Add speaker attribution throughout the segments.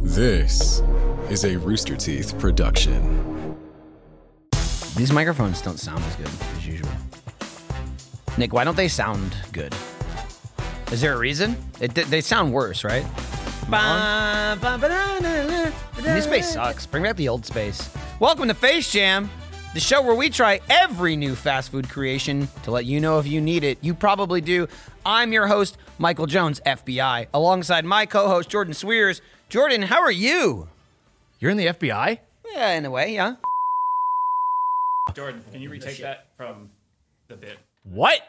Speaker 1: This is a Rooster Teeth production.
Speaker 2: These microphones don't sound as good as usual. Nick, why don't they sound good? Is there a reason? It, they sound worse, right? New space sucks. Bring back the old space. Welcome to Face Jam, the show where we try every new fast food creation to let you know if you need it. You probably do. I'm your host, Michael Jones, FBI, alongside my co host, Jordan Swears. Jordan, how are you?
Speaker 3: You're in the FBI?
Speaker 2: Yeah, in a way, yeah.
Speaker 4: Jordan, can you retake that from the bit?
Speaker 3: What?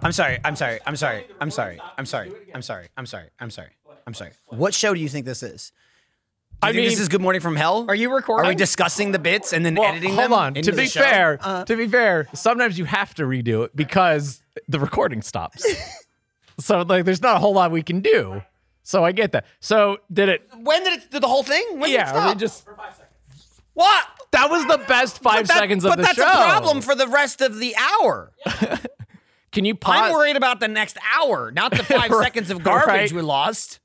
Speaker 2: I'm sorry. I'm sorry. I'm sorry. I'm sorry. I'm sorry. I'm sorry. I'm sorry. I'm sorry. I'm sorry. What show do you think this is? Do
Speaker 3: I
Speaker 2: you think
Speaker 3: mean,
Speaker 2: this is Good Morning from Hell. Are you recording? Are we discussing the bits and then
Speaker 3: well,
Speaker 2: editing
Speaker 3: hold
Speaker 2: them?
Speaker 3: on.
Speaker 2: into
Speaker 3: To
Speaker 2: the
Speaker 3: be
Speaker 2: show? Uh.
Speaker 3: fair, to be fair, sometimes you have to redo it because the recording stops. so like, there's not a whole lot we can do. So I get that. So did it?
Speaker 2: when did it? Did the whole thing? When did it
Speaker 3: yeah,
Speaker 2: stop?
Speaker 3: we just
Speaker 2: what?
Speaker 3: that was the best five
Speaker 2: But that-
Speaker 3: seconds of
Speaker 2: but
Speaker 3: the
Speaker 2: that's
Speaker 3: show.
Speaker 2: a problem for the rest of the hour.
Speaker 3: Can you
Speaker 2: I'm
Speaker 3: pause?
Speaker 2: worried about the next hour, not the five
Speaker 3: Right.
Speaker 2: seconds of garbage
Speaker 3: Right.
Speaker 2: we lost.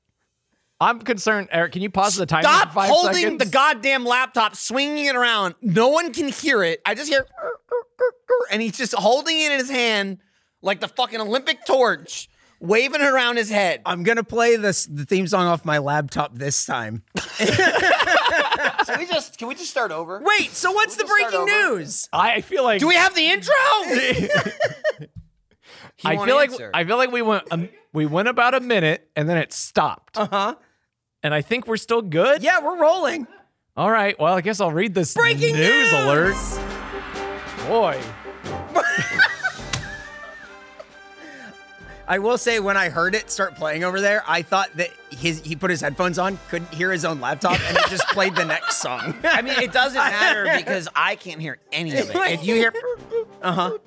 Speaker 3: I'm concerned, Eric. Can you pause the timer?
Speaker 2: Stop
Speaker 3: for five
Speaker 2: holding
Speaker 3: seconds?
Speaker 2: the goddamn laptop, swinging it around. No one can hear it. I just hear, "Er, er, er, er," and he's just holding it in his hand like the fucking Olympic torch, waving it around his head.
Speaker 5: I'm gonna play this the theme song off my laptop this time.
Speaker 2: Can we just can we just start over?
Speaker 5: Wait, so what's the breaking news?
Speaker 3: I I feel like
Speaker 2: do we have the intro? He
Speaker 3: I
Speaker 2: won't
Speaker 3: feel like
Speaker 2: answer.
Speaker 3: I feel like we went um, we went about a minute and then it stopped. Uh huh. And I think we're still good.
Speaker 5: Uh-huh. Yeah, we're rolling.
Speaker 3: All right. Well, I guess I'll read this
Speaker 5: Breaking
Speaker 3: news,
Speaker 5: news!
Speaker 3: alert. Boy,
Speaker 5: I will say when I heard it start playing over there, I thought that his he put his headphones on, couldn't hear his own laptop, and it just played the next song.
Speaker 2: I mean, it doesn't matter because I can't hear any of it. If you hear, uh huh.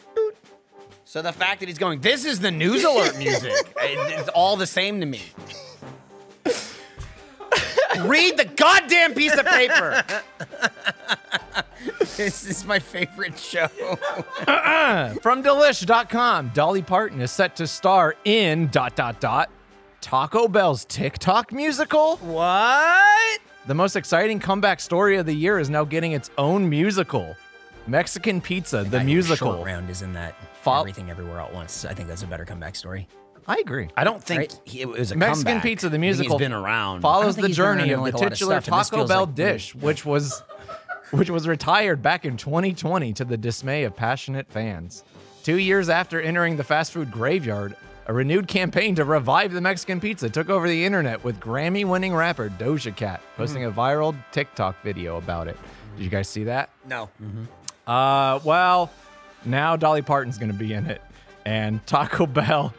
Speaker 2: So the fact that he's going, this is the news alert music. it- it's all the same to me. Read the goddamn piece of paper.
Speaker 5: this is my favorite show.
Speaker 3: from delish.com, Dolly Parton is set to star in dot dot dot Taco Bell's TikTok musical.
Speaker 5: What?
Speaker 3: The most exciting comeback story of the year is now getting its own musical. Mexican Pizza, the musical.
Speaker 5: Short round is in that
Speaker 3: Fol-
Speaker 5: everything everywhere all at once. I think that's a better comeback story.
Speaker 3: I agree.
Speaker 2: I don't think
Speaker 5: Right?
Speaker 2: he, it was a
Speaker 3: Mexican
Speaker 2: comeback.
Speaker 3: Pizza, the
Speaker 2: I think
Speaker 3: musical,
Speaker 2: He's been around.
Speaker 3: follows
Speaker 5: I
Speaker 3: the
Speaker 5: don't think he's been around
Speaker 3: journey
Speaker 5: in,
Speaker 3: of
Speaker 5: like,
Speaker 3: the
Speaker 5: a lot of
Speaker 3: titular
Speaker 5: stuff, and this
Speaker 3: Taco
Speaker 5: feels
Speaker 3: Bell
Speaker 5: like-
Speaker 3: dish, which was which was retired back in 2020 to the dismay of passionate fans. Two years after entering the fast food graveyard, a renewed campaign to revive the Mexican pizza took over the internet with Grammy-winning rapper Doja Cat posting
Speaker 5: Hmm.
Speaker 3: a viral TikTok video about it. Did you guys see that?
Speaker 5: No.
Speaker 3: Uh, well, now Dolly Parton's gonna be in it, and Taco Bell.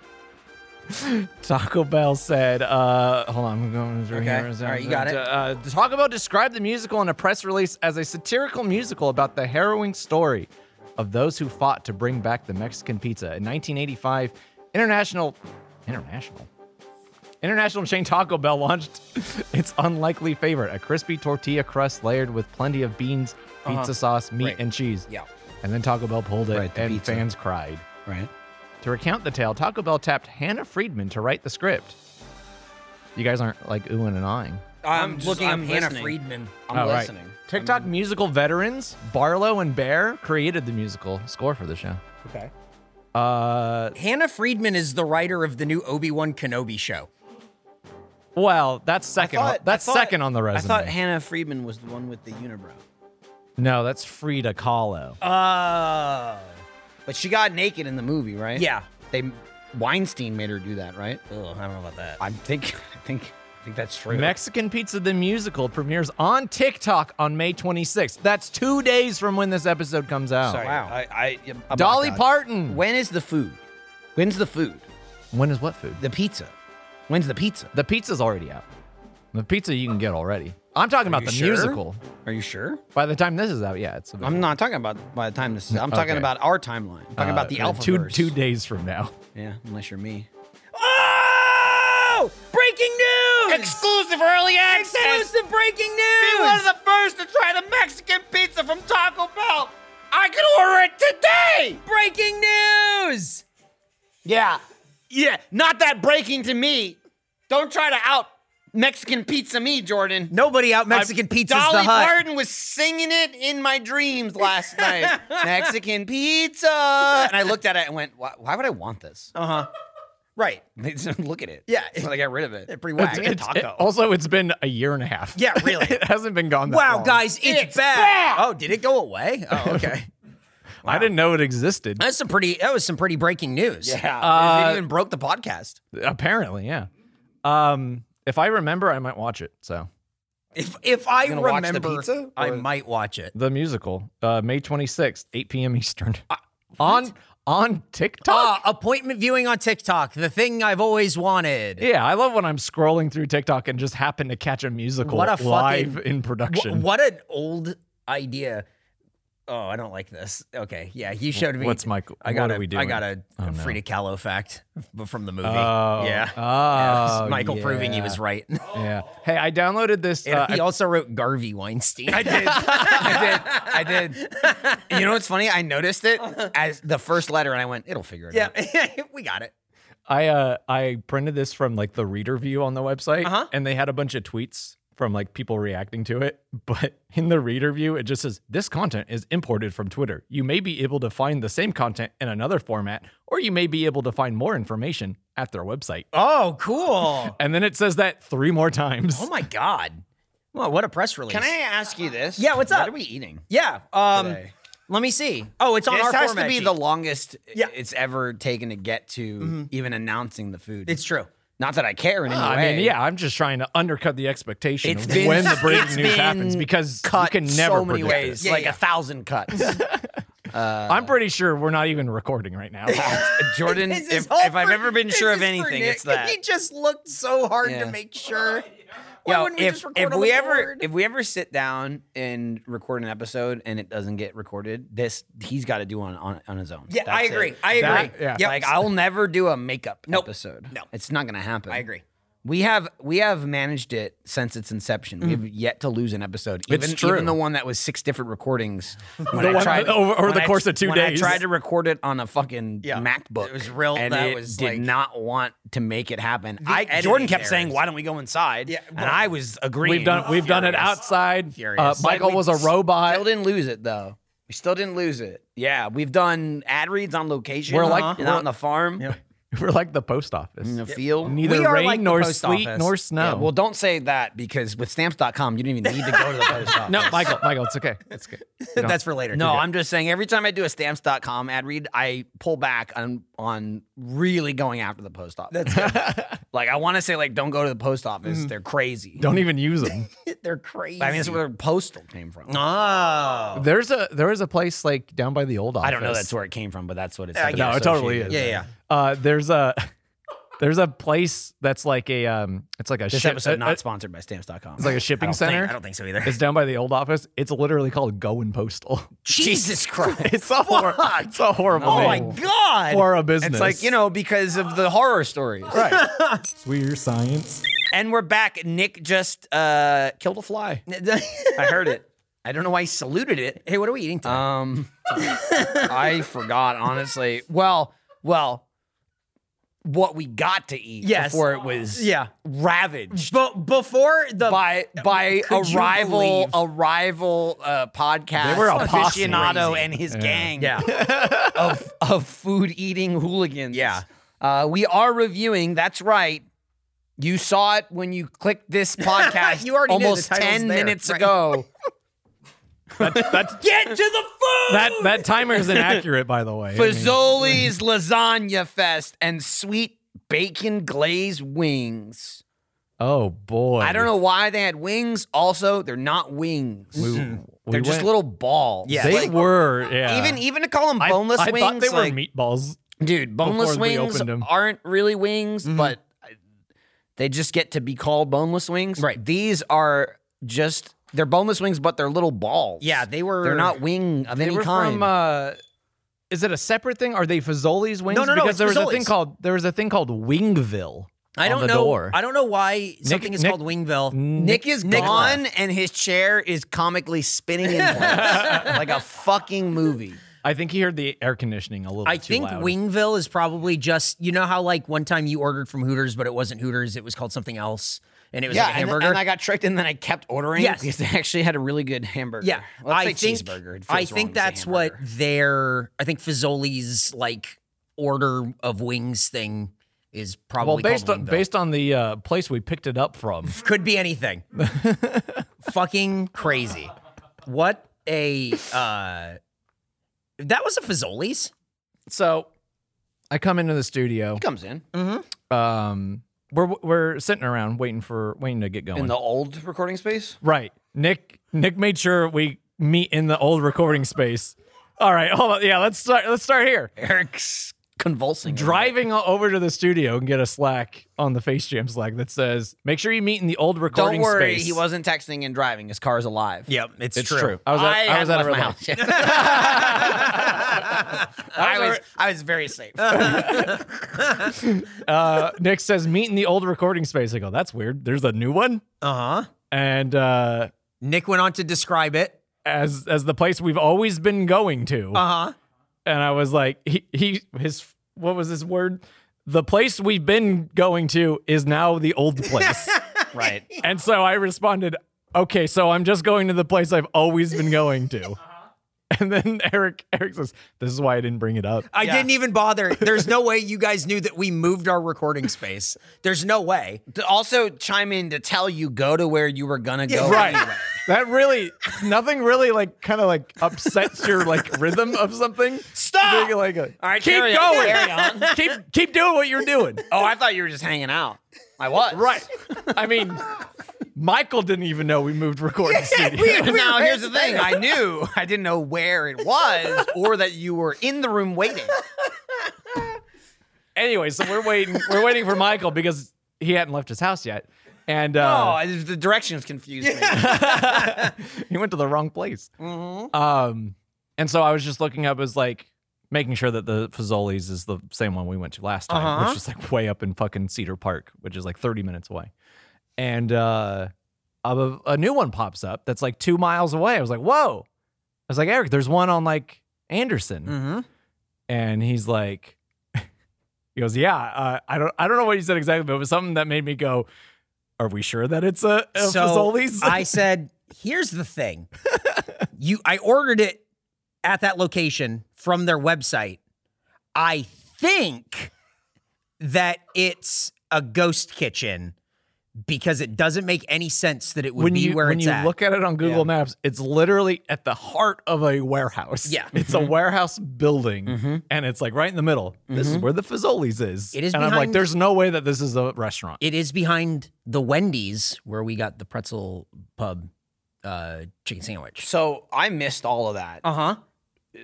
Speaker 3: Taco Bell said, uh, "Hold on, I'm going through
Speaker 5: Okay.
Speaker 3: here."
Speaker 5: All right, you got it.
Speaker 3: Uh, Taco Bell described the musical in a press release as a satirical musical about the harrowing story of those who fought to bring back the Mexican pizza in 1985. International, international. International chain Taco Bell launched its unlikely favorite, a crispy tortilla crust layered with plenty of beans,
Speaker 5: Uh-huh.
Speaker 3: pizza sauce, meat, and cheese.
Speaker 5: Yeah.
Speaker 3: And then Taco Bell pulled it,
Speaker 5: Right, the
Speaker 3: and
Speaker 5: pizza.
Speaker 3: fans cried.
Speaker 5: Right.
Speaker 3: To recount the tale, Taco Bell tapped Hannah Friedman to write the script. You guys aren't like oohing and eyeing.
Speaker 2: I'm,
Speaker 5: I'm
Speaker 2: just-
Speaker 5: looking
Speaker 2: I'm
Speaker 5: up Hannah
Speaker 2: listening.
Speaker 5: Friedman.
Speaker 2: I'm
Speaker 3: All Oh, right.
Speaker 2: listening.
Speaker 3: TikTok musical veterans Barlow and Bear created the musical score for the show.
Speaker 5: Okay.
Speaker 3: Uh,
Speaker 5: Hannah Friedman is the writer of the new Obi Wan Kenobi show.
Speaker 3: well, that's second.
Speaker 2: Thought-
Speaker 3: that's
Speaker 2: I thought-
Speaker 3: second on the resume.
Speaker 2: I thought Hannah Friedman was the one with the unibrow.
Speaker 3: no, that's Frida Kahlo.
Speaker 2: Uh, Oh. But she got naked in the movie, right?
Speaker 5: Yeah.
Speaker 2: They Weinstein made her do that, right?
Speaker 5: Oh, I don't know about that.
Speaker 2: I think I think I think that's true.
Speaker 3: Mexican Pizza the Musical premieres on TikTok on May 26th. That's two days from when this episode comes out.
Speaker 2: Sorry,
Speaker 5: wow.
Speaker 2: I, I,
Speaker 5: oh
Speaker 2: I'm
Speaker 3: Dolly
Speaker 2: not-
Speaker 3: Parton.
Speaker 2: When is the food? When's the food?
Speaker 3: when is what food?
Speaker 2: The pizza. When's the pizza?
Speaker 3: The pizza's already out. The pizza you can get already. I'm talking about
Speaker 2: you
Speaker 3: the
Speaker 2: sure?
Speaker 3: musical.
Speaker 2: Are you sure?
Speaker 3: By the time this is out, yeah, it's.
Speaker 2: I'm not talking about by the time this is. I'm talking
Speaker 3: Okay.
Speaker 2: about our timeline. I'm talking about the alpha
Speaker 3: Uh, Two two days from now.
Speaker 2: Yeah, unless you're me.
Speaker 5: Oh! Breaking news!
Speaker 2: Exclusive early access.
Speaker 5: Exclusive breaking
Speaker 2: Be
Speaker 5: news!
Speaker 2: one of the first to try the Mexican pizza from Taco Bell. I can order it today.
Speaker 5: breaking news!
Speaker 2: Yeah. Yeah. Not that breaking to me. Don't try to out Mexican pizza me, Jordan.
Speaker 5: Nobody out Mexican pizza's
Speaker 2: Dolly
Speaker 5: the hut.
Speaker 2: Parton was singing it in my dreams last night. Mexican pizza, and I looked at it and went, "Why, why would I want this?"
Speaker 5: Right.
Speaker 2: Look at it.
Speaker 5: Oh. Yeah.
Speaker 2: so I got rid of it.
Speaker 5: Pretty
Speaker 3: It's-
Speaker 5: whack.
Speaker 3: it's- it- also, it's been a year and a half.
Speaker 5: Yeah, really.
Speaker 3: it hasn't been gone that
Speaker 5: wow,
Speaker 3: long.
Speaker 5: guys, it's,
Speaker 2: It's
Speaker 5: bad.
Speaker 2: bad.
Speaker 5: Oh, did it go away? Oh, okay.
Speaker 3: I didn't know it existed.
Speaker 5: That's some pretty. That was some pretty breaking news. Uh,
Speaker 2: Yeah.
Speaker 5: it even broke the podcast.
Speaker 3: Apparently, yeah. Um, if I remember, I might watch it. So
Speaker 5: If if I
Speaker 2: gonna
Speaker 5: remember,
Speaker 2: watch the pizza,
Speaker 5: I
Speaker 2: or-
Speaker 5: might watch it.
Speaker 3: the musical, uh, May twenty sixth, eight p.m. Eastern, on on TikTok.
Speaker 5: Ah, appointment viewing on TikTok, the thing I've always wanted.
Speaker 3: yeah, I love when I'm scrolling through TikTok and just happen to catch a musical
Speaker 5: What a
Speaker 3: live
Speaker 5: fucking-
Speaker 3: in
Speaker 5: Wh-
Speaker 3: production.
Speaker 5: what an old idea. Oh, I don't like this. Okay, yeah, you showed me.
Speaker 3: What's my- what
Speaker 5: I got
Speaker 3: are
Speaker 5: a,
Speaker 3: we
Speaker 5: I
Speaker 3: doing?
Speaker 5: got a
Speaker 3: Oh, no.
Speaker 5: Frida Kahlo fact f- from the movie.
Speaker 3: Oh.
Speaker 5: yeah.
Speaker 3: Oh,
Speaker 5: Yeah, it's Michael proving he
Speaker 3: yeah.
Speaker 5: was right.
Speaker 3: yeah. Hey, I downloaded this.
Speaker 5: And
Speaker 3: Uh,
Speaker 5: he also wrote Garvey Weinstein.
Speaker 2: I did. I did. I did. You know what's funny? I noticed it as the first letter, and I went, "It'll figure it
Speaker 5: yeah,
Speaker 2: out."
Speaker 5: we got it.
Speaker 3: I uh, I printed this from like the reader view on the website,
Speaker 5: Uh-huh.
Speaker 3: and they had a bunch of tweets from like people reacting to it. But in the reader view, it just says this content is imported from Twitter. You may be able to find the same content in another format, or you may be able to find more information at their website.
Speaker 5: Oh, cool.
Speaker 3: And then it says that three more times.
Speaker 5: oh my god. Well, what a press release.
Speaker 2: Can I ask you this?
Speaker 5: Yeah, what's
Speaker 2: What
Speaker 5: up?
Speaker 2: are we eating?
Speaker 5: Yeah. Um,
Speaker 2: Today.
Speaker 5: let me see. Oh, it's on
Speaker 2: this
Speaker 5: our
Speaker 2: has
Speaker 5: format
Speaker 2: to be
Speaker 5: sheet.
Speaker 2: the longest
Speaker 5: Yeah. Mm-hmm.
Speaker 2: it's ever taken to get to even announcing the food.
Speaker 5: It's true.
Speaker 2: not that I care in any
Speaker 3: I
Speaker 2: way.
Speaker 3: mean, yeah, I'm just trying to undercut the expectation
Speaker 2: It's
Speaker 3: of
Speaker 2: been-
Speaker 3: when the breaking
Speaker 2: it's
Speaker 3: news
Speaker 2: been
Speaker 3: happens because
Speaker 2: cut
Speaker 3: you can never
Speaker 2: so many
Speaker 3: predict it.
Speaker 2: ways,
Speaker 5: Yeah,
Speaker 2: like
Speaker 5: yeah.
Speaker 2: a thousand cuts.
Speaker 3: I'm pretty sure we're not even recording right now.
Speaker 2: Jordan,
Speaker 5: This is
Speaker 2: if,
Speaker 5: all
Speaker 2: if I've
Speaker 5: for-
Speaker 2: ever been
Speaker 5: this
Speaker 2: sure of
Speaker 5: is for
Speaker 2: anything,
Speaker 5: Nick.
Speaker 2: it's that.
Speaker 5: He just looked so hard
Speaker 2: Yeah.
Speaker 5: to make sure. Why
Speaker 2: Yo,
Speaker 5: wouldn't we
Speaker 2: if
Speaker 5: just record
Speaker 2: if
Speaker 5: on
Speaker 2: we
Speaker 5: the
Speaker 2: ever
Speaker 5: board?
Speaker 2: if we ever sit down and record an episode and it doesn't get recorded, this he's got to do on, on on his own.
Speaker 5: yeah, I
Speaker 2: That's it.
Speaker 5: agree. I
Speaker 3: That-
Speaker 5: agree.
Speaker 3: yeah.
Speaker 5: Yep.
Speaker 2: Like I'll never do a makeup
Speaker 5: Nope.
Speaker 2: episode.
Speaker 5: No.
Speaker 2: it's not gonna happen.
Speaker 5: I agree.
Speaker 2: We have we have managed it since its inception. We've yet to lose an episode, even,
Speaker 3: Mm. It's true.
Speaker 2: even the one that was six different recordings. When
Speaker 3: The one over- over
Speaker 2: when
Speaker 3: the
Speaker 2: I-
Speaker 3: course of two
Speaker 2: when
Speaker 3: days.
Speaker 2: I tried to record it on a fucking
Speaker 5: Yeah.
Speaker 2: MacBook.
Speaker 5: It was real-
Speaker 2: And
Speaker 5: that
Speaker 2: it
Speaker 5: was
Speaker 2: did
Speaker 5: like-
Speaker 2: not want to make it happen.
Speaker 5: The
Speaker 2: I Jordan
Speaker 5: editing
Speaker 2: kept saying,
Speaker 5: errors.
Speaker 2: "Why don't we go inside?"
Speaker 5: Yeah,
Speaker 2: and I was agreeing.
Speaker 3: We've done we've done it outside. Uh,
Speaker 5: Furious.
Speaker 3: Michael
Speaker 2: But we
Speaker 3: was a
Speaker 2: Still
Speaker 3: robot.
Speaker 2: didn't lose it though. We still didn't lose it. Yeah, we've done ad reads on location.
Speaker 3: We're like-
Speaker 2: and
Speaker 3: we're-
Speaker 2: out on the farm,
Speaker 3: We're like the post office.
Speaker 2: in the field.
Speaker 3: Neither
Speaker 5: We are
Speaker 3: rain
Speaker 5: like the
Speaker 3: nor
Speaker 5: post
Speaker 3: sleet
Speaker 5: office.
Speaker 3: nor
Speaker 2: Yeah,
Speaker 3: snow.
Speaker 2: well, don't say that because with stamps.com, you don't even need to go to the post office.
Speaker 3: no, Michael, Michael, it's okay. It's okay.
Speaker 5: That's for later.
Speaker 2: No, I'm just saying every time I do a stamps.com ad read, I pull back on on really going after the post office.
Speaker 5: That's
Speaker 2: like I want to say like don't go to the post office. They're crazy.
Speaker 3: Mm-hmm. Don't even use them.
Speaker 5: They're crazy.
Speaker 2: I mean that's where postal came from.
Speaker 5: oh.
Speaker 3: There's a there is a place like down by the old office.
Speaker 2: I don't know that's where it came from, but that's what it's
Speaker 5: I
Speaker 2: like,
Speaker 5: guess.
Speaker 3: No, it totally is.
Speaker 5: Yeah, yeah.
Speaker 3: Uh, there's a there's a place that's like a um it's like a
Speaker 2: This
Speaker 3: ship,
Speaker 2: episode
Speaker 3: a- a-
Speaker 2: not sponsored by stamps.com.
Speaker 3: uh, it's like a shipping
Speaker 5: I
Speaker 3: center.
Speaker 5: don't think so either.
Speaker 3: It's down by the old office. It's literally called Going Postal.
Speaker 2: Jesus Christ.
Speaker 3: It's a hor- it's a horrible
Speaker 5: oh my
Speaker 3: name
Speaker 5: god.
Speaker 3: for a business.
Speaker 2: It's like, you know, because of the horror stories.
Speaker 3: right? Weird science.
Speaker 2: And we're back. Nick just uh, killed a fly. I heard it. I don't know why he saluted it.
Speaker 5: hey, what are we eating today?
Speaker 2: Um, I forgot honestly. Well, well, what we got to eat
Speaker 5: Yes.
Speaker 2: before it was
Speaker 5: Yeah.
Speaker 2: ravaged
Speaker 5: but before the
Speaker 2: by by a
Speaker 5: Could you
Speaker 2: rival
Speaker 5: believe-
Speaker 2: a rival uh, podcast
Speaker 3: They were a posse.
Speaker 2: aficionado
Speaker 5: Crazy.
Speaker 2: and his gang
Speaker 5: yeah,
Speaker 2: of of food eating hooligans.
Speaker 5: Yeah.
Speaker 2: uh, we are reviewing. That's right. You saw it when you clicked this podcast.
Speaker 5: You already knew the
Speaker 2: almost
Speaker 5: title's
Speaker 2: ten
Speaker 5: there,
Speaker 2: minutes
Speaker 5: right.
Speaker 2: ago.
Speaker 3: That
Speaker 5: get to the food.
Speaker 3: that that timer is inaccurate, by the way. I mean-
Speaker 2: Fazoli's Lasagna Fest and sweet bacon glazed wings.
Speaker 3: Oh boy!
Speaker 2: I don't know why they had wings. Also, they're not wings.
Speaker 3: We- we
Speaker 2: they're just
Speaker 3: went-
Speaker 2: little balls.
Speaker 5: Yeah.
Speaker 3: They
Speaker 2: Like,
Speaker 3: were yeah.
Speaker 2: even even to call them
Speaker 3: I-
Speaker 2: boneless
Speaker 3: I,
Speaker 2: wings.
Speaker 3: thought they were
Speaker 2: like,
Speaker 3: meatballs.
Speaker 2: dude, boneless
Speaker 3: before we
Speaker 2: wings
Speaker 3: opened 'em.
Speaker 2: aren't really wings,
Speaker 5: Mm-hmm.
Speaker 2: but they just get to be called boneless wings.
Speaker 5: Right.
Speaker 2: These are just they're boneless wings, but they're little balls.
Speaker 5: Yeah, they were.
Speaker 2: They're not wing of
Speaker 3: They
Speaker 2: any
Speaker 3: were
Speaker 2: kind.
Speaker 3: from. Uh, is it a separate thing? Are they Fazoli's wings?
Speaker 5: No, no, no,
Speaker 3: Because
Speaker 5: it's
Speaker 3: there was a
Speaker 5: Fazoli's.
Speaker 3: thing called there was a thing called Wingville.
Speaker 5: I
Speaker 3: on
Speaker 5: don't
Speaker 3: the
Speaker 5: know.
Speaker 3: Door.
Speaker 5: I don't know why something is
Speaker 3: Nick-
Speaker 5: called Wingville.
Speaker 2: Nick is
Speaker 5: Nick
Speaker 2: gone, and his chair is comically spinning in place like a fucking movie.
Speaker 3: I think he heard the air conditioning a little.
Speaker 5: I
Speaker 3: too
Speaker 5: think
Speaker 3: loud.
Speaker 5: Wingville is probably just you know how like one time you ordered from Hooters, but it wasn't Hooters; it was called something else, and it was
Speaker 2: Yeah,
Speaker 5: like a
Speaker 2: and,
Speaker 5: hamburger.
Speaker 2: and I got tricked, and then I kept ordering
Speaker 5: Yes.
Speaker 2: because they actually had a really good hamburger.
Speaker 5: yeah,
Speaker 2: Let's say
Speaker 5: I think
Speaker 2: cheeseburger. It feels
Speaker 5: I
Speaker 2: wrong
Speaker 5: think
Speaker 2: to say
Speaker 5: that's what
Speaker 2: hamburger.
Speaker 5: their I think Fazoli's like order of wings thing is probably
Speaker 3: Well, based
Speaker 5: called
Speaker 3: on
Speaker 5: Wingville.
Speaker 3: based on the uh, place we picked it up from,
Speaker 5: could be anything. Fucking crazy. What a uh that was a Fazoli's.
Speaker 3: so I come into the studio.
Speaker 2: comes in
Speaker 5: Mm.
Speaker 3: Um, we're we're sitting around waiting for waiting to get going.
Speaker 2: in the old recording space.
Speaker 3: Right. Nick Nick made sure we meet in the old recording space. All right, hold on. Yeah, let's start let's start here.
Speaker 2: Eric's convulsing.
Speaker 3: Driving o- over to the studio and get a Slack on the Face Jam Slack that says, "Make sure you meet in the old
Speaker 2: Don't
Speaker 3: recording
Speaker 2: worry,
Speaker 3: space."
Speaker 2: he wasn't texting and driving. His car's alive.
Speaker 5: Yep, it's,
Speaker 3: It's true. I was at, I
Speaker 2: hadn't
Speaker 3: was at a
Speaker 2: left my
Speaker 3: relent.
Speaker 2: house yet. I was I was very safe.
Speaker 3: Uh, Nick says, "Meet in the old recording space." I go, "That's weird. There's a new one."
Speaker 5: Uh-huh.
Speaker 3: And uh,
Speaker 5: Nick went on to describe it.
Speaker 3: as as the place we've always been going to.
Speaker 5: Uh-huh.
Speaker 3: and I was like, he, he his what was his word? The place we've been going to is now the old place.
Speaker 2: right.
Speaker 3: and so I responded, okay, so I'm just going to the place I've always been going to. And then Eric Eric says, this is why I didn't bring it up.
Speaker 5: I didn't even bother. There's no way you guys knew that we moved our recording space. There's no way.
Speaker 2: To also chime in to tell you go to where you were gonna go.
Speaker 3: Right. That really, nothing really like kind of like upsets your like rhythm of something.
Speaker 2: Stop!
Speaker 3: Being like a-
Speaker 2: All right,
Speaker 3: keep
Speaker 2: carry on,
Speaker 3: going.
Speaker 2: carry on.
Speaker 3: Keep keep doing what you're doing.
Speaker 2: Oh, I thought you were just hanging out. I was.
Speaker 3: Right. I mean, Michael didn't even know we moved recording studio.
Speaker 2: now here's the thing. I knew I didn't know where it was or that you were in the room waiting.
Speaker 3: Anyway, so we're waiting. We're waiting for Michael because he hadn't left his house yet, and
Speaker 2: Oh,
Speaker 3: uh,
Speaker 2: I- the directions confused me.
Speaker 3: he went to the wrong place. Um, and so I was just looking up as like making sure that the Fazoli's is the same one we went to last time, which was like way up in fucking Cedar Park, which is like 30 minutes away. And uh, a, a new one pops up that's like two miles away. I was like, whoa. I was like, Eric, there's one on like Anderson.
Speaker 5: Mhm.
Speaker 3: And he's like, he goes, yeah, uh, I don't, I don't know what he said exactly, but it was something that made me go, are we sure that it's a, a Fazoli's?
Speaker 5: I said, here's the thing. You I ordered it at that location from their website. I think that it's a ghost kitchen because it doesn't make any sense that it would
Speaker 3: when
Speaker 5: be
Speaker 3: you
Speaker 5: where
Speaker 3: when
Speaker 5: it's
Speaker 3: you
Speaker 5: at.
Speaker 3: look at it on Google Maps, it's literally at the heart of a warehouse.
Speaker 5: Yeah.
Speaker 3: it's
Speaker 2: Mm-hmm.
Speaker 3: a warehouse building, and it's like right in the middle. This
Speaker 2: Mm-hmm.
Speaker 3: is where the Fazoli's is.
Speaker 5: It is
Speaker 3: and I'm like,
Speaker 5: behind-
Speaker 3: there's no way that this is a restaurant.
Speaker 5: it is behind the Wendy's where we got the pretzel pub uh, chicken sandwich.
Speaker 2: So I missed all of that
Speaker 5: Uh-huh.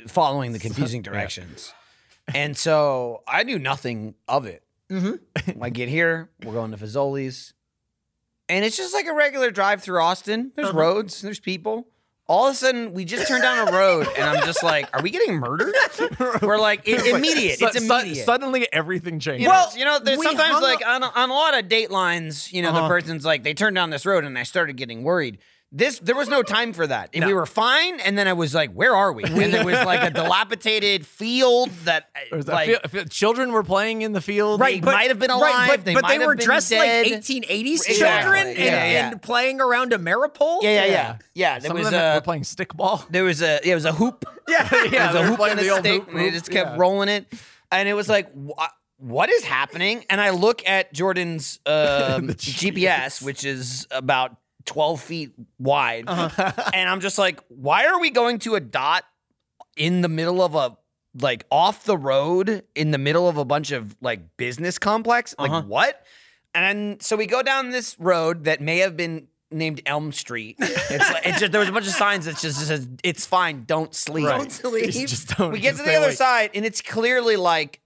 Speaker 2: following the confusing directions. And so I knew nothing of it. I get here, we're going to Fazoli's. And it's just like a regular drive through Austin. There's roads, there's people. All of a sudden, we just turned down a road, and I'm just like, are we getting murdered? We're like, it, immediate.
Speaker 3: Su-
Speaker 2: it's
Speaker 3: su-
Speaker 2: immediate.
Speaker 3: suddenly everything changes.
Speaker 2: You well, know, you know, there's
Speaker 5: we
Speaker 2: sometimes
Speaker 5: hung
Speaker 2: like on, on a lot of Datelines, you know, the person's like, they turned down this road and I started getting worried. This there was no time for that. And We were fine, and then I was like, "Where are we?" And there was like a dilapidated field that,
Speaker 3: There was a
Speaker 2: like,
Speaker 3: feel- I feel- children were playing in the field.
Speaker 2: Right,
Speaker 3: They-
Speaker 2: but- might have been alive,
Speaker 5: but
Speaker 2: they
Speaker 5: but
Speaker 2: might have
Speaker 5: were
Speaker 2: been
Speaker 5: dressed
Speaker 2: dead.
Speaker 5: like 1880s
Speaker 2: Exactly.
Speaker 5: children and,
Speaker 2: Yeah, yeah.
Speaker 5: and playing around a maripole.
Speaker 2: yeah, yeah, yeah,
Speaker 3: yeah.
Speaker 2: yeah. there
Speaker 3: some
Speaker 2: was
Speaker 3: of them
Speaker 2: a
Speaker 3: were playing stickball.
Speaker 2: there was a yeah, it was a hoop.
Speaker 3: Yeah,
Speaker 2: There was
Speaker 3: they
Speaker 2: a
Speaker 3: were
Speaker 2: hoop
Speaker 3: playing
Speaker 2: and
Speaker 3: the
Speaker 2: a
Speaker 3: old
Speaker 2: stick,
Speaker 3: hoop,
Speaker 2: and they
Speaker 3: hoop,
Speaker 2: just kept
Speaker 3: yeah.
Speaker 2: rolling it, and it was like, wha what is happening? And I look at Jordan's um, GPS, which is about twelve feet wide,
Speaker 3: Uh-huh.
Speaker 2: and I'm just like, why are we going to a dot in the middle of a like off the road in the middle of a bunch of like business complex? Like
Speaker 3: Uh-huh.
Speaker 2: what? And so we go down this road that may have been named Elm Street. It's like, it just there was a bunch of signs that just says it's fine, don't sleep.
Speaker 3: Just- just don't-
Speaker 2: We get
Speaker 3: just
Speaker 2: to the
Speaker 3: stay
Speaker 2: other
Speaker 3: awake.
Speaker 2: side, and it's clearly like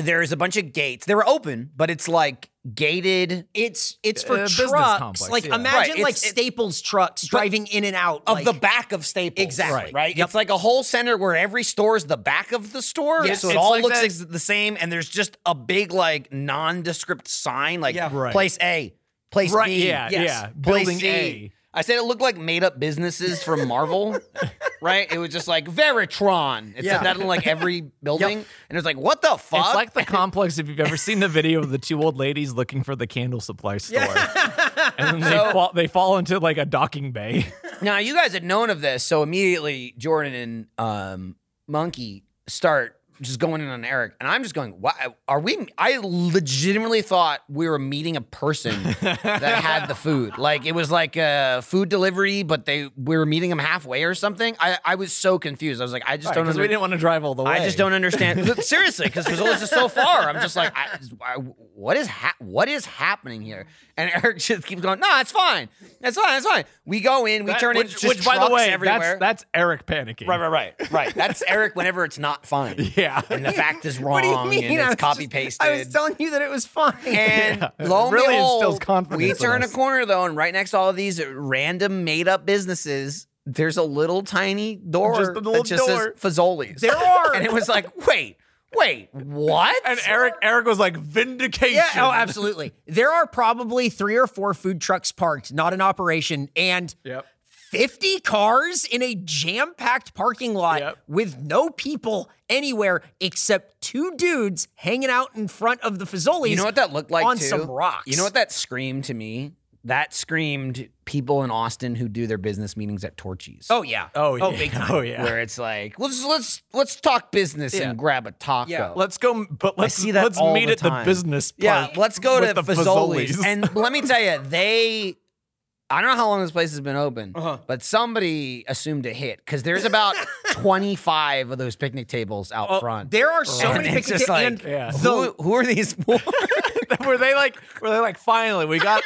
Speaker 2: there's a bunch of gates. They were open, but it's like gated.
Speaker 5: It's it's
Speaker 3: Uh,
Speaker 5: for
Speaker 3: business
Speaker 5: trucks.
Speaker 3: complex,
Speaker 5: like
Speaker 3: yeah.
Speaker 2: Right,
Speaker 5: imagine
Speaker 2: it's-
Speaker 5: like
Speaker 2: it-
Speaker 5: Staples trucks driving in and out
Speaker 2: Of
Speaker 5: like-
Speaker 2: the back of Staples,
Speaker 5: Exactly.
Speaker 2: right?
Speaker 5: Right.
Speaker 2: It's like a whole center where every store is the back of the store,
Speaker 5: Yes.
Speaker 2: so it
Speaker 5: It's
Speaker 2: all
Speaker 3: like
Speaker 2: looks
Speaker 3: that-
Speaker 2: ex- the same. And there's just a big like nondescript sign, like
Speaker 5: Yeah.
Speaker 3: Right.
Speaker 2: place A, place
Speaker 3: Right,
Speaker 2: B,
Speaker 3: yeah, yeah.
Speaker 2: place
Speaker 3: Building
Speaker 2: C.
Speaker 3: A.
Speaker 2: I said it looked like made up businesses from Marvel. right? It was just like Veritron. It's
Speaker 6: Yeah.
Speaker 2: that in like every building, and it was like, what the fuck?
Speaker 3: It's like the complex if you've ever seen the video of the two old ladies looking for the candle supply store. And then they, fall, they fall into like a docking bay.
Speaker 2: Now you guys had known of this, so immediately Jordan and um, Monkey start just going in on Eric, and I'm just going, "Why are we?" I legitimately thought we were meeting a person that had the food. Like it was like a food delivery, but they we were meeting them halfway or something. I, I was so confused. I was like, I just don't.
Speaker 3: Because we
Speaker 2: under-
Speaker 3: didn't want to drive all the way.
Speaker 2: I just don't understand. Look, Seriously, because Fazola's just so far. I'm just like, I, I- what is ha- what is happening here? And Eric just keeps going, no, it's fine. It's fine. It's fine. We go in, we
Speaker 4: That-
Speaker 2: turn
Speaker 4: which-
Speaker 2: in,
Speaker 4: which,
Speaker 3: By the way,
Speaker 2: everywhere.
Speaker 3: that's, that's Eric panicking.
Speaker 2: right, right, right, right. That's Eric whenever it's not fine.
Speaker 3: Yeah.
Speaker 2: And the fact is wrong
Speaker 5: What do you mean?
Speaker 2: and
Speaker 5: I
Speaker 2: it's
Speaker 5: was
Speaker 2: copy
Speaker 5: just-
Speaker 2: pasted.
Speaker 5: I was telling you that it was fine.
Speaker 2: and
Speaker 3: Yeah.
Speaker 2: lo and
Speaker 3: It really instills
Speaker 2: behold,
Speaker 3: confidence
Speaker 2: we
Speaker 3: in
Speaker 2: turn a
Speaker 3: us.
Speaker 2: corner though, and right next to all of these random made up businesses, there's a little tiny door
Speaker 3: Just a little
Speaker 2: that just
Speaker 3: door.
Speaker 2: says Fazoli's.
Speaker 5: There are.
Speaker 2: and it was like, wait, wait, what?
Speaker 3: And Eric Eric was like, vindication.
Speaker 5: Yeah, oh, absolutely. There are probably three or four food trucks parked, not in operation, and
Speaker 3: Yep.
Speaker 5: 50 cars in a jam packed parking lot
Speaker 3: Yep.
Speaker 5: with no people anywhere except two dudes hanging out in front of the Fazoli's.
Speaker 2: you know what that looked like
Speaker 5: on
Speaker 2: too?
Speaker 5: some rocks.
Speaker 2: You know what that screamed to me? That screamed people in Austin who do their business meetings at Torchy's.
Speaker 5: Oh, yeah.
Speaker 3: Oh, yeah.
Speaker 5: Oh, big time.
Speaker 3: Oh, yeah.
Speaker 2: Where it's like, let's let's let's talk business
Speaker 3: Yeah.
Speaker 2: and grab a taco.
Speaker 5: Yeah.
Speaker 3: Let's go, but let's
Speaker 2: see that
Speaker 3: let's
Speaker 2: all
Speaker 3: meet
Speaker 2: the
Speaker 3: at
Speaker 2: time.
Speaker 3: the business
Speaker 2: Yeah,
Speaker 3: park.
Speaker 2: let's go
Speaker 3: with
Speaker 2: to
Speaker 3: the
Speaker 2: Fazoli's.
Speaker 3: Fazoli's.
Speaker 2: and let me tell you, they. I don't know how long this place has been open, but somebody assumed a hit because there's about 25 of those picnic tables out front.
Speaker 5: There are so
Speaker 2: And
Speaker 5: many
Speaker 2: it's
Speaker 5: pictures.
Speaker 2: just like,
Speaker 5: and
Speaker 3: yeah.
Speaker 5: the,
Speaker 2: who, who are these? for?
Speaker 3: were they like were they like finally we got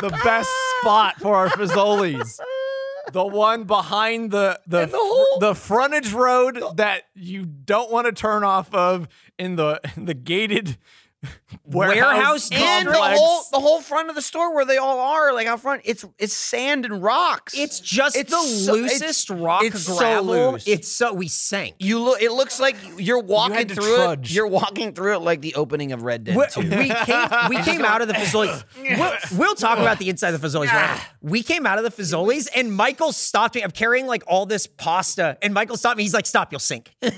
Speaker 3: the best spot for our Fazoli's? The one behind the the the,
Speaker 5: whole-
Speaker 3: frontage road that you don't want to turn off of in the in the gated warehouse,
Speaker 5: Warehouse and
Speaker 2: and the
Speaker 3: complex.
Speaker 2: whole the whole front of the store where they all are, like out front, it's it's sand and rocks.
Speaker 5: it's just
Speaker 2: It's
Speaker 5: the
Speaker 2: so- it's-
Speaker 5: loosest rock
Speaker 2: it's so
Speaker 5: gravel.
Speaker 2: loose.
Speaker 5: It's so we sank.
Speaker 2: you look. It looks like you're walking
Speaker 3: to
Speaker 2: through
Speaker 3: trudge.
Speaker 2: it. You're walking through it like the opening of Red Dead.
Speaker 5: We,
Speaker 2: 2.
Speaker 5: we came, we came out of the Fazoli's. We'll, we'll talk about the inside of the Fazoli's. Right? We came out of the Fazoli's, and Michael stopped me. I'm carrying like all this pasta, and Michael stopped me. He's like, "Stop, you'll sink."
Speaker 3: Yeah,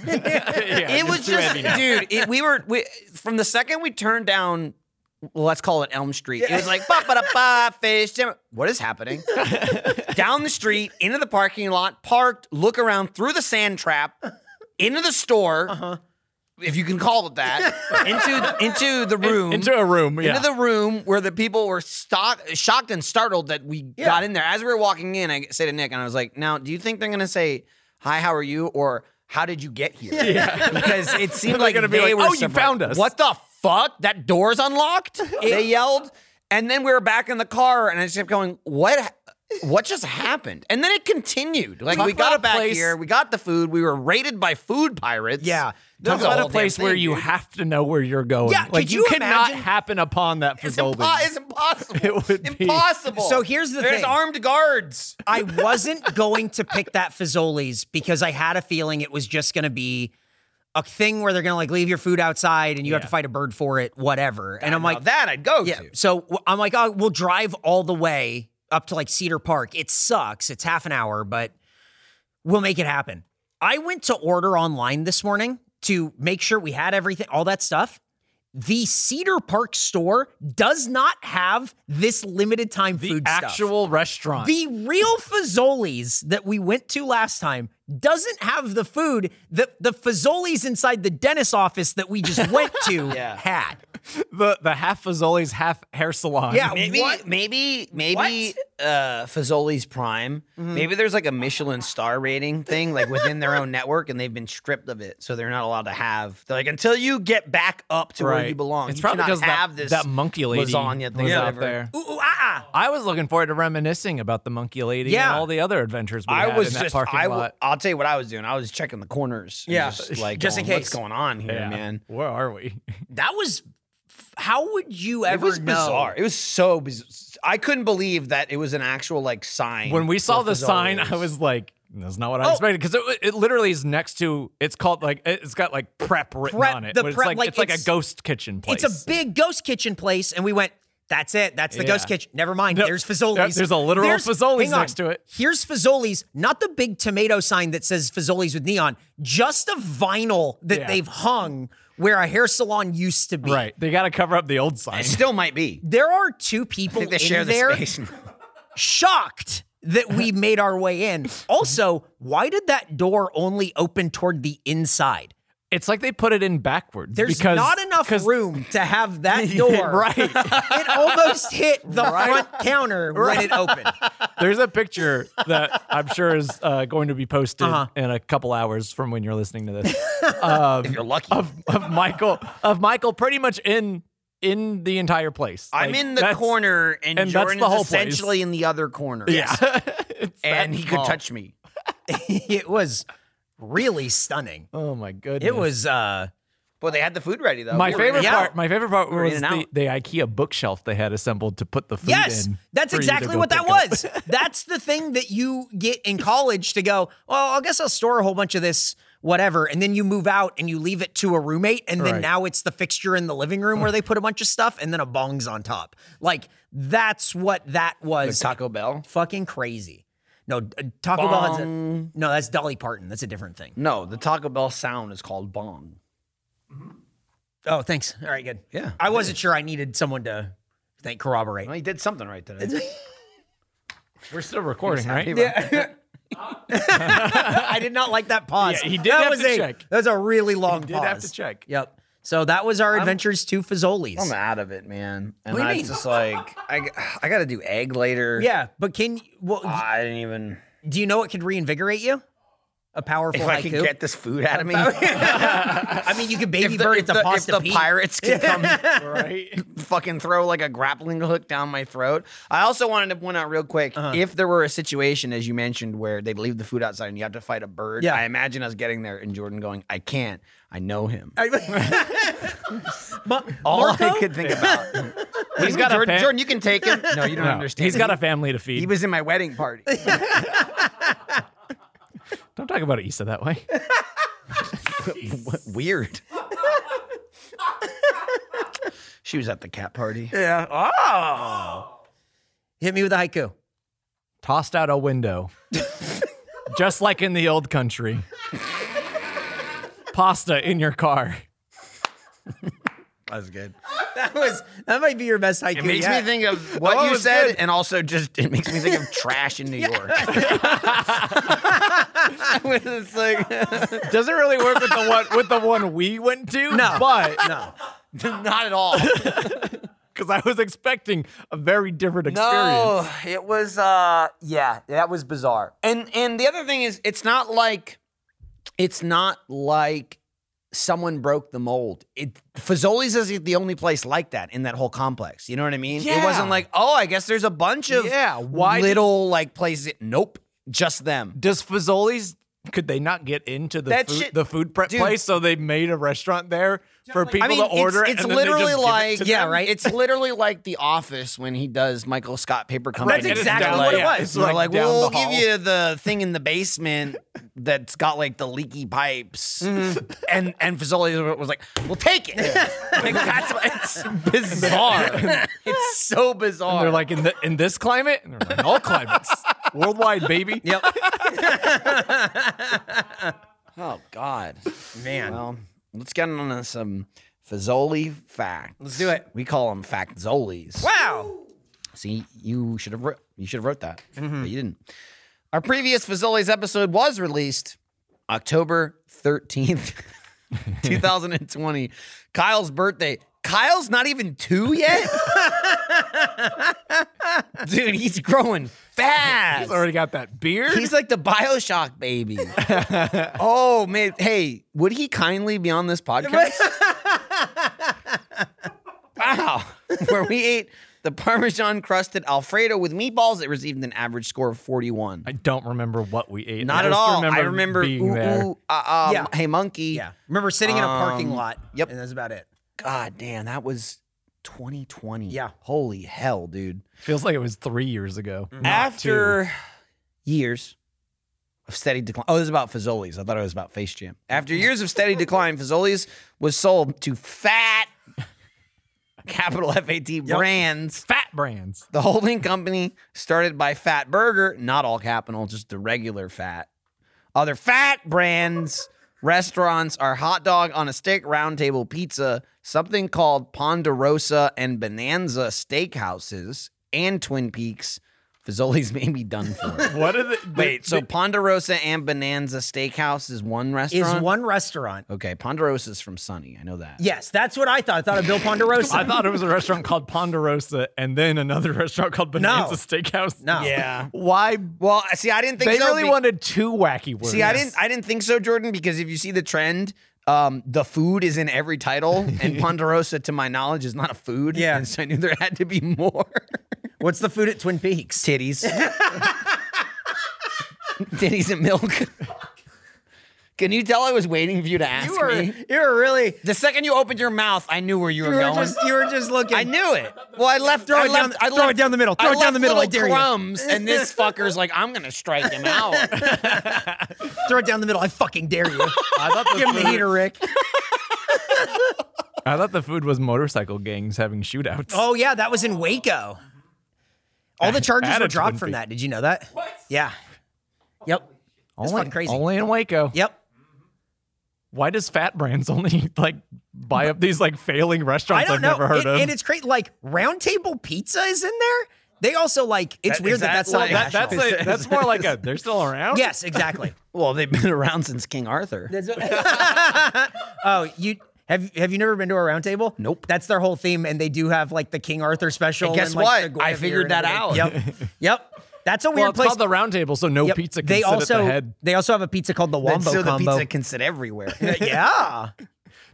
Speaker 2: it was
Speaker 3: too
Speaker 2: just,
Speaker 3: heavy now.
Speaker 2: dude. It, we were we, from the second we turned down. well, Let's call it Elm Street. It was like ba ba da ba fish. jam- What is happening? Down the street, into the parking lot, parked. Look around through the sand trap, into the store,
Speaker 3: Uh-huh.
Speaker 2: if you can call it that, into into the room,
Speaker 3: into a room. Yeah.
Speaker 2: into the room where the people were stock, shocked and startled that we got in there. As we were walking in, I said to Nick, and I was like, "Now, do you think they're gonna say hi? How are you?" or "How did you get here?" because it seemed
Speaker 3: They're
Speaker 2: like
Speaker 3: gonna be
Speaker 2: they
Speaker 3: like,
Speaker 2: were.
Speaker 3: "Oh, you
Speaker 2: surprised.
Speaker 3: found us."
Speaker 2: What the fuck? That door's unlocked. they yelled, and then we were back in the car, and I just kept going, "What?" What just happened? And then it continued. Like
Speaker 3: Talk
Speaker 2: we got
Speaker 3: about
Speaker 2: it back
Speaker 3: place-
Speaker 2: here, we got the food, we were raided by food pirates.
Speaker 5: Yeah.
Speaker 2: That
Speaker 3: Talk
Speaker 2: was the
Speaker 3: about
Speaker 2: whole
Speaker 3: a
Speaker 2: damn
Speaker 3: place where
Speaker 2: thing,
Speaker 3: you
Speaker 2: dude.
Speaker 3: have to know where you're going.
Speaker 5: Yeah,
Speaker 3: like
Speaker 5: could you
Speaker 3: cannot
Speaker 5: imagine-
Speaker 3: happen upon that
Speaker 2: It's,
Speaker 3: Fazoli's.
Speaker 2: impo- it's impossible.
Speaker 3: It would be-
Speaker 2: impossible.
Speaker 5: So here's the
Speaker 2: There's
Speaker 5: thing.
Speaker 2: armed guards.
Speaker 5: I wasn't going to pick that Fazoli's because I had a feeling it was just going to be a thing where they're going to like leave your food outside and you have to fight a bird for it, whatever. And I'm like,
Speaker 2: now that I'd go
Speaker 5: yeah.
Speaker 2: to.
Speaker 5: So w- I'm like, oh, we'll drive all the way up to like Cedar Park. It sucks. It's half an hour, but we'll make it happen. I went to order online this morning to make sure we had everything, all that stuff. The Cedar Park store does not have this limited time
Speaker 3: the
Speaker 5: food stuff.
Speaker 3: actual restaurant.
Speaker 5: The real Fazoli's that we went to last time doesn't have the food that the Fazoli's inside the dentist office that we just went to had.
Speaker 3: the the half Fazoli's, half hair salon.
Speaker 5: Yeah,
Speaker 2: Maybe,
Speaker 5: what?
Speaker 2: maybe, maybe uh, Fazoli's Prime. Maybe there's like a Michelin star rating thing, like within their own network, and they've been stripped of it, so they're not allowed to have. They're like until you get back up to where you
Speaker 3: Right.
Speaker 2: belong,
Speaker 3: It's
Speaker 2: you
Speaker 3: probably
Speaker 2: cannot
Speaker 3: because that-
Speaker 2: have this
Speaker 3: that monkey lady
Speaker 2: lasagna thing
Speaker 3: was
Speaker 2: or
Speaker 3: out
Speaker 2: whatever.
Speaker 3: there.
Speaker 5: Ooh, ooh, ah, ah.
Speaker 3: I was looking forward to reminiscing about the monkey lady
Speaker 5: Yeah.
Speaker 3: and all the other adventures we
Speaker 2: I
Speaker 3: had
Speaker 2: was
Speaker 3: in that
Speaker 2: just,
Speaker 3: parking
Speaker 2: I w-
Speaker 3: lot.
Speaker 2: I'll tell you what I was doing. I was checking the corners. and
Speaker 5: Yeah.
Speaker 2: just like
Speaker 5: Just in
Speaker 2: going, What's
Speaker 5: case.
Speaker 2: going on here,
Speaker 3: Yeah.
Speaker 2: man?
Speaker 3: Where are we?
Speaker 5: That was. How would you
Speaker 2: It
Speaker 5: ever
Speaker 2: was
Speaker 5: know?
Speaker 2: bizarre. It was so bizarre. I couldn't believe that it was an actual like sign.
Speaker 3: When we saw
Speaker 2: for
Speaker 3: the sign,
Speaker 2: Fazoli's.
Speaker 3: I was like, "That's not
Speaker 2: Oh.
Speaker 3: what I expected." Because it, it literally is next to. It's called like it's got like prep written
Speaker 5: Prep-
Speaker 3: on it.
Speaker 5: the
Speaker 3: but it's
Speaker 5: prep,
Speaker 3: like,
Speaker 5: like,
Speaker 3: it's like a
Speaker 5: it's-
Speaker 3: ghost kitchen place.
Speaker 5: It's a big ghost kitchen place, and we went. That's it. That's the
Speaker 3: Yeah.
Speaker 5: ghost kitchen. Never mind.
Speaker 3: No,
Speaker 5: There's Fazoli's.
Speaker 3: there's a literal Fazoli's
Speaker 5: hang on.
Speaker 3: next to it.
Speaker 5: Here's Fazoli's, not the big tomato sign that says Fazoli's with neon, just a vinyl that
Speaker 3: Yeah.
Speaker 5: they've hung where a hair salon used to be.
Speaker 3: Right. They got to cover up the old sign.
Speaker 2: It still might be.
Speaker 5: There are two people
Speaker 2: I think they
Speaker 5: in
Speaker 2: share the
Speaker 5: there
Speaker 2: space.
Speaker 5: shocked that we made our way in. Also, why did that door only open toward the inside?
Speaker 3: It's like they put it in backwards.
Speaker 5: There's
Speaker 3: because,
Speaker 5: not enough
Speaker 3: 'cause-
Speaker 5: room to have that door.
Speaker 3: Right.
Speaker 5: It almost hit the front counter when it opened.
Speaker 3: There's a picture that I'm sure is uh, going to be posted
Speaker 5: Uh-huh.
Speaker 3: in a couple hours from when you're listening to this
Speaker 2: if you're lucky.
Speaker 3: of, of Michael of Michael pretty much in in the entire place.
Speaker 2: I'm
Speaker 3: Like,
Speaker 2: in the
Speaker 3: that's-
Speaker 2: corner, and,
Speaker 3: and that's
Speaker 2: Jordan's
Speaker 3: the whole place.
Speaker 2: essentially in the other corner.
Speaker 3: Yeah. It's that
Speaker 2: and he could
Speaker 3: small.
Speaker 2: touch me.
Speaker 5: it was really stunning.
Speaker 3: Oh my goodness.
Speaker 5: It was uh
Speaker 2: Well, they had the food ready though.
Speaker 3: my
Speaker 2: We were
Speaker 3: favorite
Speaker 2: in and out.
Speaker 3: part. My favorite part
Speaker 2: were in
Speaker 3: was
Speaker 2: and
Speaker 3: the,
Speaker 2: out.
Speaker 3: the IKEA bookshelf they had assembled to put the food
Speaker 5: yes,
Speaker 3: in.
Speaker 5: that's
Speaker 3: for you to
Speaker 5: exactly
Speaker 3: go
Speaker 5: what that
Speaker 3: pick up.
Speaker 5: was. that's the thing that you get in college to go, well, I guess I'll store a whole bunch of this whatever and then you move out and you leave it to a roommate and then
Speaker 3: Right.
Speaker 5: now it's the fixture in the living room where they put a bunch of stuff and then a bong's on top. Like that's what that
Speaker 2: The
Speaker 5: was.
Speaker 2: Taco Bell.
Speaker 5: Fucking crazy. No, uh, Taco Bell has a No, that's Dolly Parton. That's a different thing.
Speaker 2: No, the Taco Bell sound is called bong.
Speaker 5: Oh, thanks. All right, good.
Speaker 2: Yeah.
Speaker 5: I wasn't sure I needed someone to think corroborate.
Speaker 2: Well, he did something right today.
Speaker 3: We're still recording, right?
Speaker 5: Yeah. I did not like that pause.
Speaker 3: Yeah, he did
Speaker 5: that
Speaker 3: have
Speaker 5: was
Speaker 3: to
Speaker 5: a,
Speaker 3: check.
Speaker 5: That was a really long
Speaker 3: did
Speaker 5: pause.
Speaker 3: have to check.
Speaker 5: Yep. So that was our adventures to Fazoli's.
Speaker 2: I'm out of it, man. And
Speaker 5: What do you
Speaker 2: I was
Speaker 5: mean?
Speaker 2: just like, I, I got to do egg later.
Speaker 5: Yeah, but can you- well,
Speaker 2: I didn't even.
Speaker 5: do you know what could reinvigorate you? A powerful
Speaker 2: If
Speaker 5: haiku.
Speaker 2: I could get this food out of me,
Speaker 5: I mean, you could baby
Speaker 2: if the,
Speaker 5: bird
Speaker 2: if
Speaker 5: it to
Speaker 2: the, if
Speaker 5: pasta
Speaker 2: the
Speaker 5: pea.
Speaker 2: pirates could come
Speaker 3: Right.
Speaker 2: fucking throw like a grappling hook down my throat. I also wanted to point out real quick if there were a situation, as you mentioned, where they leave the food outside and you have to fight a bird,
Speaker 5: Yeah.
Speaker 2: I imagine us getting there and Jordan going, I can't. I know him.
Speaker 5: Ma-
Speaker 2: All I
Speaker 5: Marco?
Speaker 2: could think about. He's
Speaker 3: got a
Speaker 2: Jordan,
Speaker 3: pet.
Speaker 2: Jordan, you can take him. No, you don't understand.
Speaker 3: He's got a family to feed.
Speaker 2: He was in my wedding party.
Speaker 3: Don't talk about it, Issa, that way.
Speaker 2: What- Weird. she was at the cat party.
Speaker 5: Yeah. Oh. Hit me with a haiku.
Speaker 3: Tossed out a window. Just like in the old country. Pasta in your car.
Speaker 2: That was good.
Speaker 5: That was that might be your best haiku.
Speaker 2: It makes
Speaker 5: yet.
Speaker 2: me think of what
Speaker 3: Oh, it
Speaker 2: you
Speaker 3: was
Speaker 2: said,
Speaker 3: good.
Speaker 2: and also just it makes me think of trash in New York. it's like
Speaker 3: Doesn't really work with the one with the one we went to.
Speaker 5: No.
Speaker 3: But
Speaker 5: No.
Speaker 2: not at all.
Speaker 3: because I was expecting a very different experience.
Speaker 2: No, it was uh yeah, that was bizarre. And and the other thing is it's not like it's not like someone broke the mold. It Fazoli's is the only place like that in that whole complex. You know what I mean? It wasn't
Speaker 3: Yeah.
Speaker 2: like, "Oh, I guess there's a bunch of
Speaker 3: Yeah, why did-
Speaker 2: little like places." Nope, just them.
Speaker 3: Does Fazoli's could they not get into the
Speaker 2: That
Speaker 3: food,
Speaker 2: shit-
Speaker 3: the food prep
Speaker 2: Dude.
Speaker 3: place? So they made a restaurant there for people
Speaker 2: I mean,
Speaker 3: to order.
Speaker 2: it's, it's
Speaker 3: and then they just
Speaker 2: literally
Speaker 3: give it
Speaker 2: like
Speaker 3: to
Speaker 2: yeah,
Speaker 3: them?
Speaker 2: right. It's literally like The Office when he does Michael Scott Paper Company.
Speaker 5: That's
Speaker 3: And it's
Speaker 5: exactly
Speaker 3: down-
Speaker 5: what it
Speaker 3: yeah, it's
Speaker 5: was.
Speaker 2: We're like,
Speaker 3: down the
Speaker 2: we'll give
Speaker 3: hall.
Speaker 2: you the thing in the basement that's got like the leaky pipes, and and Fazoli was like, we'll take it. like, that's what, it's bizarre. it's so bizarre.
Speaker 3: And they're like in the, in this climate, and they're like, all climates, worldwide, baby.
Speaker 5: Yep.
Speaker 2: oh god,
Speaker 5: Man.
Speaker 2: Well, let's get on some Fazoli facts. Let's
Speaker 5: do it.
Speaker 2: We call them fact Zolies.
Speaker 5: Wow.
Speaker 2: See, you should have wrote, you should have wrote that, but you didn't. Our previous Fazoli's episode was released October thirteenth, two thousand and twenty. Kyle's birthday. Kyle's not even two yet, dude. He's growing fast.
Speaker 3: He's already got that beard.
Speaker 2: He's like the Bioshock baby. oh man, hey, would he kindly be on this podcast? wow, where we ate the Parmesan crusted Alfredo with meatballs, it received an average score of forty-one.
Speaker 3: I don't remember what we ate.
Speaker 2: Not
Speaker 3: I
Speaker 2: at
Speaker 3: just
Speaker 2: all. I remember.
Speaker 3: being
Speaker 2: ooh,
Speaker 3: there.
Speaker 2: ooh, uh, um,
Speaker 5: Yeah.
Speaker 2: Hey, monkey.
Speaker 5: Yeah. Remember sitting in a parking
Speaker 2: Um,
Speaker 5: lot.
Speaker 2: yep.
Speaker 5: And that's about it.
Speaker 2: God damn, that was 2020.
Speaker 5: Yeah.
Speaker 2: Holy hell, dude.
Speaker 3: Feels like it was three years ago.
Speaker 2: Mm-hmm.
Speaker 3: Not two.
Speaker 2: after years of steady decline. Oh, this is about Fazoli's. I thought it was about Face Jam. After years of steady decline, Fazoli's was sold to Fat capital F A T brands.
Speaker 3: Fat brands.
Speaker 2: The holding company started by Fat Burger, not all capital, just the regular fat. Other fat brands, restaurants are hot dog on a stick, round table pizza, something called Ponderosa and Bonanza steakhouses, and Twin Peaks. Fazoli's may be done for.
Speaker 3: What are the
Speaker 2: Wait, so Ponderosa and Bonanza Steakhouse is one
Speaker 5: Is
Speaker 2: restaurant?
Speaker 5: one restaurant.
Speaker 2: Okay, Ponderosa's from Sunny. I know that.
Speaker 5: Yes, that's what I thought. I thought of Bill Ponderosa.
Speaker 3: I thought it was a restaurant called Ponderosa and then another restaurant called Bonanza Steakhouse.
Speaker 5: No.
Speaker 2: Yeah.
Speaker 3: Why?
Speaker 2: Well, see, I didn't think
Speaker 3: They
Speaker 2: so
Speaker 3: really
Speaker 2: be-
Speaker 3: wanted two wacky words.
Speaker 2: See, I didn't I didn't think so, Jordan, because if you see the trend, um, the food is in every title, and Ponderosa, to my knowledge, is not a food.
Speaker 5: Yeah.
Speaker 2: And so I knew there had to be more.
Speaker 5: What's the food at Twin Peaks?
Speaker 2: Titties. Titties and milk. Can you tell I was waiting for you to ask
Speaker 5: You were
Speaker 2: me?
Speaker 5: you were really
Speaker 2: The second you opened your mouth, I knew where you were,
Speaker 5: you were
Speaker 2: going.
Speaker 5: just you were just looking.
Speaker 2: I knew it. Well, I left.
Speaker 5: Throw
Speaker 2: I
Speaker 5: it down-
Speaker 2: left- I
Speaker 5: throw it
Speaker 2: left-
Speaker 5: down the middle. Throw
Speaker 2: I
Speaker 5: it down
Speaker 2: left
Speaker 5: the middle. I
Speaker 2: little
Speaker 5: dare you.
Speaker 2: Crumbs, and this fucker's like, I'm gonna strike him out.
Speaker 5: Throw it down the middle. I fucking dare you.
Speaker 3: I thought the
Speaker 5: Give him
Speaker 3: food,
Speaker 5: the heater, Rick.
Speaker 3: I thought the food was motorcycle gangs having shootouts.
Speaker 5: Oh yeah, that was in Waco. All the charges
Speaker 3: Add
Speaker 5: were
Speaker 3: a
Speaker 5: dropped
Speaker 3: Twin
Speaker 5: from
Speaker 3: Peaks.
Speaker 5: that. Did you know that? What? Yeah. Yep. It's
Speaker 3: only,
Speaker 5: fucking crazy.
Speaker 3: only in Waco.
Speaker 5: Yep.
Speaker 3: Why does fat brands only like buy up these like failing
Speaker 5: I
Speaker 3: restaurants
Speaker 5: don't
Speaker 3: I've
Speaker 5: know.
Speaker 3: never heard
Speaker 5: It-
Speaker 3: of?
Speaker 5: And it's crazy. Like Round Table Pizza is in there. They also like. It's
Speaker 2: That-
Speaker 5: weird
Speaker 2: is
Speaker 5: that
Speaker 2: that
Speaker 5: that's
Speaker 2: like-
Speaker 3: That-
Speaker 5: not
Speaker 3: that's
Speaker 5: national.
Speaker 3: like, that's more like a they're still around.
Speaker 5: yes, exactly.
Speaker 2: Well, they've been around since King Arthur.
Speaker 5: oh, you. Have, have you never been to a round table?
Speaker 2: Nope.
Speaker 5: That's their whole theme, and they do have like the King Arthur special.
Speaker 2: And guess
Speaker 5: and, like,
Speaker 2: what?
Speaker 5: the
Speaker 2: I
Speaker 5: Guinevere
Speaker 2: figured that
Speaker 5: and everything. Yep. yep. That's a weird
Speaker 3: Well, it's
Speaker 5: place.
Speaker 3: called the round table, so no
Speaker 5: Yep.
Speaker 3: pizza can
Speaker 5: they
Speaker 3: sit
Speaker 5: also
Speaker 3: at the head.
Speaker 5: they also have a pizza called the
Speaker 2: And
Speaker 5: Wombo
Speaker 2: so the
Speaker 5: Combo.
Speaker 2: pizza can sit everywhere.
Speaker 5: yeah.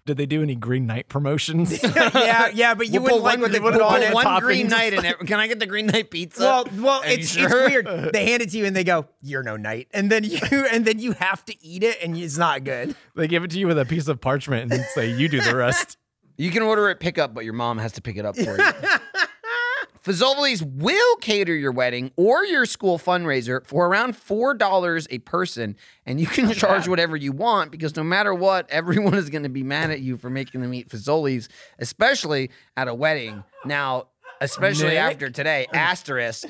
Speaker 3: Did they do any green night promotions?
Speaker 5: yeah, yeah, but you
Speaker 2: We'll
Speaker 5: wouldn't like what they put
Speaker 2: we'll
Speaker 5: on
Speaker 2: put
Speaker 5: it.
Speaker 2: One green
Speaker 3: Toppings.
Speaker 2: knight in it. Can I get the green knight pizza?
Speaker 5: Well, well,
Speaker 2: Are you
Speaker 5: it's, it's
Speaker 2: sure?
Speaker 5: weird. They hand it to you and they go, "You're no knight," and then you and then you have to eat it, and it's not good.
Speaker 3: they give it to you with a piece of parchment and say, "You do the rest."
Speaker 2: You can order it pickup, but your mom has to pick it up for you. Fazoli's will cater your wedding or your school fundraiser for around $4 a person, and you can charge whatever you want because no matter what, everyone is going to be mad at you for making them eat Fazoli's, especially at a wedding. Now, especially
Speaker 3: Nick?
Speaker 2: after today,
Speaker 5: Uh-huh.
Speaker 2: asterisk,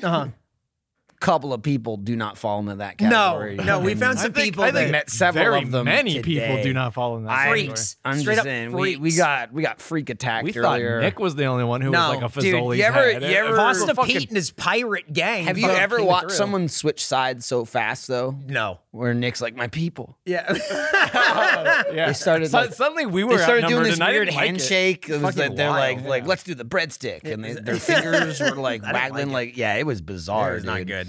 Speaker 2: couple of people do not fall into that
Speaker 5: No,
Speaker 2: category.
Speaker 5: no, we found some people
Speaker 2: I think
Speaker 5: that
Speaker 2: met several
Speaker 3: very
Speaker 2: of them
Speaker 3: Many
Speaker 2: today.
Speaker 3: people do not fall in that.
Speaker 2: I-
Speaker 3: category.
Speaker 5: freaks,
Speaker 2: I'm
Speaker 5: straight
Speaker 2: just
Speaker 5: up
Speaker 2: saying, we,
Speaker 5: freaks.
Speaker 2: we got we got freak attacked
Speaker 3: We thought
Speaker 2: earlier.
Speaker 3: Nick was the only one who
Speaker 5: No,
Speaker 3: was like a
Speaker 2: dude, you
Speaker 3: Fazoli's
Speaker 2: ever-
Speaker 3: head.
Speaker 2: you ever-
Speaker 5: Boston
Speaker 2: Fucking-
Speaker 5: Pete and his pirate gang.
Speaker 2: Have you
Speaker 5: fucking
Speaker 2: ever
Speaker 5: came
Speaker 2: watched
Speaker 5: through.
Speaker 2: someone switch sides so fast though?
Speaker 5: No.
Speaker 2: Where Nick's like, my people.
Speaker 5: Yeah.
Speaker 3: Yeah.
Speaker 2: They started,
Speaker 3: So-
Speaker 2: like-
Speaker 3: suddenly we were
Speaker 2: They started doing
Speaker 3: outnumbered
Speaker 2: this
Speaker 3: and I didn't
Speaker 2: weird
Speaker 3: like it.
Speaker 2: handshake. It was
Speaker 3: Fucking
Speaker 2: like they're
Speaker 3: wild.
Speaker 2: like, like, let's do the breadstick, and they, their fingers were like waggling. Like, yeah, it was bizarre.
Speaker 5: It's not
Speaker 2: dude.
Speaker 5: good.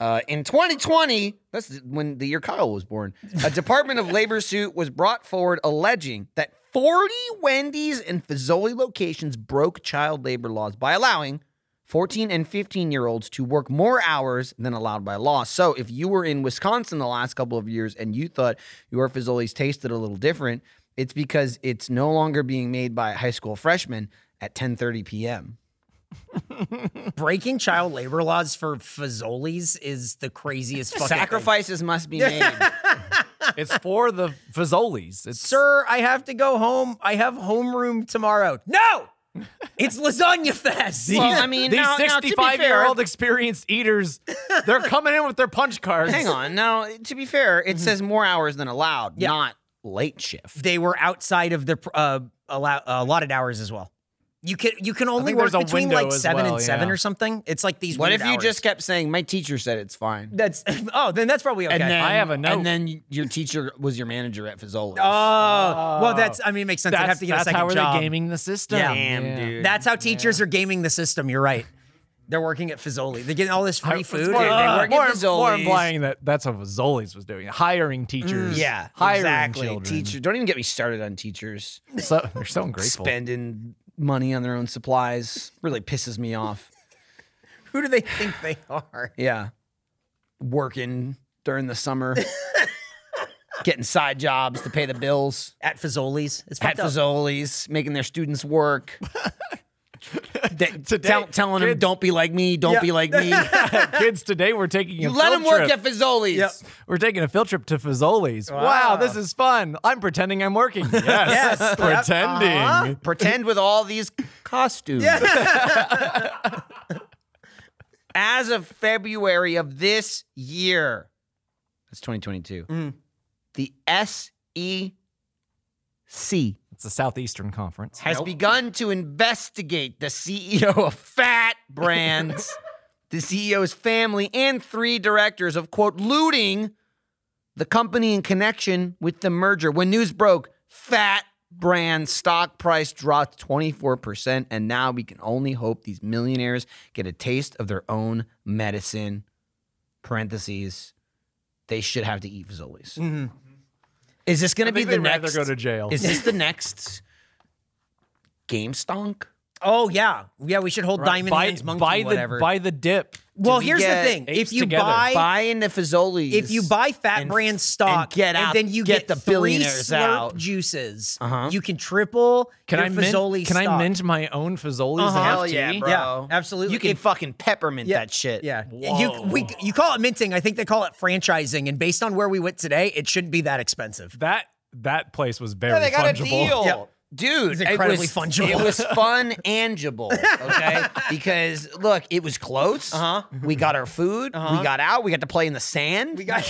Speaker 2: Uh, in 2020, that's the- when the year Kyle was born, a Department of Labor suit was brought forward alleging that 40 Wendy's and Fazoli locations broke child labor laws by allowing 14 and 15 year olds to work more hours than allowed by law. So if you were in Wisconsin the last couple of years and you thought your Fazoli's tasted a little different, it's because it's no longer being made by high school freshmen at 10:30 p.m.
Speaker 5: Breaking child labor laws for Fazoli's is the craziest fucking thing.
Speaker 2: Sacrifices must be made.
Speaker 3: It's for the Fazoli's. It's
Speaker 5: Sir, I have to go home. I have homeroom tomorrow. No! It's lasagna fest.
Speaker 2: Well, I mean,
Speaker 3: these
Speaker 2: now- now, to be fair-
Speaker 3: 65 year old experienced eaters, they're coming in with their punch cards.
Speaker 2: Hang on. Now, to be fair, it says more hours than allowed,
Speaker 5: Yeah.
Speaker 2: not late shift.
Speaker 5: they were outside of the uh, allow, allotted hours as well. You can you can only
Speaker 3: think
Speaker 5: work
Speaker 3: there's a
Speaker 5: between
Speaker 3: window
Speaker 5: like
Speaker 3: as
Speaker 5: seven
Speaker 3: well,
Speaker 5: and seven
Speaker 3: yeah.
Speaker 5: or something. It's like these.
Speaker 2: What
Speaker 5: weird
Speaker 2: if you
Speaker 5: hours.
Speaker 2: just kept saying, "My teacher said it's fine,"
Speaker 5: that's oh then that's probably okay.
Speaker 2: and then
Speaker 3: I have a note.
Speaker 2: and then your teacher was your manager at Fazoli's.
Speaker 5: oh, well that's I mean it makes sense. I'd
Speaker 3: That's,
Speaker 5: have to get a
Speaker 3: that's
Speaker 5: second
Speaker 3: how are
Speaker 5: job.
Speaker 3: they gaming the system.
Speaker 5: Yeah.
Speaker 2: Damn, dude.
Speaker 5: That's how teachers are gaming the system. You're right. They're working at Fazoli. They're getting all this
Speaker 3: I-
Speaker 5: free
Speaker 3: it's
Speaker 5: food.
Speaker 3: More,
Speaker 2: They
Speaker 3: uh,
Speaker 2: work at
Speaker 3: more, more
Speaker 2: Fazoli's.
Speaker 3: implying that that's what Fazoli's was doing, hiring teachers.
Speaker 2: Mm. yeah,
Speaker 3: hiring
Speaker 2: exactly.
Speaker 3: children.
Speaker 2: Teacher, don't even get me started on teachers
Speaker 3: So, they're so ungrateful.
Speaker 2: spending money on their own supplies. Really pisses me off.
Speaker 5: Who do they think they are?
Speaker 2: Yeah, working during the summer, getting side jobs to pay the bills.
Speaker 5: At Fazoli's. It's
Speaker 2: Pat
Speaker 5: fucked up.
Speaker 2: Fazoli's making their students work. that,
Speaker 3: Today,
Speaker 2: tell, telling him,
Speaker 3: kids-
Speaker 2: "Don't be like me. Don't
Speaker 5: Yeah.
Speaker 2: be like me."
Speaker 3: Kids today, we're taking a
Speaker 2: You let
Speaker 3: field
Speaker 2: him work
Speaker 3: trip.
Speaker 2: at Fazoli's.
Speaker 5: Yep.
Speaker 3: We're taking a field trip to Fazoli's. Wow. this is fun. I'm pretending I'm working. Yes.
Speaker 5: Yep.
Speaker 3: Pretending.
Speaker 2: Huh? Pretend with all these costumes. As of February of this year, that's 2022,
Speaker 3: Mm-hmm.
Speaker 2: the E SEC
Speaker 3: It's the Southeastern Conference.
Speaker 2: has begun to investigate the CEO of Fat Brands, the CEO's family, and three directors of, quote, looting the company in connection with the merger. When news broke, Fat Brands stock price dropped 24%, and now we can only hope these millionaires get a taste of their own medicine. Parentheses, they should have to eat Fazoli's. Is this going to be
Speaker 3: I think
Speaker 2: the
Speaker 3: they'd rather
Speaker 2: next?
Speaker 3: go to jail.
Speaker 2: Is this the next game stonk?
Speaker 5: Oh yeah, yeah. We should hold Diamond
Speaker 3: buy,
Speaker 5: Hands Monkey
Speaker 3: buy
Speaker 5: whatever.
Speaker 3: The, buy the dip.
Speaker 2: we
Speaker 5: well, Oh, here's the
Speaker 2: get
Speaker 5: thing: if
Speaker 3: apes
Speaker 5: you
Speaker 3: together?
Speaker 5: buy,
Speaker 2: Buy into Fazoli's.
Speaker 5: if you buy Fat
Speaker 2: and-
Speaker 5: Brand stock,
Speaker 2: and get out-
Speaker 5: then you
Speaker 2: get
Speaker 5: get,
Speaker 2: the
Speaker 5: three
Speaker 2: billionaires
Speaker 5: slurp
Speaker 2: out.
Speaker 5: juices,
Speaker 2: Uh-huh.
Speaker 5: you can triple
Speaker 3: Can
Speaker 5: your
Speaker 3: I mint,
Speaker 5: Fazoli
Speaker 3: Can I
Speaker 5: stock.
Speaker 3: mint my own Fazoli's
Speaker 5: Uh-huh.
Speaker 3: and
Speaker 2: hell
Speaker 3: FT?
Speaker 2: yeah, bro.
Speaker 5: Yeah, absolutely.
Speaker 2: You can
Speaker 5: If-
Speaker 2: fucking peppermint that shit.
Speaker 5: Yeah, you we you call it minting. I think they call it franchising. And based on where we went today, it shouldn't be that expensive.
Speaker 3: That that place was very
Speaker 2: Yeah, they got
Speaker 3: fungible.
Speaker 2: a deal.
Speaker 5: Yep.
Speaker 2: Dude,
Speaker 5: It's incredibly
Speaker 2: it was,
Speaker 5: fungible.
Speaker 2: It was fun and geable, okay? because look, it was close. Uh-huh. We got our food.
Speaker 5: Uh-huh.
Speaker 2: We got out. We got to play in the sand. We got.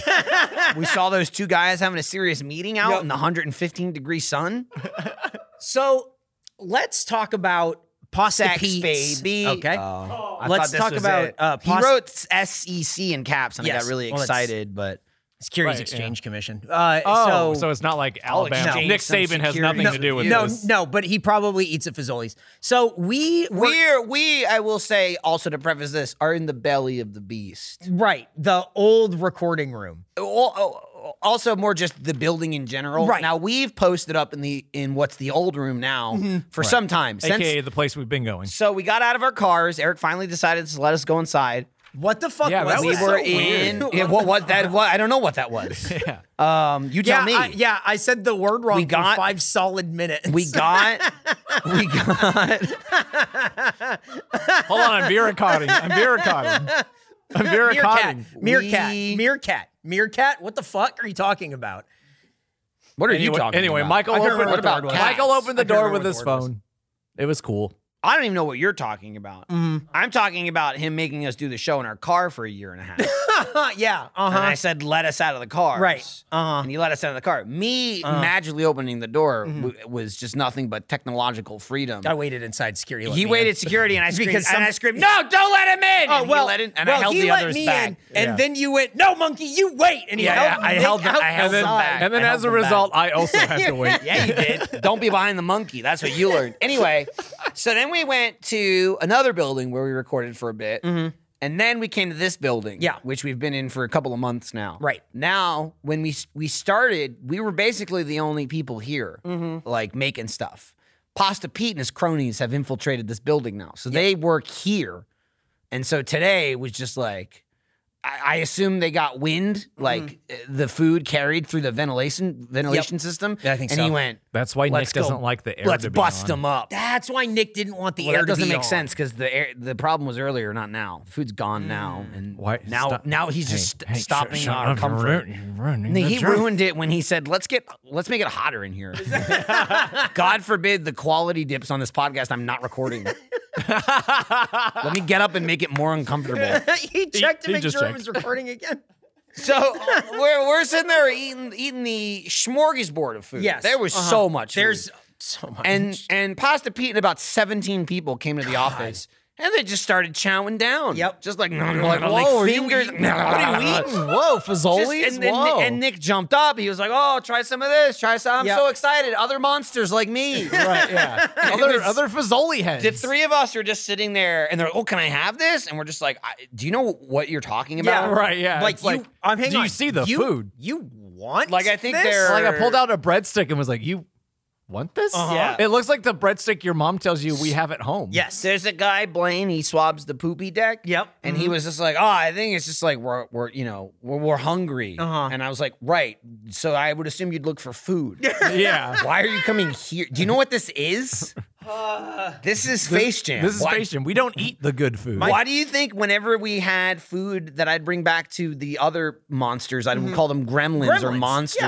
Speaker 2: we saw those two guys having a serious meeting out in the 115 degree sun.
Speaker 5: So let's talk about pasta
Speaker 2: Sex,
Speaker 5: Pete's.
Speaker 2: baby.
Speaker 5: Okay,
Speaker 2: I thought
Speaker 5: let's
Speaker 2: this
Speaker 5: talk
Speaker 2: was
Speaker 5: about
Speaker 2: it.
Speaker 5: uh,
Speaker 2: he
Speaker 5: pasta-
Speaker 2: wrote SEC in caps, and I
Speaker 5: Yes.
Speaker 2: got really
Speaker 5: Well, that's-
Speaker 2: excited. but
Speaker 3: Right,
Speaker 5: Securities
Speaker 3: yeah.
Speaker 5: Exchange Commission. Uh,
Speaker 3: Oh, so,
Speaker 5: so
Speaker 3: it's not like Alabama.
Speaker 5: exchange
Speaker 3: Nick
Speaker 2: some
Speaker 3: Saban has
Speaker 2: securities
Speaker 3: nothing
Speaker 2: with
Speaker 3: to do with
Speaker 2: you.
Speaker 5: no,
Speaker 3: this.
Speaker 5: no, but he probably eats at Fazoli's. So we were
Speaker 2: we're we I will say also to preface this are in the belly of the beast.
Speaker 5: right the old recording room.
Speaker 2: Al- al- Also, more just the building in general.
Speaker 5: Right.
Speaker 2: now, we've posted up in the in what's the old room now
Speaker 3: Mm-hmm.
Speaker 2: for some time since.
Speaker 3: AKA the place we've been going.
Speaker 2: So we got out of our cars. Eric finally decided to let us go inside.
Speaker 5: What the fuck
Speaker 3: Yeah,
Speaker 5: was
Speaker 3: that
Speaker 2: we
Speaker 3: was
Speaker 5: that?
Speaker 2: were
Speaker 3: so
Speaker 2: in.
Speaker 3: weird.
Speaker 2: Yeah, what was that? What I don't know what that was.
Speaker 3: Yeah.
Speaker 2: Um, you tell
Speaker 5: yeah,
Speaker 2: me.
Speaker 5: I, yeah, I said the word wrong
Speaker 2: We got-
Speaker 5: for five solid minutes.
Speaker 2: We got. we got.
Speaker 3: Hold on, I'm viracotting. I'm viracotting. I'm
Speaker 5: meerkat,
Speaker 3: viracotting.
Speaker 5: meerkat,
Speaker 2: We-
Speaker 5: meerkat, meerkat. What the fuck are you talking about?
Speaker 2: What are
Speaker 3: Anyway,
Speaker 2: you talking?
Speaker 3: anyway
Speaker 2: about?
Speaker 3: Michael
Speaker 2: I don't
Speaker 3: opened,
Speaker 2: remember what the word was.
Speaker 3: Michael opened the
Speaker 5: I don't
Speaker 3: door
Speaker 5: remember
Speaker 3: with
Speaker 5: what
Speaker 3: his
Speaker 5: the word was.
Speaker 3: phone. It was cool.
Speaker 2: I don't even know what you're talking about. I'm talking about him making us do the show in our car for a year and a half.
Speaker 5: Huh, yeah, uh
Speaker 2: And
Speaker 5: huh.
Speaker 2: I said, let us out of the car.
Speaker 5: Right.
Speaker 2: Uh-huh. And he let us out of the car. Me magically opening the door w- was just nothing but technological freedom.
Speaker 5: I waited inside security. let
Speaker 2: he
Speaker 5: me in.
Speaker 2: waited security and I screamed,
Speaker 5: Because some-
Speaker 2: and I screamed, no, don't let him in.
Speaker 5: Oh
Speaker 2: and
Speaker 5: well,
Speaker 2: he let in, and I
Speaker 5: well,
Speaker 2: held
Speaker 5: he
Speaker 2: the
Speaker 5: let
Speaker 2: others
Speaker 5: me
Speaker 2: back.
Speaker 5: in, and
Speaker 3: Yeah.
Speaker 5: then you went, "No, monkey, you wait!" And he
Speaker 2: Yeah,
Speaker 5: held
Speaker 2: yeah, I
Speaker 5: Nick
Speaker 2: held them-
Speaker 5: out
Speaker 2: I held
Speaker 3: And then,
Speaker 2: them back.
Speaker 5: outside.
Speaker 3: and then
Speaker 2: I
Speaker 3: as
Speaker 2: held
Speaker 3: a
Speaker 2: them back.
Speaker 3: result, I also had to wait.
Speaker 2: yeah, you did. Don't be behind the monkey. That's what you learned. Anyway, so then we went to another building where we recorded for a bit. And then we came to this building,
Speaker 5: Mm-hmm. Yeah.
Speaker 2: which we've been in for a couple of months now.
Speaker 5: Right.
Speaker 2: now, when we we started, we were basically the only people here,
Speaker 5: Mm-hmm.
Speaker 2: like making stuff. Pasta Pete and his cronies have infiltrated this building now, so they work here. And so today was just like, I, I assume they got wind,
Speaker 5: Mm-hmm.
Speaker 2: like uh, the food carried through the ventilation ventilation system.
Speaker 5: Yeah, I think
Speaker 2: and
Speaker 5: so.
Speaker 2: he went,
Speaker 3: That's why
Speaker 2: Let's
Speaker 3: Nick doesn't
Speaker 2: go-
Speaker 3: like the air.
Speaker 2: let's
Speaker 3: to be
Speaker 2: bust
Speaker 3: on.
Speaker 2: them up.
Speaker 5: That's why Nick didn't want the
Speaker 2: Well,
Speaker 5: air
Speaker 2: that doesn't
Speaker 5: to be
Speaker 2: make
Speaker 5: on.
Speaker 2: sense because the air, the problem was earlier, not now. The food's gone now,
Speaker 5: Mm.
Speaker 2: and
Speaker 3: Why-
Speaker 2: now
Speaker 3: stop-
Speaker 2: now he's
Speaker 3: Hey,
Speaker 2: just
Speaker 3: hey, sh-
Speaker 2: stopping
Speaker 3: shut
Speaker 2: our
Speaker 3: up, you're
Speaker 2: comfort.
Speaker 3: ruin- you're ruining
Speaker 2: And
Speaker 3: the
Speaker 2: he
Speaker 3: joke.
Speaker 2: ruined it when he said, "Let's get, let's make it hotter in here." God forbid the quality dips on this podcast. I'm not recording. Let me get up and make it more uncomfortable.
Speaker 5: he checked to
Speaker 3: he
Speaker 5: make sure
Speaker 3: just
Speaker 5: it was recording again.
Speaker 2: So uh, we're, we're sitting there eating eating the smorgasbord of food.
Speaker 5: Yes, Uh-huh.
Speaker 2: there was so much. food.
Speaker 5: There's so much.
Speaker 2: Uh-huh. and and Pasta Pete and about 17 people came to the office. And they just started chowing down.
Speaker 5: Yep.
Speaker 2: Just like, like,
Speaker 3: Like, whoa, are you
Speaker 2: fingers.
Speaker 3: eating? What are you eating? Whoa,
Speaker 2: Just- and,
Speaker 3: Fazoli's?
Speaker 2: then Nick-
Speaker 3: Whoa.
Speaker 2: and Nick jumped up. He was like, "Oh, try some of this. Try some. I'm
Speaker 5: Yep.
Speaker 2: so excited. Other monsters like me."
Speaker 3: Right, yeah. other, other Fazoli heads.
Speaker 2: The three of us are just sitting there, and they're, like, "Oh, can I have this?" And we're just like, I, "Do you know what you're talking about?"
Speaker 3: Right, yeah.
Speaker 5: like
Speaker 3: it's
Speaker 5: you, I'm hanging.
Speaker 3: Do you see the food?
Speaker 5: You want?
Speaker 2: Like, I think
Speaker 5: this?
Speaker 2: they're-
Speaker 3: Like I pulled out a breadstick and was like, "You want this?
Speaker 2: Yeah.
Speaker 3: It looks like the breadstick your mom tells you we have at home.
Speaker 5: yes.
Speaker 2: There's a guy Blaine. He swabs the poopy deck.
Speaker 5: Yep. Mm-hmm.
Speaker 2: And he was just like, "Oh, I think it's just like we're we're you know we're, we're hungry."
Speaker 5: Uh-huh.
Speaker 2: And I was like, "Right." So I would assume you'd look for food.
Speaker 3: Yeah.
Speaker 2: Why are you coming here? Do you know what this is?
Speaker 5: Uh,
Speaker 2: This is Face Jam.
Speaker 3: This is
Speaker 2: Why-
Speaker 3: Space Jam. We don't eat the good food.
Speaker 2: Why do you think whenever we had food that I'd bring back to the other monsters, I'd call them gremlins, or
Speaker 5: Mm-hmm. Gremlins, yeah,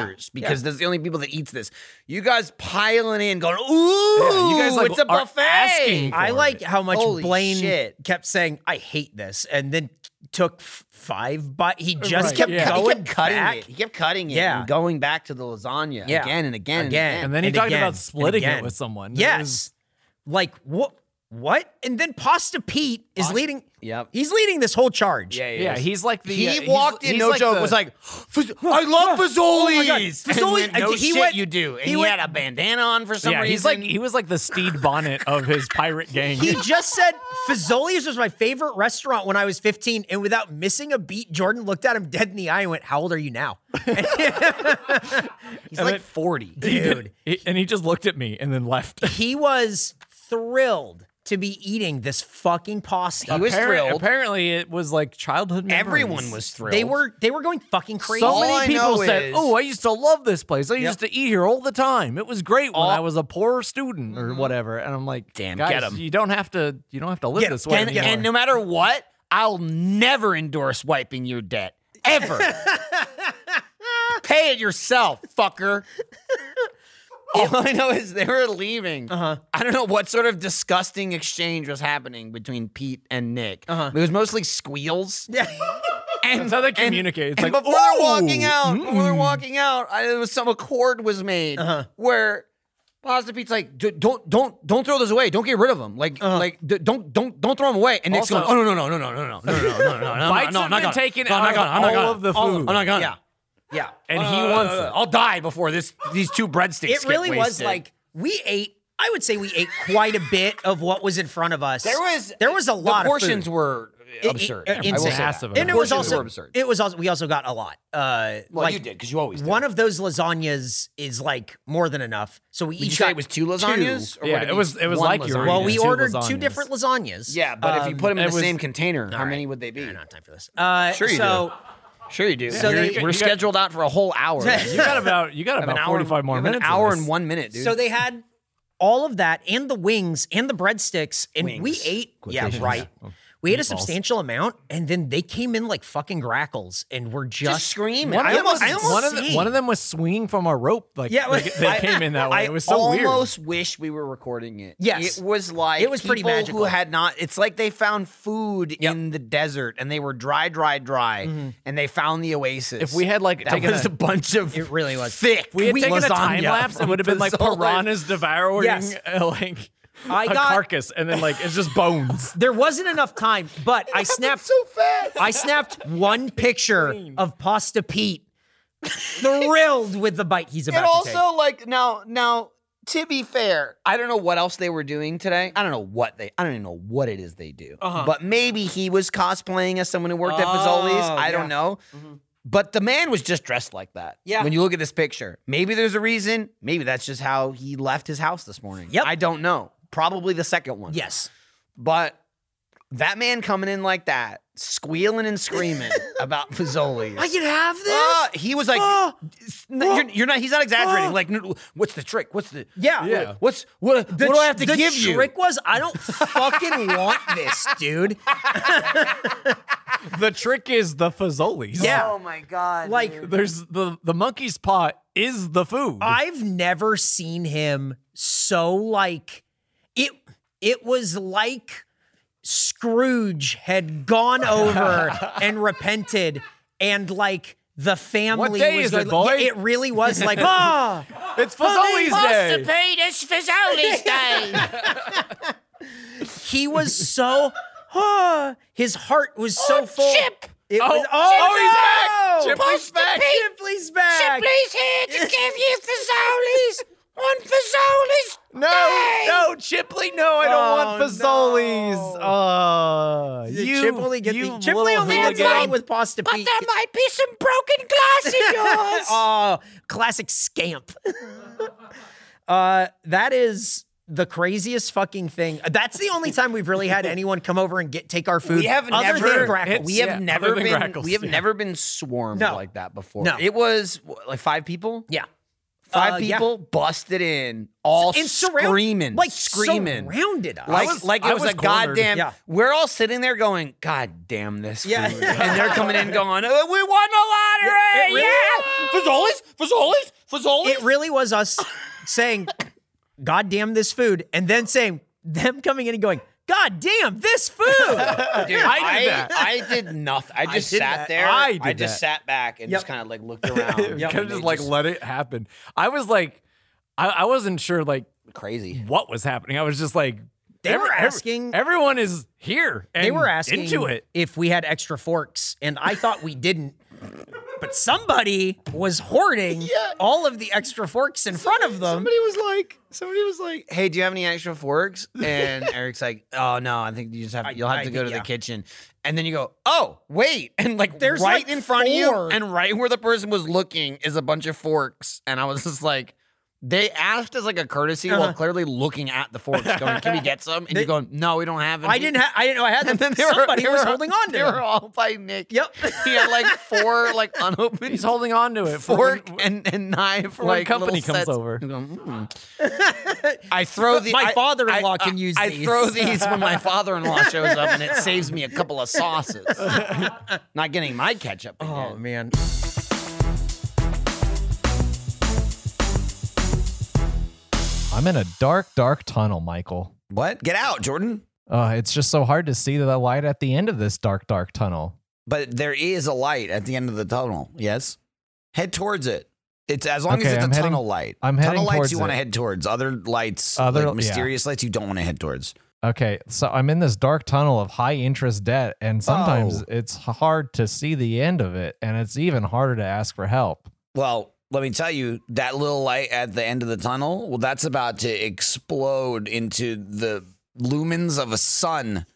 Speaker 2: monsters
Speaker 5: yeah.
Speaker 2: because that's the only people that eats this. You guys piling in, going, ooh,
Speaker 3: you guys, like,
Speaker 2: it's a
Speaker 3: are
Speaker 2: buffet.
Speaker 3: asking
Speaker 5: I
Speaker 3: for
Speaker 5: like how much
Speaker 2: Holy
Speaker 5: Blaine
Speaker 2: shit.
Speaker 5: kept saying, "I hate this," and then took f- five. But he just
Speaker 3: Right,
Speaker 5: kept
Speaker 3: yeah.
Speaker 2: He
Speaker 5: going
Speaker 2: kept cutting
Speaker 5: back.
Speaker 2: it. He kept cutting it.
Speaker 5: Yeah.
Speaker 2: and going back to the lasagna
Speaker 5: Yeah.
Speaker 2: again and again, and
Speaker 5: Again.
Speaker 2: again.
Speaker 3: And then he
Speaker 5: And
Speaker 3: talked
Speaker 5: again,
Speaker 3: about
Speaker 5: and
Speaker 3: splitting it
Speaker 5: again.
Speaker 3: with someone. It
Speaker 5: Yes,
Speaker 3: was-
Speaker 5: like what? What? And then Pasta Pete is leading.
Speaker 2: Yep.
Speaker 5: he's leading this whole charge.
Speaker 3: yeah, he's like the.
Speaker 2: He
Speaker 3: uh, he's-
Speaker 2: walked in,
Speaker 3: he's
Speaker 2: no joke,
Speaker 3: the-
Speaker 2: was like, "Faz- I love Fazoli's. Oh
Speaker 5: my God, Fazoli's-
Speaker 2: And then, no
Speaker 5: and he
Speaker 2: shit,
Speaker 5: went-
Speaker 2: you do. And
Speaker 5: he
Speaker 2: he,
Speaker 5: went-
Speaker 2: had a bandana on for some
Speaker 3: yeah,
Speaker 2: reason.
Speaker 3: he's like he was like the Steed Bonnet of his pirate gang.
Speaker 5: He just said Fazoli's was my favorite restaurant when I was 15, and without missing a beat, Jordan looked at him dead in the eye and went, "How old are you now?" He's like 40, dude.
Speaker 3: He- and he just looked at me and then left.
Speaker 5: he was thrilled to be eating this fucking pasta.
Speaker 2: He was
Speaker 3: Appar-
Speaker 2: thrilled.
Speaker 3: Apparently, it was like childhood. Memories.
Speaker 2: Everyone was thrilled.
Speaker 5: They were they were going fucking crazy.
Speaker 3: So
Speaker 2: All I
Speaker 3: many people
Speaker 2: know
Speaker 3: said,
Speaker 2: is-
Speaker 3: "Oh, I used to love this place. I used to eat here all the time. It was great when I was a poor student or whatever." And I'm like,
Speaker 2: Mm-hmm. Damn,
Speaker 3: guys,
Speaker 2: get 'em.
Speaker 3: You don't have to. You don't have to live
Speaker 5: Get 'em,
Speaker 3: this way."
Speaker 2: and,
Speaker 3: anymore."
Speaker 2: and no matter what, I'll never endorse wiping your debt ever. Pay it yourself, fucker. All I know is they were leaving. Uh-huh. I don't know what sort of disgusting exchange was happening between Pete and Nick. Uh-huh. It was mostly squeals. Yeah. And
Speaker 3: That's how they communicate. It's
Speaker 2: and
Speaker 3: like,
Speaker 2: before they're walking
Speaker 3: "Ooh, mm."
Speaker 2: out, before they're walking out, I, there was some accord was made
Speaker 3: Uh-huh.
Speaker 2: where Pasta Pete's like, "D- don't, don't, don't throw those away. Don't get rid of them. Like, like, d- don't, don't, don't throw them away. And Nick's
Speaker 3: Uh-huh. Also-
Speaker 2: going, oh no, no, no, no, no, no, no, no, no, no, no, no, no,
Speaker 3: Bites
Speaker 2: no,
Speaker 3: have
Speaker 2: I'm not
Speaker 3: been
Speaker 2: gonna-
Speaker 3: taken
Speaker 2: no, I'm not
Speaker 3: out of
Speaker 2: gonna- I'm not
Speaker 3: all
Speaker 2: gonna-
Speaker 3: of the
Speaker 2: all-
Speaker 3: food."
Speaker 2: I'm not gonna. Uh,
Speaker 5: Yeah. Yeah.
Speaker 3: and he wants it.
Speaker 2: I'll die before this. These two breadsticks.
Speaker 5: It
Speaker 2: get
Speaker 5: really was
Speaker 2: wasted.
Speaker 5: like we ate I would say we ate quite a bit of what was in front of us.
Speaker 2: there was
Speaker 5: there was a lot
Speaker 2: The portions
Speaker 5: of food.
Speaker 2: were
Speaker 5: I- I-
Speaker 2: absurd.
Speaker 5: I-
Speaker 2: I will say
Speaker 5: insane.
Speaker 2: that.
Speaker 3: Massive
Speaker 5: And it
Speaker 3: amount.
Speaker 5: was
Speaker 2: Portions were
Speaker 5: also
Speaker 2: absurd.
Speaker 5: it was also we also got a lot. Uh
Speaker 2: Well,
Speaker 5: like,
Speaker 2: you did because you always did.
Speaker 5: One of those lasagnas is like more than enough. So we
Speaker 2: Did
Speaker 5: each
Speaker 2: you say
Speaker 5: got
Speaker 2: it was two lasagnas? Or
Speaker 3: Yeah,
Speaker 2: would
Speaker 3: it was- it was
Speaker 2: one
Speaker 3: like
Speaker 2: lasagna?
Speaker 3: you were eating
Speaker 5: Well,
Speaker 3: Yeah,
Speaker 5: we
Speaker 3: two
Speaker 5: ordered two
Speaker 3: lasagnas.
Speaker 5: different lasagnas.
Speaker 2: Yeah, but if you put them in
Speaker 3: Um, it
Speaker 2: the
Speaker 3: was-
Speaker 2: same container, how
Speaker 5: right.
Speaker 2: many would they be?
Speaker 5: I don't have time for this. Uh,
Speaker 2: Sure you
Speaker 5: so
Speaker 2: Sure you do.
Speaker 5: So
Speaker 2: You're-
Speaker 5: they-
Speaker 2: we're
Speaker 5: you got-
Speaker 2: scheduled out for a whole hour.
Speaker 3: You got about. You got
Speaker 2: an
Speaker 3: about
Speaker 2: hour,
Speaker 3: forty five more
Speaker 2: you have
Speaker 3: minutes.
Speaker 2: An hour
Speaker 3: of this.
Speaker 2: and one minute, dude.
Speaker 5: So they had all of that and the wings and the breadsticks, and we
Speaker 2: Wings.
Speaker 5: ate. Yeah, right. We ate a substantial amount, and then they came in like fucking grackles, and were just,
Speaker 2: just scream.
Speaker 3: One
Speaker 2: I
Speaker 3: of, them
Speaker 2: almost,
Speaker 3: was-
Speaker 2: I almost,
Speaker 3: one, of the- one of them was swinging from a rope. Like
Speaker 5: Yeah,
Speaker 3: they,
Speaker 5: like-
Speaker 3: they
Speaker 5: I-
Speaker 3: came in that way.
Speaker 2: I
Speaker 3: It was so weird.
Speaker 2: almost wish we were recording it.
Speaker 5: Yes.
Speaker 2: it was like
Speaker 5: It was pretty
Speaker 2: people Who
Speaker 5: magical.
Speaker 2: had not? It's like they found food in the desert, and they were dry, dry, dry, and they found the oasis.
Speaker 3: Mm-hmm. If we had like
Speaker 2: that
Speaker 3: taken
Speaker 2: was
Speaker 3: a,
Speaker 2: a bunch of
Speaker 5: It really was.
Speaker 2: thick.
Speaker 3: we had taken a
Speaker 2: lasagna
Speaker 3: time lapse, it
Speaker 2: from
Speaker 3: would have been like
Speaker 2: Fazoli's.
Speaker 3: piranhas devouring
Speaker 5: Yes.
Speaker 3: uh, like
Speaker 5: I
Speaker 3: a
Speaker 5: got-
Speaker 3: carcass, and then like it's just bones.
Speaker 5: There wasn't enough time, but I snapped.
Speaker 2: so fast.
Speaker 5: I snapped one picture of Pasta Pete, thrilled with the bite he's about
Speaker 2: And
Speaker 5: to
Speaker 2: also, like now, now to be fair, I don't know what else they were doing today. I don't know what they. I don't even know what it is they do.
Speaker 5: Uh-huh.
Speaker 2: But maybe he was cosplaying as someone who worked at Fazoli's.
Speaker 5: Oh,
Speaker 2: I don't know. But the man was just dressed like that.
Speaker 5: Mm-hmm. Yeah.
Speaker 2: When you look at this picture, maybe there's a reason. Maybe that's just how he left his house this morning.
Speaker 5: Yep.
Speaker 2: I don't know. Probably the second one.
Speaker 5: take. Yes.
Speaker 2: But that man coming in like that, squealing and screaming about Fazoli's.
Speaker 5: I can have this.
Speaker 2: Ah, he was like,
Speaker 5: Ah!
Speaker 2: "It's n- you're, you're not. He's not exaggerating. Like, "No, what's the trick? What's the
Speaker 5: Yeah.
Speaker 3: Yeah.
Speaker 2: What's what?
Speaker 5: The
Speaker 2: what do I have to
Speaker 5: tr- the
Speaker 2: give you?
Speaker 5: trick was I don't fucking want this, dude.
Speaker 2: Oh,
Speaker 3: the trick is the fazoli's.
Speaker 5: Yeah.
Speaker 2: Oh my god!
Speaker 5: Like
Speaker 3: there's the the monkey's paw is the food.
Speaker 5: I've never seen him so like it it was like Scrooge had gone over and repented and like the family
Speaker 3: day
Speaker 5: was
Speaker 3: is it,
Speaker 5: going-
Speaker 3: boy?
Speaker 5: Yeah, it really was like ah
Speaker 3: it's fazoli's day.
Speaker 2: Penis Fazoli's day.
Speaker 5: he was so ah, his heart was so full
Speaker 2: Chip!
Speaker 5: It
Speaker 3: Oh,
Speaker 5: was,
Speaker 3: oh,
Speaker 5: no!
Speaker 3: he's back! Chip is back!
Speaker 5: Chipley's back
Speaker 2: here to give you Fazoli's on Fazoli's.
Speaker 3: No, no, Chipley, no, I don't want fazoli's. Uh,
Speaker 5: Did
Speaker 3: you,
Speaker 5: Chipley get
Speaker 3: you
Speaker 5: the
Speaker 3: little
Speaker 5: Chipley only gets
Speaker 3: hooligan.
Speaker 5: along with pasta Pete.
Speaker 2: might be some broken glass in yours.
Speaker 5: oh, classic scamp. uh, that is the craziest fucking thing. That's the only time we've really had anyone come over and get take our food.
Speaker 2: We have
Speaker 5: other
Speaker 2: never.
Speaker 5: than Grackles.
Speaker 3: it's-
Speaker 2: we have
Speaker 3: yeah,
Speaker 2: never
Speaker 3: other than
Speaker 2: been.
Speaker 3: Grackles,
Speaker 2: we have
Speaker 3: yeah.
Speaker 2: never been swarmed
Speaker 5: No.
Speaker 2: like that before.
Speaker 5: No.
Speaker 2: It was wh- like five people.
Speaker 5: yeah.
Speaker 7: Five
Speaker 5: Uh, yeah.
Speaker 7: people busted in, all
Speaker 5: And surround-
Speaker 7: screaming,
Speaker 5: like
Speaker 7: screaming,
Speaker 5: surrounded us.
Speaker 7: like
Speaker 3: I was-
Speaker 7: like it
Speaker 3: I
Speaker 7: was,
Speaker 3: was
Speaker 7: a
Speaker 3: cornered.
Speaker 7: goddamn.
Speaker 5: Yeah.
Speaker 7: We're all sitting there going, "God damn this!"
Speaker 5: Yeah.
Speaker 7: food." and they're coming in going, oh, "We won the lottery!"
Speaker 5: really-
Speaker 7: yeah, Fazoli's, Fazoli's,
Speaker 5: it really was us saying, "God damn this food," and then saying them coming in and going, "God damn this food."
Speaker 7: Dude,
Speaker 3: I did
Speaker 7: I,
Speaker 3: that.
Speaker 7: I did nothing. I just
Speaker 5: did
Speaker 7: sat
Speaker 5: that.
Speaker 7: there.
Speaker 3: I did
Speaker 7: just
Speaker 3: that.
Speaker 7: sat back and just kind of like looked around.
Speaker 3: Kind of
Speaker 7: And
Speaker 3: just
Speaker 7: they
Speaker 3: like let it happen. I was like, I, I wasn't sure like
Speaker 7: crazy.
Speaker 3: what was happening. I was just like,
Speaker 5: They were asking-
Speaker 3: everyone is here. And
Speaker 5: they were asking
Speaker 3: into it.
Speaker 5: if we had extra forks, and I thought we didn't. But somebody was hoarding all of the extra forks in front of them.
Speaker 7: was like, somebody was like, "Hey, do you have any extra forks?" And Eric's like, "Oh no, I think you just have you'll have
Speaker 5: I
Speaker 7: to go
Speaker 5: think-
Speaker 7: to
Speaker 5: yeah.
Speaker 7: the kitchen." And then you go, "Oh, wait!" And like,
Speaker 5: There's,
Speaker 7: right
Speaker 5: like,
Speaker 7: in front of
Speaker 5: four.
Speaker 7: you, and right where the person was looking is a bunch of forks. And I was just like, they asked as like a courtesy
Speaker 5: Uh-huh.
Speaker 7: while clearly looking at the forks, going, "Can we get some?" And
Speaker 5: They-
Speaker 7: you're going, "No, we don't have any."
Speaker 5: I didn't. Ha- I didn't know I had them.
Speaker 7: And then they were-
Speaker 5: somebody
Speaker 7: they
Speaker 5: was
Speaker 7: were-
Speaker 5: holding on to
Speaker 7: They
Speaker 5: them.
Speaker 7: were all by Nick.
Speaker 5: Yep.
Speaker 7: he had like four like unopened.
Speaker 3: He's holding on to it. for when-
Speaker 7: fork and, and knife.
Speaker 3: when
Speaker 7: like
Speaker 3: company
Speaker 7: little
Speaker 3: comes
Speaker 7: sets.
Speaker 3: over.
Speaker 7: You go, "Hmm." "Mm." I throw the.
Speaker 5: My
Speaker 7: I-
Speaker 5: father-in-law
Speaker 7: I-
Speaker 5: can
Speaker 7: I-
Speaker 5: use
Speaker 7: I
Speaker 5: these.
Speaker 7: throw these when my father-in-law shows up, and it saves me a couple of sauces. Not getting my ketchup. Again.
Speaker 5: Oh man.
Speaker 3: I'm in a dark, dark tunnel, Michael.
Speaker 2: What? Get out, Jordan.
Speaker 3: Uh, it's just so hard to see the light at the end of this dark, dark tunnel.
Speaker 2: But there is a light at the end of the tunnel. Yes. Head towards it. It's as long
Speaker 3: Okay,
Speaker 2: as it's
Speaker 3: I'm
Speaker 2: a
Speaker 3: heading-
Speaker 2: tunnel light.
Speaker 3: I'm
Speaker 2: tunnel
Speaker 3: heading
Speaker 2: lights
Speaker 3: towards
Speaker 2: you want
Speaker 3: it.
Speaker 2: to head towards. Other lights,
Speaker 3: Other-
Speaker 2: other
Speaker 3: yeah.
Speaker 2: mysterious lights you don't want to head towards.
Speaker 3: Okay, so I'm in this dark tunnel of high interest debt, and sometimes
Speaker 2: Oh.
Speaker 3: it's hard to see the end of it, and it's even harder to ask for help.
Speaker 2: Well, let me tell you, that little light at the end of the tunnel, well, that's about to explode into the lumens of a sun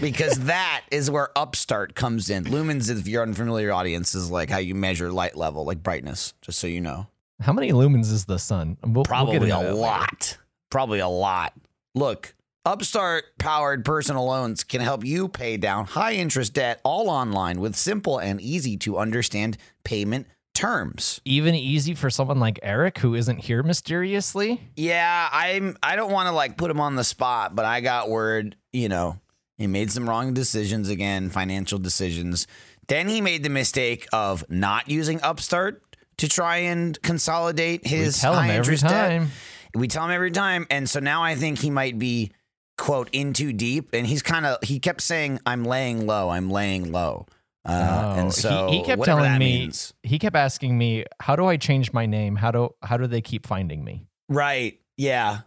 Speaker 2: because that is where Upstart comes in. Lumens, if you're unfamiliar audience, is like how you measure light level, like brightness, just so you know.
Speaker 3: How many lumens is the sun? We'll- we'll get
Speaker 2: Probably
Speaker 3: into
Speaker 2: a
Speaker 3: that later.
Speaker 2: lot. Probably a lot. Look, Upstart powered personal loans can help you pay down high interest debt all online with simple and easy to understand payment terms.
Speaker 3: Even easy for someone like Eric, who isn't here mysteriously.
Speaker 2: Yeah, I'm. I don't want to like put him on the spot, but I got word. You know, he made some wrong decisions again, financial decisions. Then he made the mistake of not using Upstart to try and consolidate his
Speaker 3: tell him
Speaker 2: high
Speaker 3: every
Speaker 2: interest debt.
Speaker 3: time.
Speaker 2: We tell him every time, and so now I think he might be quote in too deep, and he's kind of he kept saying, "I'm laying low, I'm laying low," uh,
Speaker 3: Oh,
Speaker 2: and so
Speaker 3: he, he kept
Speaker 2: whatever
Speaker 3: telling
Speaker 2: that
Speaker 3: me,
Speaker 2: means.
Speaker 3: he kept asking me, "How do I change my name? How do how do they keep finding me?"
Speaker 2: right? Yeah,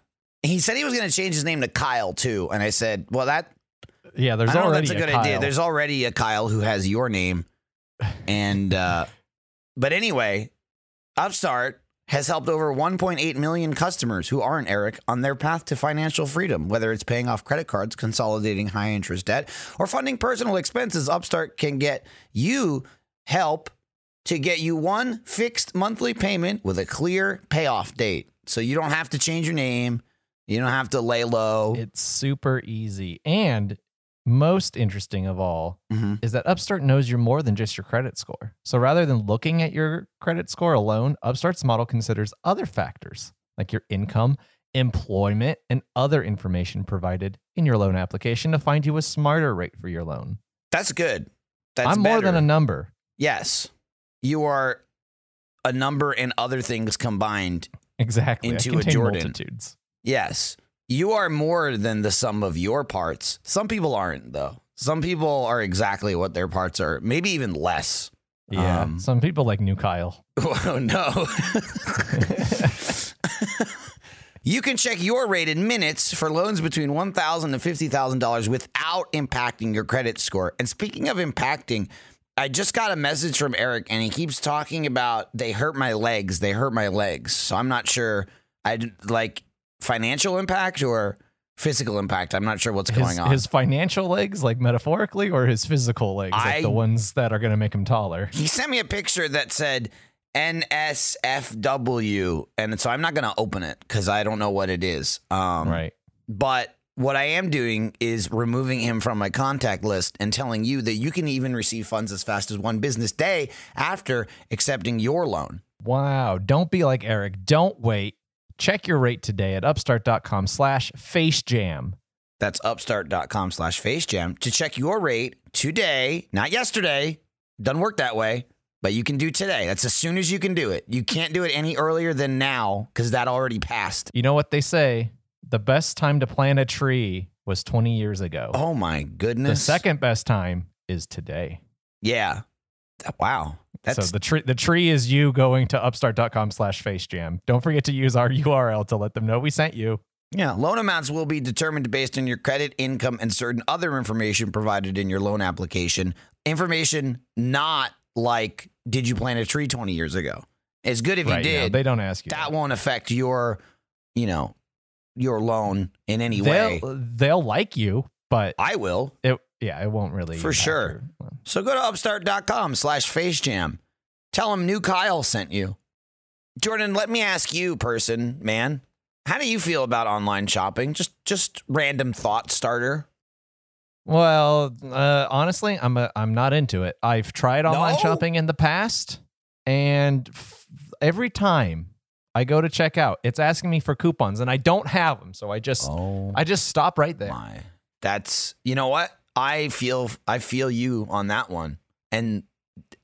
Speaker 2: he said he was going to change his name to Kyle too, and I said, "Well, that."
Speaker 3: Yeah, there's
Speaker 2: I know
Speaker 3: already
Speaker 2: that's a good
Speaker 3: Kyle.
Speaker 2: idea. There's already a Kyle who has your name, and uh, but anyway, Upstart has helped over 1.8 million customers who aren't Eric on their path to financial freedom. Whether it's paying off credit cards, consolidating high interest debt, or funding personal expenses, Upstart can get you help to get you one fixed monthly payment with a clear payoff date, so you don't have to change your name. You don't have to lay low.
Speaker 3: It's super easy. And most interesting of all
Speaker 2: Mhm.
Speaker 3: is that Upstart knows you're more than just your credit score. So rather than looking at your credit score alone, Upstart's model considers other factors like your income, employment, and other information provided in your loan application to find you a smarter rate for your loan.
Speaker 2: That's good. That's
Speaker 3: I'm more than
Speaker 2: better.
Speaker 3: a number.
Speaker 2: Yes. You are a number and other things combined.
Speaker 3: Exactly.
Speaker 2: Into a
Speaker 3: I contain
Speaker 2: Jordan.
Speaker 3: multitudes.
Speaker 2: Yes. You are more than the sum of your parts. Some people aren't, though. Some people are exactly what their parts are, maybe even less.
Speaker 3: Yeah.
Speaker 2: Um,
Speaker 3: Some people like New Kyle.
Speaker 2: Oh, no. you can check your rate in minutes for loans between $1,000 and $50,000 without impacting your credit score. And speaking of impacting, I just got a message from Eric and he keeps talking about they hurt my legs, they hurt my legs. So I'm not sure I like financial impact or physical impact. I'm not sure what's
Speaker 3: His,
Speaker 2: going on.
Speaker 3: his financial legs, like metaphorically, or his physical legs, like
Speaker 2: I-
Speaker 3: the ones that are going to make him taller.
Speaker 2: he sent me a picture that said NSFW, and so I'm not gonna open it because I don't know what it is. Um,
Speaker 3: right.
Speaker 2: But What I am doing is removing him from my contact list and telling you that you can even receive funds as fast as one business day after accepting your loan.
Speaker 3: Wow. Don't be like Eric. Don't wait. Check your rate today at upstart.com slash facejam.
Speaker 2: That's upstart.com slash facejam to check your rate today, not yesterday. Doesn't work that way, but you can do today. That's as soon as you can do it. You can't do it any earlier than now because that already passed.
Speaker 3: You know what they say? The best time to plant a tree was 20 years ago.
Speaker 2: Oh my
Speaker 3: the
Speaker 2: goodness.
Speaker 3: second best time is today.
Speaker 2: Yeah. That- Wow. That's
Speaker 3: so the tree the tree is you going to upstart.com slash facejam. Don't forget to use our URL to let them know we sent you.
Speaker 2: yeah. Loan amounts will be determined based on your credit, income, and certain other information provided in your loan application. Information not like did you plant a tree 20 years ago? It's good if you
Speaker 3: yeah,
Speaker 2: did.
Speaker 3: they don't ask you.
Speaker 2: that won't affect your, you know, your loan in any way.
Speaker 3: They'll, they'll like you, but
Speaker 2: I will.
Speaker 3: it yeah, it won't really
Speaker 2: For
Speaker 3: impact
Speaker 2: sure.
Speaker 3: your-
Speaker 2: So go to upstart.com slash facejam. Tell them new Kyle sent you. Jordan, let me ask you, person, man, how do you feel about online shopping? Just just random thought starter.
Speaker 3: Well, uh, honestly, I'm a, I'm not into it. I've tried online
Speaker 2: No?
Speaker 3: shopping in the past, and f- every time I go to check out, it's asking me for coupons, and I don't have them, so I just
Speaker 2: Oh
Speaker 3: I just stop right there.
Speaker 2: my. That's you know what? I feel I feel you on that one. And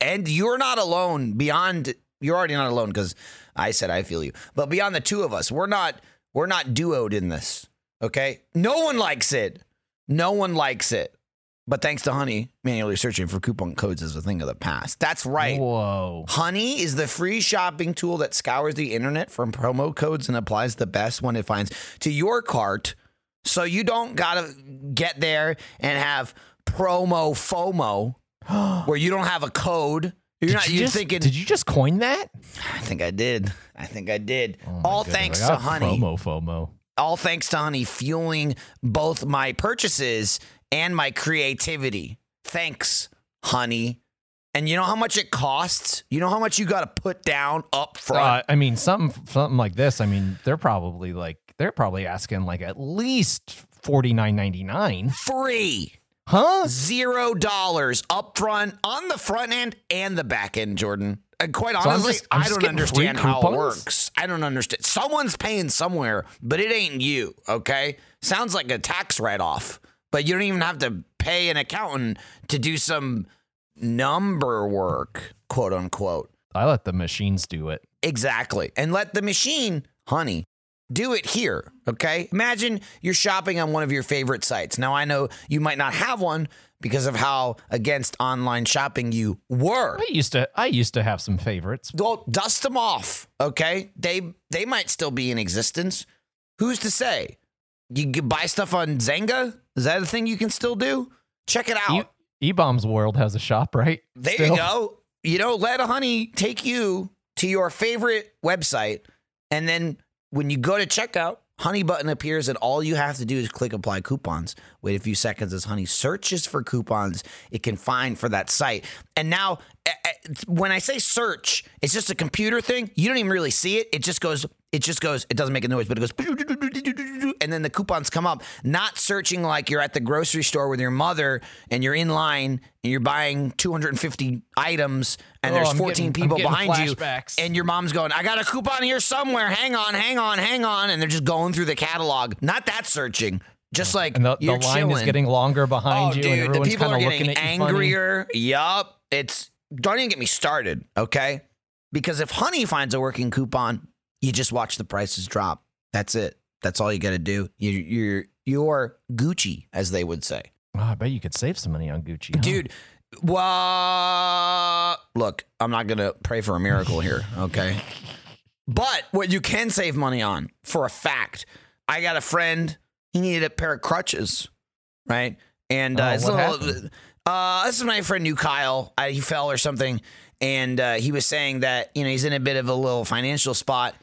Speaker 2: and you're not alone beyond you're already not alone because I said I feel you. But beyond the two of us, we're not we're not duoed in this. Okay? No one likes it. No one likes it. But thanks to Honey, manually searching for coupon codes is a thing of the past. That's right.
Speaker 3: Whoa.
Speaker 2: Honey is the free shopping tool that scours the internet for promo codes and applies the best one it finds to your cart. So you don't gotta get there and have promo FOMO where you don't have a code. You're
Speaker 3: Did
Speaker 2: not
Speaker 3: you
Speaker 2: you
Speaker 3: just-
Speaker 2: thinking
Speaker 3: Did you just coin that?
Speaker 2: I think I did. I think I did.
Speaker 3: Oh my
Speaker 2: All
Speaker 3: goodness,
Speaker 2: thanks
Speaker 3: I
Speaker 2: to
Speaker 3: got
Speaker 2: Honey
Speaker 3: Promo FOMO.
Speaker 2: all thanks to Honey fueling both my purchases and my creativity. Thanks, Honey. And you know how much it costs? You know how much you got to put down up
Speaker 3: Uh,
Speaker 2: front?
Speaker 3: I mean, something something like this. I mean, they're probably like they're probably asking like at least forty nine ninety nine,
Speaker 2: Free.
Speaker 3: huh?
Speaker 2: Zero dollars up front on the front end and the back end, Jordan. And quite
Speaker 3: So I'm
Speaker 2: honestly,
Speaker 3: just- I'm
Speaker 2: I
Speaker 3: just
Speaker 2: don't
Speaker 3: getting free
Speaker 2: understand how it
Speaker 3: coupons?
Speaker 2: works. I don't understand. Someone's paying somewhere, but it ain't you, okay? Sounds like a tax write off, but you don't even have to pay an accountant to do some number work, quote unquote.
Speaker 3: I let the machines do it.
Speaker 2: Exactly. And let the machine, honey, do it here. Okay. Imagine you're shopping on one of your favorite sites. Now, I know you might not have one because of how against online shopping you were.
Speaker 3: I used to I used to have some favorites.
Speaker 2: Well, dust them off. Okay. They they might still be in existence. Who's to say? You can buy stuff on Zynga? Is that a thing you can still do? Check it out.
Speaker 3: E- E-Bombs World has a shop, right?
Speaker 2: There
Speaker 3: Still?
Speaker 2: you go. You know, let honey take you to your favorite website. And then when you go to checkout, honey button appears and all you have to do is click apply coupons. Wait a few seconds as honey searches for coupons it can find for that site. And now eh, eh, it's- when I say search, it's just a computer thing. You don't even really see it. It just goes it just goes it doesn't make a noise but it goes and then the coupons come up not searching like you're at the grocery store with your mother and you're in line and you're buying 250 items and
Speaker 3: Oh,
Speaker 2: there's
Speaker 3: I'm
Speaker 2: 14
Speaker 3: getting- I'm
Speaker 2: people
Speaker 3: getting
Speaker 2: behind you
Speaker 3: flashbacks.
Speaker 2: and your mom's going i got a coupon here somewhere hang on hang on hang on and they're just going through the catalog not that searching just like
Speaker 3: And the, the
Speaker 2: you're
Speaker 3: line is
Speaker 2: chilling.
Speaker 3: getting longer behind
Speaker 2: oh
Speaker 3: you,
Speaker 2: dude
Speaker 3: and
Speaker 2: the
Speaker 3: everyone's
Speaker 2: people
Speaker 3: kind
Speaker 2: are
Speaker 3: of looking
Speaker 2: getting
Speaker 3: at you funny.
Speaker 2: angrier yup it's don't even get me started okay because if honey finds a working coupon you just watch the prices drop. That's it. That's all you got to do. You, you're you're Gucci, as they would say,
Speaker 3: Oh, I bet you could save some money on Gucci, huh?
Speaker 2: dude. Well, look, I'm not gonna pray for a miracle here, okay? But what you can save money on, for a fact, I got a friend. He needed a pair of crutches, right? And
Speaker 3: Oh,
Speaker 2: uh, it's a
Speaker 3: what
Speaker 2: little-
Speaker 3: happened?
Speaker 2: uh, this is my friend new Kyle. I, he fell or something, and uh, he was saying that you know he's in a bit of a little financial spot.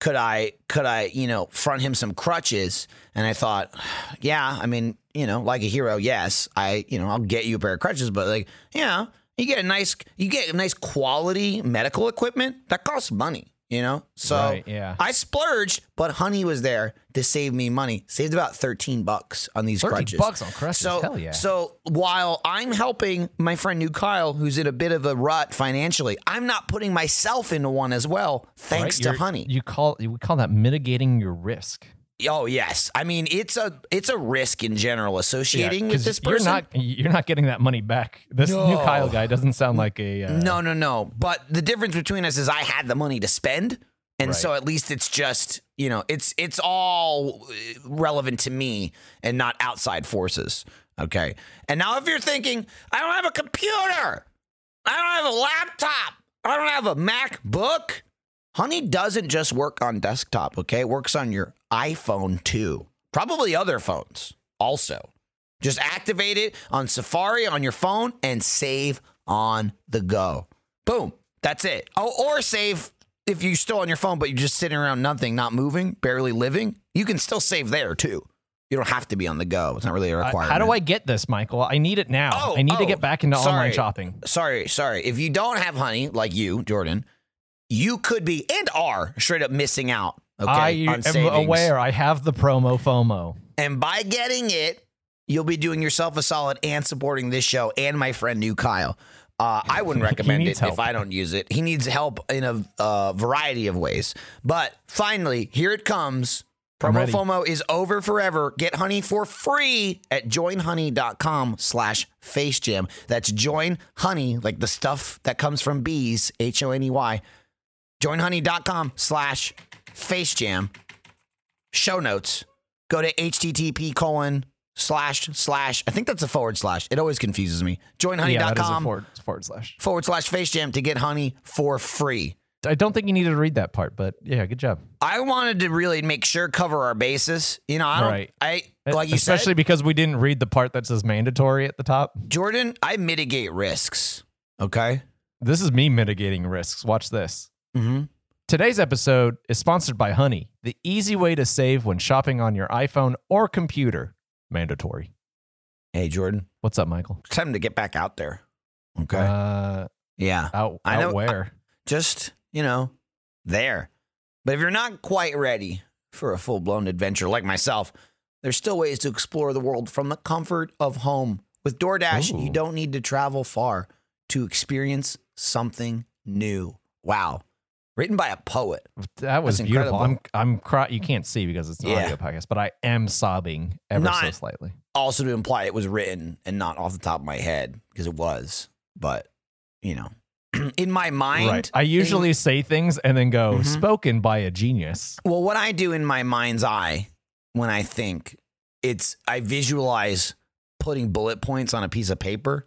Speaker 2: Could I could I you know front him some crutches? And I thought, yeah, I mean you know like a hero, yes, I you know I'll get you a pair of crutches, but like yeah, you get a nice you get a nice quality medical equipment that costs money.
Speaker 6: You know? So
Speaker 3: Right, yeah.
Speaker 6: I splurged, but honey was there to save me money. Saved about 13 bucks on these
Speaker 3: 30
Speaker 6: crutches.
Speaker 3: bucks on crutches,
Speaker 6: So,
Speaker 3: hell yeah.
Speaker 6: So while I'm helping my friend new Kyle, who's in a bit of a rut financially, I'm not putting myself into one as well, thanks
Speaker 3: right?
Speaker 6: to
Speaker 3: You're-
Speaker 6: honey.
Speaker 3: You call we call that mitigating your risk.
Speaker 6: oh yes. I mean it's a it's a risk in general associating
Speaker 3: 'cause
Speaker 6: with this person.
Speaker 3: You're not you're not getting that money back. This new
Speaker 6: No.
Speaker 3: Kyle guy doesn't sound like a uh,
Speaker 6: No, no, no. But the difference between us is I had the money to spend, and so at least it's just you know it's it's all uh, relevant to me and not outside forces. Okay. And now if you're thinking I don't have a computer, I don't have a laptop, I don't have a MacBook. Honey doesn't just work on desktop, okay? It works on your iPhone too. Probably other phones also. Just activate it on Safari on your phone and save on the go. Boom. That's it. Oh, or save if you're still on your phone, but you're just sitting around nothing, not moving, barely living. You can still save there too. You don't have to be on the go. It's not really a
Speaker 3: Uh,
Speaker 6: requirement.
Speaker 3: how do I get this, Michael? I need it now.
Speaker 6: Oh,
Speaker 3: I need
Speaker 6: oh,
Speaker 3: to get back into
Speaker 6: sorry.
Speaker 3: online shopping.
Speaker 6: Sorry, sorry. If you don't have honey, like you, Jordan, you could be and are straight up missing out. Okay,
Speaker 3: I
Speaker 6: on
Speaker 3: am
Speaker 6: savings.
Speaker 3: aware I have the promo FOMO.
Speaker 6: And by getting it, you'll be doing yourself a solid and supporting this show and my friend new Kyle. Uh, I wouldn't recommend it
Speaker 3: needs
Speaker 6: if
Speaker 3: help.
Speaker 6: I don't use it. He needs help in a uh, variety of ways. But finally, here it comes. Promo
Speaker 3: ready.
Speaker 6: FOMO is over forever. Get honey for free at joinhoney.com slash facejam. That's join honey, like the stuff that comes from bees, H-O-N-E-Y. Joinhoney.com slash facejam show notes, go to http colon slash slash. I think that's a forward slash. It always confuses me.
Speaker 3: Yeah, that is a
Speaker 6: Joinhoney.com
Speaker 3: forward, forward slash.
Speaker 6: forward slash face jam to get honey for free.
Speaker 3: I don't think you needed to read that part, but yeah, good job.
Speaker 6: I wanted to really make sure cover our bases. You know, I don't,
Speaker 3: Right. E-,
Speaker 6: I like you
Speaker 3: Especially
Speaker 6: said,
Speaker 3: because we didn't read the part that says mandatory at the top.
Speaker 6: Jordan. I mitigate risks. Okay.
Speaker 3: This is me mitigating risks. Watch this.
Speaker 6: Mm-hmm.
Speaker 3: Today's episode is sponsored by Honey, the easy way to save when shopping on your iPhone or computer. Mandatory.
Speaker 6: Hey, Jordan.
Speaker 3: What's up, Michael?
Speaker 6: It's time to get back out there. Okay.
Speaker 3: Uh,
Speaker 6: yeah.
Speaker 3: out,
Speaker 6: I know-
Speaker 3: out where?
Speaker 6: just, you know, there. But if you're not quite ready for a full blown adventure like myself, there's still ways to explore the world from the comfort of home. With DoorDash, you
Speaker 3: Ooh.
Speaker 6: don't need to travel far to experience something new. Wow. Written by a poet.
Speaker 3: that was
Speaker 6: That's
Speaker 3: beautiful.
Speaker 6: incredible.
Speaker 3: I'm, I'm cry. You can't see because it's an
Speaker 6: Yeah.
Speaker 3: audio podcast, but I am sobbing ever so
Speaker 6: Not-
Speaker 3: slightly.
Speaker 6: Also, to imply it was written and not off the top of my head, because it was, but, you know, in my mind.
Speaker 3: Right. I
Speaker 6: in-
Speaker 3: usually say things and then go
Speaker 6: Mhm.
Speaker 3: spoken by a genius.
Speaker 6: Well, what I do in my mind's eye when I think, it's I visualize putting bullet points on a piece of paper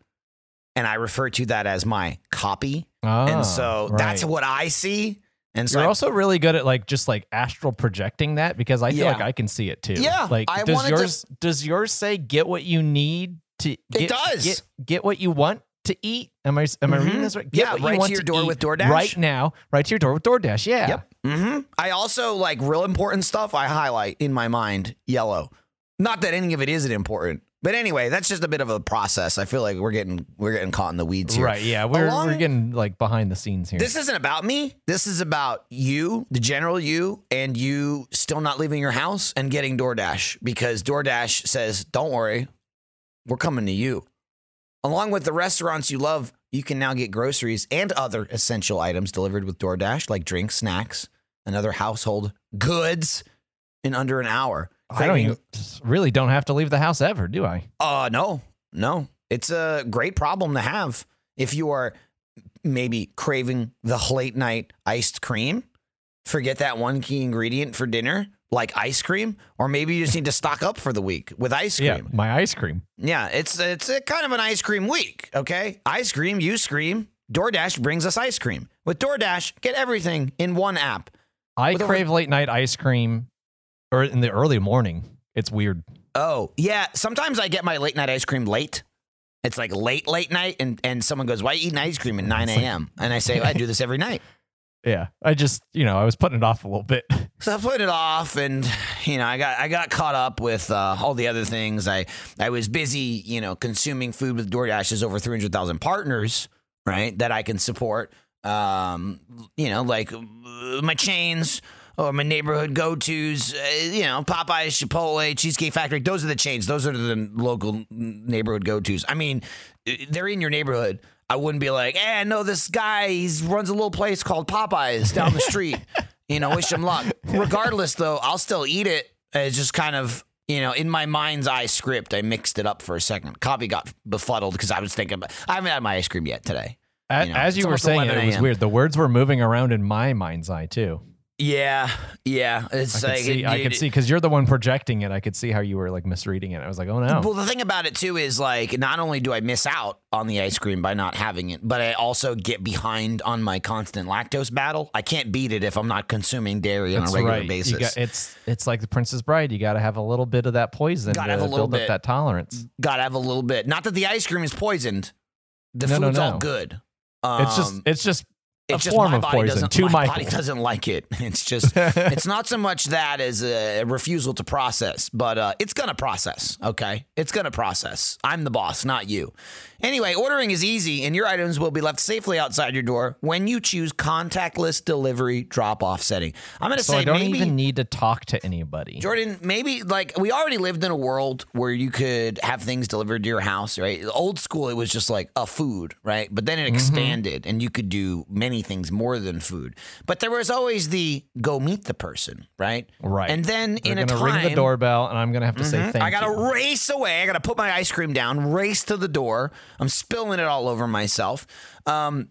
Speaker 6: and I refer to that as my copy.
Speaker 3: Ah,
Speaker 6: and so that's
Speaker 3: right.
Speaker 6: what I see. And so
Speaker 3: You're
Speaker 6: I-
Speaker 3: also really good at like just like astral projecting that because I feel
Speaker 6: Yeah.
Speaker 3: like I can see it too.
Speaker 6: Yeah,
Speaker 3: Like
Speaker 6: I
Speaker 3: does
Speaker 6: wanted to-
Speaker 3: yours does yours say get what you need to It
Speaker 6: does.
Speaker 3: get, get what you want to eat? Am I am I reading
Speaker 6: Mhm.
Speaker 3: this right?
Speaker 6: Yeah,
Speaker 3: what you
Speaker 6: right to
Speaker 3: want
Speaker 6: your door
Speaker 3: eat
Speaker 6: with DoorDash.
Speaker 3: Right now, right to your door with DoorDash. Yeah.
Speaker 6: Yep. hmm I also like real important stuff I highlight in my mind yellow. Not that any of it isn't important. But anyway, that's just a bit of a process. I feel like we're getting we're getting caught in the weeds here.
Speaker 3: Right. Yeah. We're
Speaker 6: Along-
Speaker 3: we're getting like behind the scenes here.
Speaker 6: This isn't about me. This is about you, the general you, and you still not leaving your house and getting DoorDash because DoorDash says, don't worry, we're coming to you. Along with the restaurants you love, you can now get groceries and other essential items delivered with DoorDash, like drinks, snacks, and other household goods in under an hour.
Speaker 3: I don't even, really don't have to leave the house ever, do I?
Speaker 6: Uh, no, no. It's a great problem to have if you are maybe craving the late night iced cream. Forget that one key ingredient for dinner, like ice cream, or maybe you just need to stock up for the week with ice
Speaker 3: Yeah.
Speaker 6: cream.
Speaker 3: My ice cream.
Speaker 6: Yeah, it's it's a kind of an ice cream week, okay? Ice cream, you scream. DoorDash brings us ice cream. With DoorDash, get everything in one app.
Speaker 3: I
Speaker 6: With a-
Speaker 3: crave late night ice cream or in the early morning. It's weird.
Speaker 6: Oh, yeah. Sometimes I get my late night ice cream late. It's like late, late night, and, and someone goes, Why are you eating ice cream at 9 a.m.? And I say, I do this every night.
Speaker 3: Yeah. I just, you know, I was putting it off a little bit.
Speaker 6: So I put it off, and you know, I got I got caught up with uh, all the other things. I I was busy, you know, consuming food with DoorDash's over three hundred thousand partners, right, that I can support. um, you know, like uh, my chains or my neighborhood go tos, uh, you know, Popeyes, Chipotle, Cheesecake Factory. Those are the chains. Those are the local neighborhood go tos. I mean, uh, they're in your neighborhood. I wouldn't be like, eh, no, this guy he's runs a little place called Popeyes down the street. you know, wish him luck. Regardless, though, I'll still eat it. It's just kind of. You know, in my mind's eye script, I mixed it up for a second. Copy got befuddled because I was thinking, about, I haven't had my ice cream yet today.
Speaker 3: As,
Speaker 6: You
Speaker 3: you,
Speaker 6: know, it's
Speaker 3: were
Speaker 6: almost
Speaker 3: saying,
Speaker 6: 11
Speaker 3: it was
Speaker 6: a.m..
Speaker 3: weird. The words were moving around in my mind's eye too.
Speaker 6: Yeah, yeah. It's
Speaker 3: I could
Speaker 6: like
Speaker 3: see,
Speaker 6: it-
Speaker 3: I
Speaker 6: it-
Speaker 3: could see, because you're the one projecting it. I could see how you were like misreading it. I was like, oh no.
Speaker 6: Well, the thing about it too is like not only do I miss out on the ice cream by not having it, but I also get behind on my constant lactose battle. I can't beat it if I'm not consuming dairy on a
Speaker 3: That's
Speaker 6: regular
Speaker 3: right. You
Speaker 6: basis.
Speaker 3: got- it's it's like the Princess Bride. You got to have a little bit of that poison
Speaker 6: Gotta
Speaker 3: to
Speaker 6: have a little
Speaker 3: build
Speaker 6: bit.
Speaker 3: up that tolerance.
Speaker 6: Gotta have a little bit. Not that the ice cream is poisoned. The
Speaker 3: No, no,
Speaker 6: food's all
Speaker 3: no.
Speaker 6: good. Um,
Speaker 3: it's just it's just a
Speaker 6: it's just
Speaker 3: form
Speaker 6: my
Speaker 3: of
Speaker 6: body
Speaker 3: poison
Speaker 6: doesn't-
Speaker 3: to
Speaker 6: my
Speaker 3: Michael.
Speaker 6: body doesn't like it. It's just it's not so much that as a refusal to process, but uh, it's gonna process. Okay, it's gonna process. I'm the boss, not you. Anyway, ordering is easy, and your items will be left safely outside your door when you choose contactless delivery drop-off setting. I'm gonna
Speaker 3: so
Speaker 6: say
Speaker 3: I don't
Speaker 6: maybe
Speaker 3: even need to talk to anybody.
Speaker 6: Jordan, maybe like we already lived in a world where you could have things delivered to your house, right? Old school, it was just like a food, right? But then it
Speaker 3: Mm-hmm.
Speaker 6: expanded and you could do many things more than food. But there was always the go meet the person, right?
Speaker 3: Right.
Speaker 6: And then
Speaker 3: They're
Speaker 6: in a
Speaker 3: gonna
Speaker 6: time, Mm-hmm.
Speaker 3: ring the doorbell, and I'm gonna have to say thank
Speaker 6: I gotta
Speaker 3: you.
Speaker 6: race away. I gotta put my ice cream down, race to the door. I'm spilling it all over myself. Um,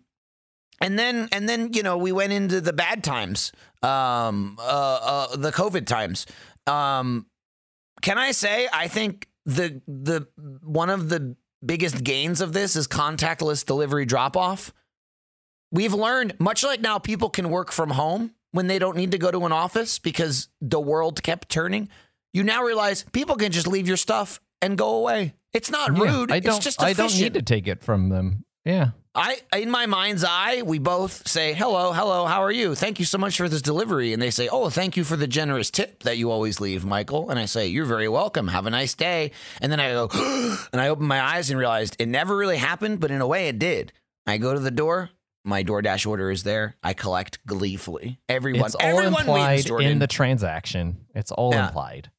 Speaker 6: and then, and then, you know, we went into the bad times, um, uh, uh, the COVID times. Um, can I say? I think the the one of the biggest gains of this is contactless delivery drop off. We've learned, much like now, people can work from home when they don't need to go to an office because the world kept turning. You now realize people can just leave your stuff and go away. It's not
Speaker 3: Yeah,
Speaker 6: rude.
Speaker 3: I don't.
Speaker 6: it's just
Speaker 3: I don't need
Speaker 6: efficient.
Speaker 3: to take it from them. Yeah.
Speaker 6: I in my mind's eye, we both say, "Hello, hello, how are you? Thank you so much for this delivery." And they say, "Oh, thank you for the generous tip that you always leave, Michael." And I say, "You're very welcome. Have a nice day." And then I go, and I open my eyes and realized it never really happened, but in a way, it did. I go to the door. My DoorDash order is there. I collect gleefully. Everyone,
Speaker 3: It's all
Speaker 6: everyone wins,
Speaker 3: implied
Speaker 6: Jordan.
Speaker 3: in the transaction. It's all
Speaker 6: Yeah.
Speaker 3: implied.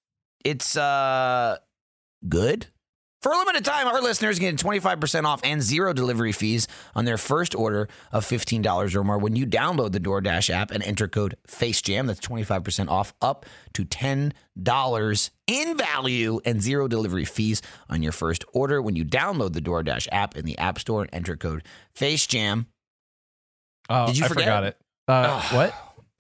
Speaker 6: it's uh good. For a limited time, our listeners get 25% off and zero delivery fees on their first order of $15 or more when you download the DoorDash app and enter code FACEJAM. That's 25% off up to $10 in value and zero delivery fees on your first order when you download the DoorDash app in the App Store and enter code FACEJAM.
Speaker 3: Oh,
Speaker 6: Did you
Speaker 3: I
Speaker 6: forget?
Speaker 3: forgot it. Uh,
Speaker 6: Ugh.
Speaker 3: what?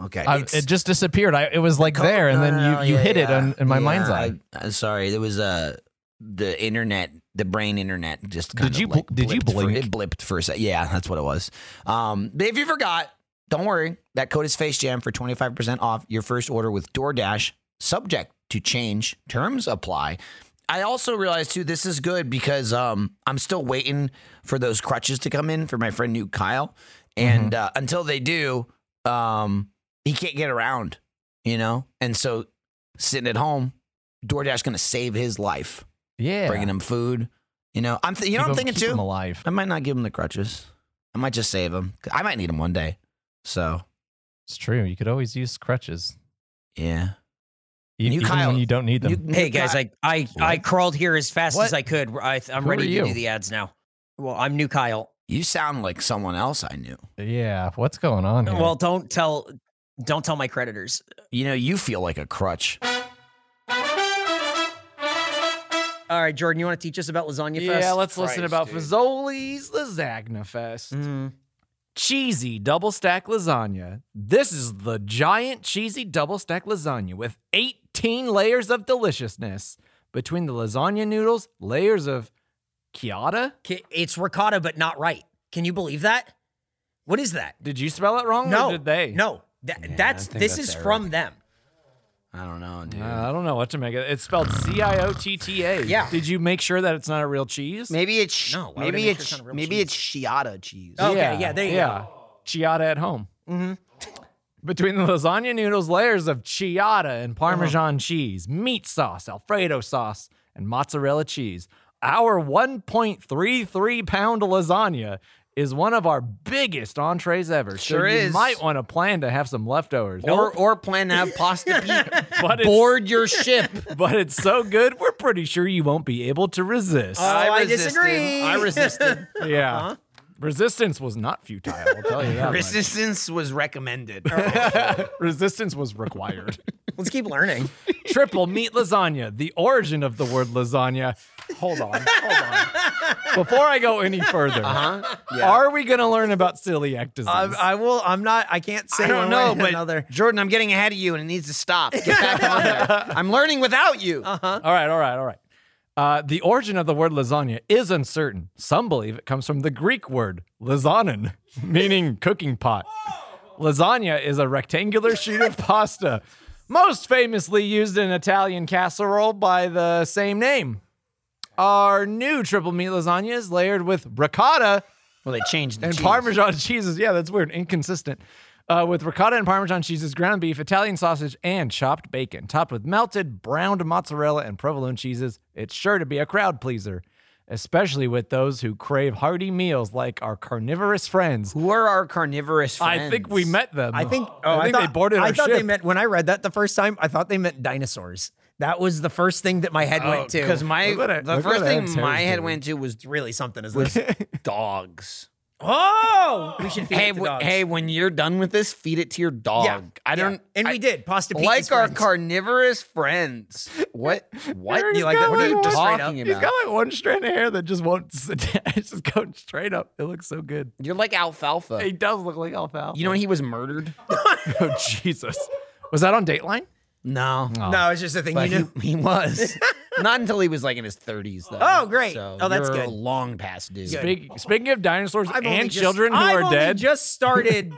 Speaker 6: Okay.
Speaker 3: I,
Speaker 6: it's-
Speaker 3: it just disappeared. I, it was like
Speaker 6: Co-
Speaker 3: there, and
Speaker 6: no,
Speaker 3: then
Speaker 6: no, no,
Speaker 3: you, you
Speaker 6: yeah,
Speaker 3: hit it
Speaker 6: yeah.
Speaker 3: on, in my
Speaker 6: Yeah,
Speaker 3: mind's eye.
Speaker 6: I, am sorry, there was uh, the internet, the brain internet just kind
Speaker 3: Did
Speaker 6: of
Speaker 3: you bl-
Speaker 6: like
Speaker 3: did you
Speaker 6: blipped for-
Speaker 3: blink?
Speaker 6: it blipped for a sec. Yeah, that's what it was. Um, but if you forgot, don't worry. That code is FaceJam for 25% off your first order with DoorDash, subject to change. Terms apply. I also realized too, this is good because um, I'm still waiting for those crutches to come in for my friend new Kyle.
Speaker 3: Mm-hmm.
Speaker 6: And uh, until they do, um, he can't get around, you know? And so sitting at home, DoorDash gonna save his life,
Speaker 3: yeah.
Speaker 6: bringing him food. You know, I'm th- you know
Speaker 3: Keep
Speaker 6: what I'm
Speaker 3: him-
Speaker 6: thinking
Speaker 3: keep
Speaker 6: too.
Speaker 3: him alive.
Speaker 6: I might not give him the crutches. I might just save him. I might need him one day. So
Speaker 3: It's true. You could always use crutches,
Speaker 6: yeah.
Speaker 3: e-
Speaker 6: You,
Speaker 3: even
Speaker 6: Kyle,
Speaker 3: when you don't need them.
Speaker 6: You-
Speaker 5: Hey
Speaker 6: you
Speaker 5: guys,
Speaker 6: got-
Speaker 5: I I, I crawled here as fast
Speaker 3: What?
Speaker 5: as I could. I, I'm
Speaker 3: Who
Speaker 5: ready
Speaker 3: are
Speaker 5: to
Speaker 3: you?
Speaker 5: do the ads now. Well, I'm new Kyle.
Speaker 6: you sound like someone else I knew.
Speaker 3: yeah. What's going on here?
Speaker 5: Well, don't tell don't tell my creditors.
Speaker 6: You know, you feel like a crutch.
Speaker 5: All right, Jordan, you want to teach us about lasagna
Speaker 3: yeah.
Speaker 5: fest?
Speaker 3: Let's listen about Fazoli's Lasagna Fest.
Speaker 5: Mm-hmm.
Speaker 3: cheesy double stack lasagna. This is the giant cheesy double stack lasagna with 18 layers of deliciousness between the lasagna noodles, layers of chiata.
Speaker 5: K- It's ricotta, but not right. Can you believe that? What is that?
Speaker 3: Did you spell it wrong
Speaker 5: No,
Speaker 3: or did they?
Speaker 5: No, Tha- that's
Speaker 6: think
Speaker 5: this
Speaker 6: that's
Speaker 5: is
Speaker 6: Eric.
Speaker 5: from them.
Speaker 6: I don't know, dude.
Speaker 3: Uh, I don't know what to make it. It's spelled C I O T T A.
Speaker 5: Yeah.
Speaker 3: Did you make sure that it's not a real cheese?
Speaker 2: Maybe it's sh-
Speaker 5: No, why would I
Speaker 2: maybe
Speaker 5: make
Speaker 2: it's
Speaker 5: sure it's not real
Speaker 2: maybe
Speaker 5: cheese?
Speaker 2: it's shiata cheese.
Speaker 5: Oh, okay, yeah, there you go. Mm-hmm.
Speaker 3: Chiata at home. Between the lasagna noodles, layers of chiata and
Speaker 5: Uh-huh.
Speaker 3: Parmesan cheese, meat sauce, Alfredo sauce, and mozzarella cheese, our 1.33 pound lasagna is one of our biggest entrees ever.
Speaker 2: Sure
Speaker 3: so you
Speaker 2: is.
Speaker 3: might want to plan to have some leftovers.
Speaker 2: Or, or plan to have pasta Pete
Speaker 3: but it's,
Speaker 2: board your ship.
Speaker 3: but it's so good, we're pretty sure you won't be able to resist.
Speaker 5: Uh,
Speaker 2: I,
Speaker 5: resisted. Oh, disagree.
Speaker 2: I resisted.
Speaker 3: yeah.
Speaker 5: uh-huh.
Speaker 3: Resistance was not futile, I'll tell you that. much.
Speaker 2: Resistance was recommended.
Speaker 3: Resistance was required.
Speaker 5: Let's keep learning.
Speaker 3: Triple meat lasagna, the origin of the word lasagna. Hold on, hold on. Before I go any further, are we going to learn about celiac disease?
Speaker 5: will. I'm not. I can't say.
Speaker 2: I don't know, but Jordan, I'm getting ahead of you, and it needs to stop. Get back on there. I'm learning without you.
Speaker 3: all right, all right, all right. Uh, the origin of the word lasagna is uncertain. Some believe it comes from the Greek word lasanen, meaning cooking pot. Lasagna is a rectangular sheet of pasta, most famously used in Italian casserole by the same name. Our new triple meat lasagna is layered with ricotta,
Speaker 2: Well, they changed the
Speaker 3: and
Speaker 2: cheese.
Speaker 3: Parmesan cheeses. Yeah, that's weird. Inconsistent. Uh, with ricotta and Parmesan cheeses, ground beef, Italian sausage, and chopped bacon, topped with melted, browned mozzarella and provolone cheeses. It's sure to be a crowd pleaser, especially with those who crave hearty meals like our carnivorous friends.
Speaker 2: Who are our carnivorous friends?
Speaker 3: I think we met them.
Speaker 5: I think.
Speaker 3: Oh, I think
Speaker 5: thought,
Speaker 3: they boarded our
Speaker 5: I thought
Speaker 3: ship.
Speaker 5: they meant when I read that the first time. I thought they meant dinosaurs. That was the first thing that my head went to.
Speaker 2: because Oh, my
Speaker 3: Look what I-
Speaker 2: the
Speaker 3: look
Speaker 2: first
Speaker 3: what I
Speaker 2: thing
Speaker 3: had
Speaker 2: my
Speaker 3: Terry's
Speaker 2: head
Speaker 3: doing.
Speaker 2: went to was
Speaker 5: really something is this.
Speaker 2: dogs.
Speaker 5: oh, we should feed
Speaker 2: Hey,
Speaker 5: it to
Speaker 2: w-
Speaker 5: dogs.
Speaker 2: hey, when you're done with this, feed it to your dog.
Speaker 5: yeah,
Speaker 2: I don't.
Speaker 5: yeah. And we
Speaker 2: I-
Speaker 5: did pasta Pete
Speaker 2: like
Speaker 5: is
Speaker 2: our
Speaker 5: friends.
Speaker 2: carnivorous friends. What? What?
Speaker 3: He's
Speaker 5: You like that?
Speaker 3: got
Speaker 5: What are
Speaker 3: like
Speaker 5: you
Speaker 3: one-
Speaker 5: just straight
Speaker 2: talking
Speaker 5: up?
Speaker 3: He's
Speaker 2: about?
Speaker 3: got like one strand of hair that just won't sit down. It's just going straight up. It looks so good.
Speaker 2: You're like alfalfa.
Speaker 3: He does look like alfalfa.
Speaker 2: You know when he was murdered?
Speaker 3: oh, Jesus. Was that on Dateline?
Speaker 2: No,
Speaker 5: No, it's just a thing you
Speaker 2: Oh. but
Speaker 5: knew.
Speaker 2: he, he was not until he was like in his 30s though.
Speaker 5: Oh, great.
Speaker 2: So
Speaker 5: Oh, that's
Speaker 2: you're
Speaker 5: good.
Speaker 2: Long past due.
Speaker 3: Speak, speaking of dinosaurs
Speaker 5: I've only
Speaker 3: and
Speaker 5: just-
Speaker 3: children who
Speaker 5: I've
Speaker 3: are
Speaker 5: only
Speaker 3: dead,
Speaker 5: Just started.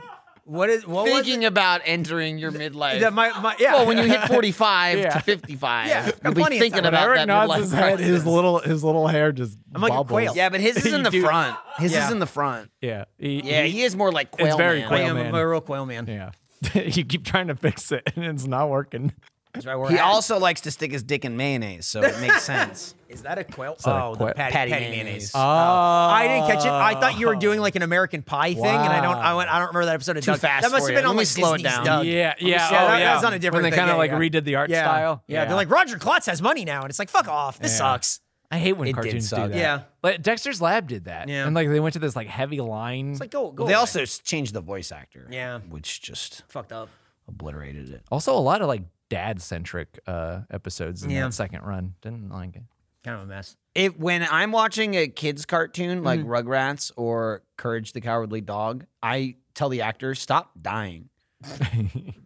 Speaker 5: What is what was
Speaker 2: Thinking about entering your midlife.
Speaker 5: it? That my, my, yeah.
Speaker 2: well, when you hit 45
Speaker 3: Yeah.
Speaker 2: to 55,
Speaker 5: Yeah, got
Speaker 2: you'll be
Speaker 5: plenty of
Speaker 2: thinking
Speaker 5: time.
Speaker 2: about
Speaker 3: Eric
Speaker 2: that
Speaker 3: nods
Speaker 2: midlife
Speaker 3: his head.
Speaker 2: crisis.
Speaker 3: His little his little hair just
Speaker 5: I'm like a
Speaker 3: bobbles.
Speaker 5: quail.
Speaker 2: Yeah, but his is in the
Speaker 3: You do-
Speaker 2: front. His
Speaker 5: Yeah.
Speaker 2: is in the front.
Speaker 3: yeah. He-
Speaker 2: Yeah,
Speaker 3: he-
Speaker 2: he is more like quail.
Speaker 3: very
Speaker 2: man.
Speaker 5: I
Speaker 3: quail.
Speaker 5: am
Speaker 3: man.
Speaker 5: a real quail man.
Speaker 3: yeah. you keep trying to fix it and it's not working.
Speaker 5: That's right. We're
Speaker 2: He
Speaker 5: at.
Speaker 2: also likes to stick his dick in mayonnaise, so it makes sense.
Speaker 5: is that a quail?
Speaker 3: that a
Speaker 5: oh,
Speaker 3: quail?
Speaker 5: the patty,
Speaker 2: Patty
Speaker 5: patty
Speaker 2: mayonnaise.
Speaker 5: mayonnaise.
Speaker 2: Oh.
Speaker 3: Uh,
Speaker 5: I didn't catch it. I thought you were doing like an
Speaker 3: Oh.
Speaker 5: American Pie thing, and I don't. I, went, I don't remember that episode of
Speaker 2: Too
Speaker 5: Doug.
Speaker 2: fast
Speaker 5: That must
Speaker 2: for
Speaker 5: have
Speaker 2: you.
Speaker 5: been
Speaker 2: Let
Speaker 5: on
Speaker 2: me
Speaker 5: like
Speaker 2: slow it
Speaker 5: Disney's
Speaker 2: down.
Speaker 5: Doug.
Speaker 3: Yeah, yeah,
Speaker 5: that-
Speaker 3: oh,
Speaker 5: that-
Speaker 3: yeah.
Speaker 5: That's on a different.
Speaker 3: When they
Speaker 5: thing.
Speaker 3: kinda,
Speaker 5: Yeah,
Speaker 3: like,
Speaker 5: yeah.
Speaker 3: redid the art
Speaker 5: Yeah.
Speaker 3: style.
Speaker 5: Yeah.
Speaker 3: Yeah.
Speaker 5: they're like Roger Klotz has money now, and it's like fuck off. This
Speaker 3: Yeah.
Speaker 5: sucks.
Speaker 3: I hate when
Speaker 2: It did
Speaker 3: cartoons do
Speaker 2: suck.
Speaker 3: that.
Speaker 5: Yeah.
Speaker 3: Like Dexter's Lab did that.
Speaker 5: Yeah.
Speaker 3: And like they went to this like heavy line.
Speaker 5: It's like go go.
Speaker 2: They
Speaker 5: away.
Speaker 2: also s- changed the voice actor.
Speaker 5: Yeah.
Speaker 2: Which just
Speaker 5: fucked up.
Speaker 2: obliterated it.
Speaker 3: also a lot of like dad centric uh episodes in
Speaker 5: Yeah.
Speaker 3: that second run. Didn't like it.
Speaker 5: Kind of a mess.
Speaker 2: If when I'm watching a kids cartoon like Rugrats or Courage the Cowardly Dog, I tell the actors stop dying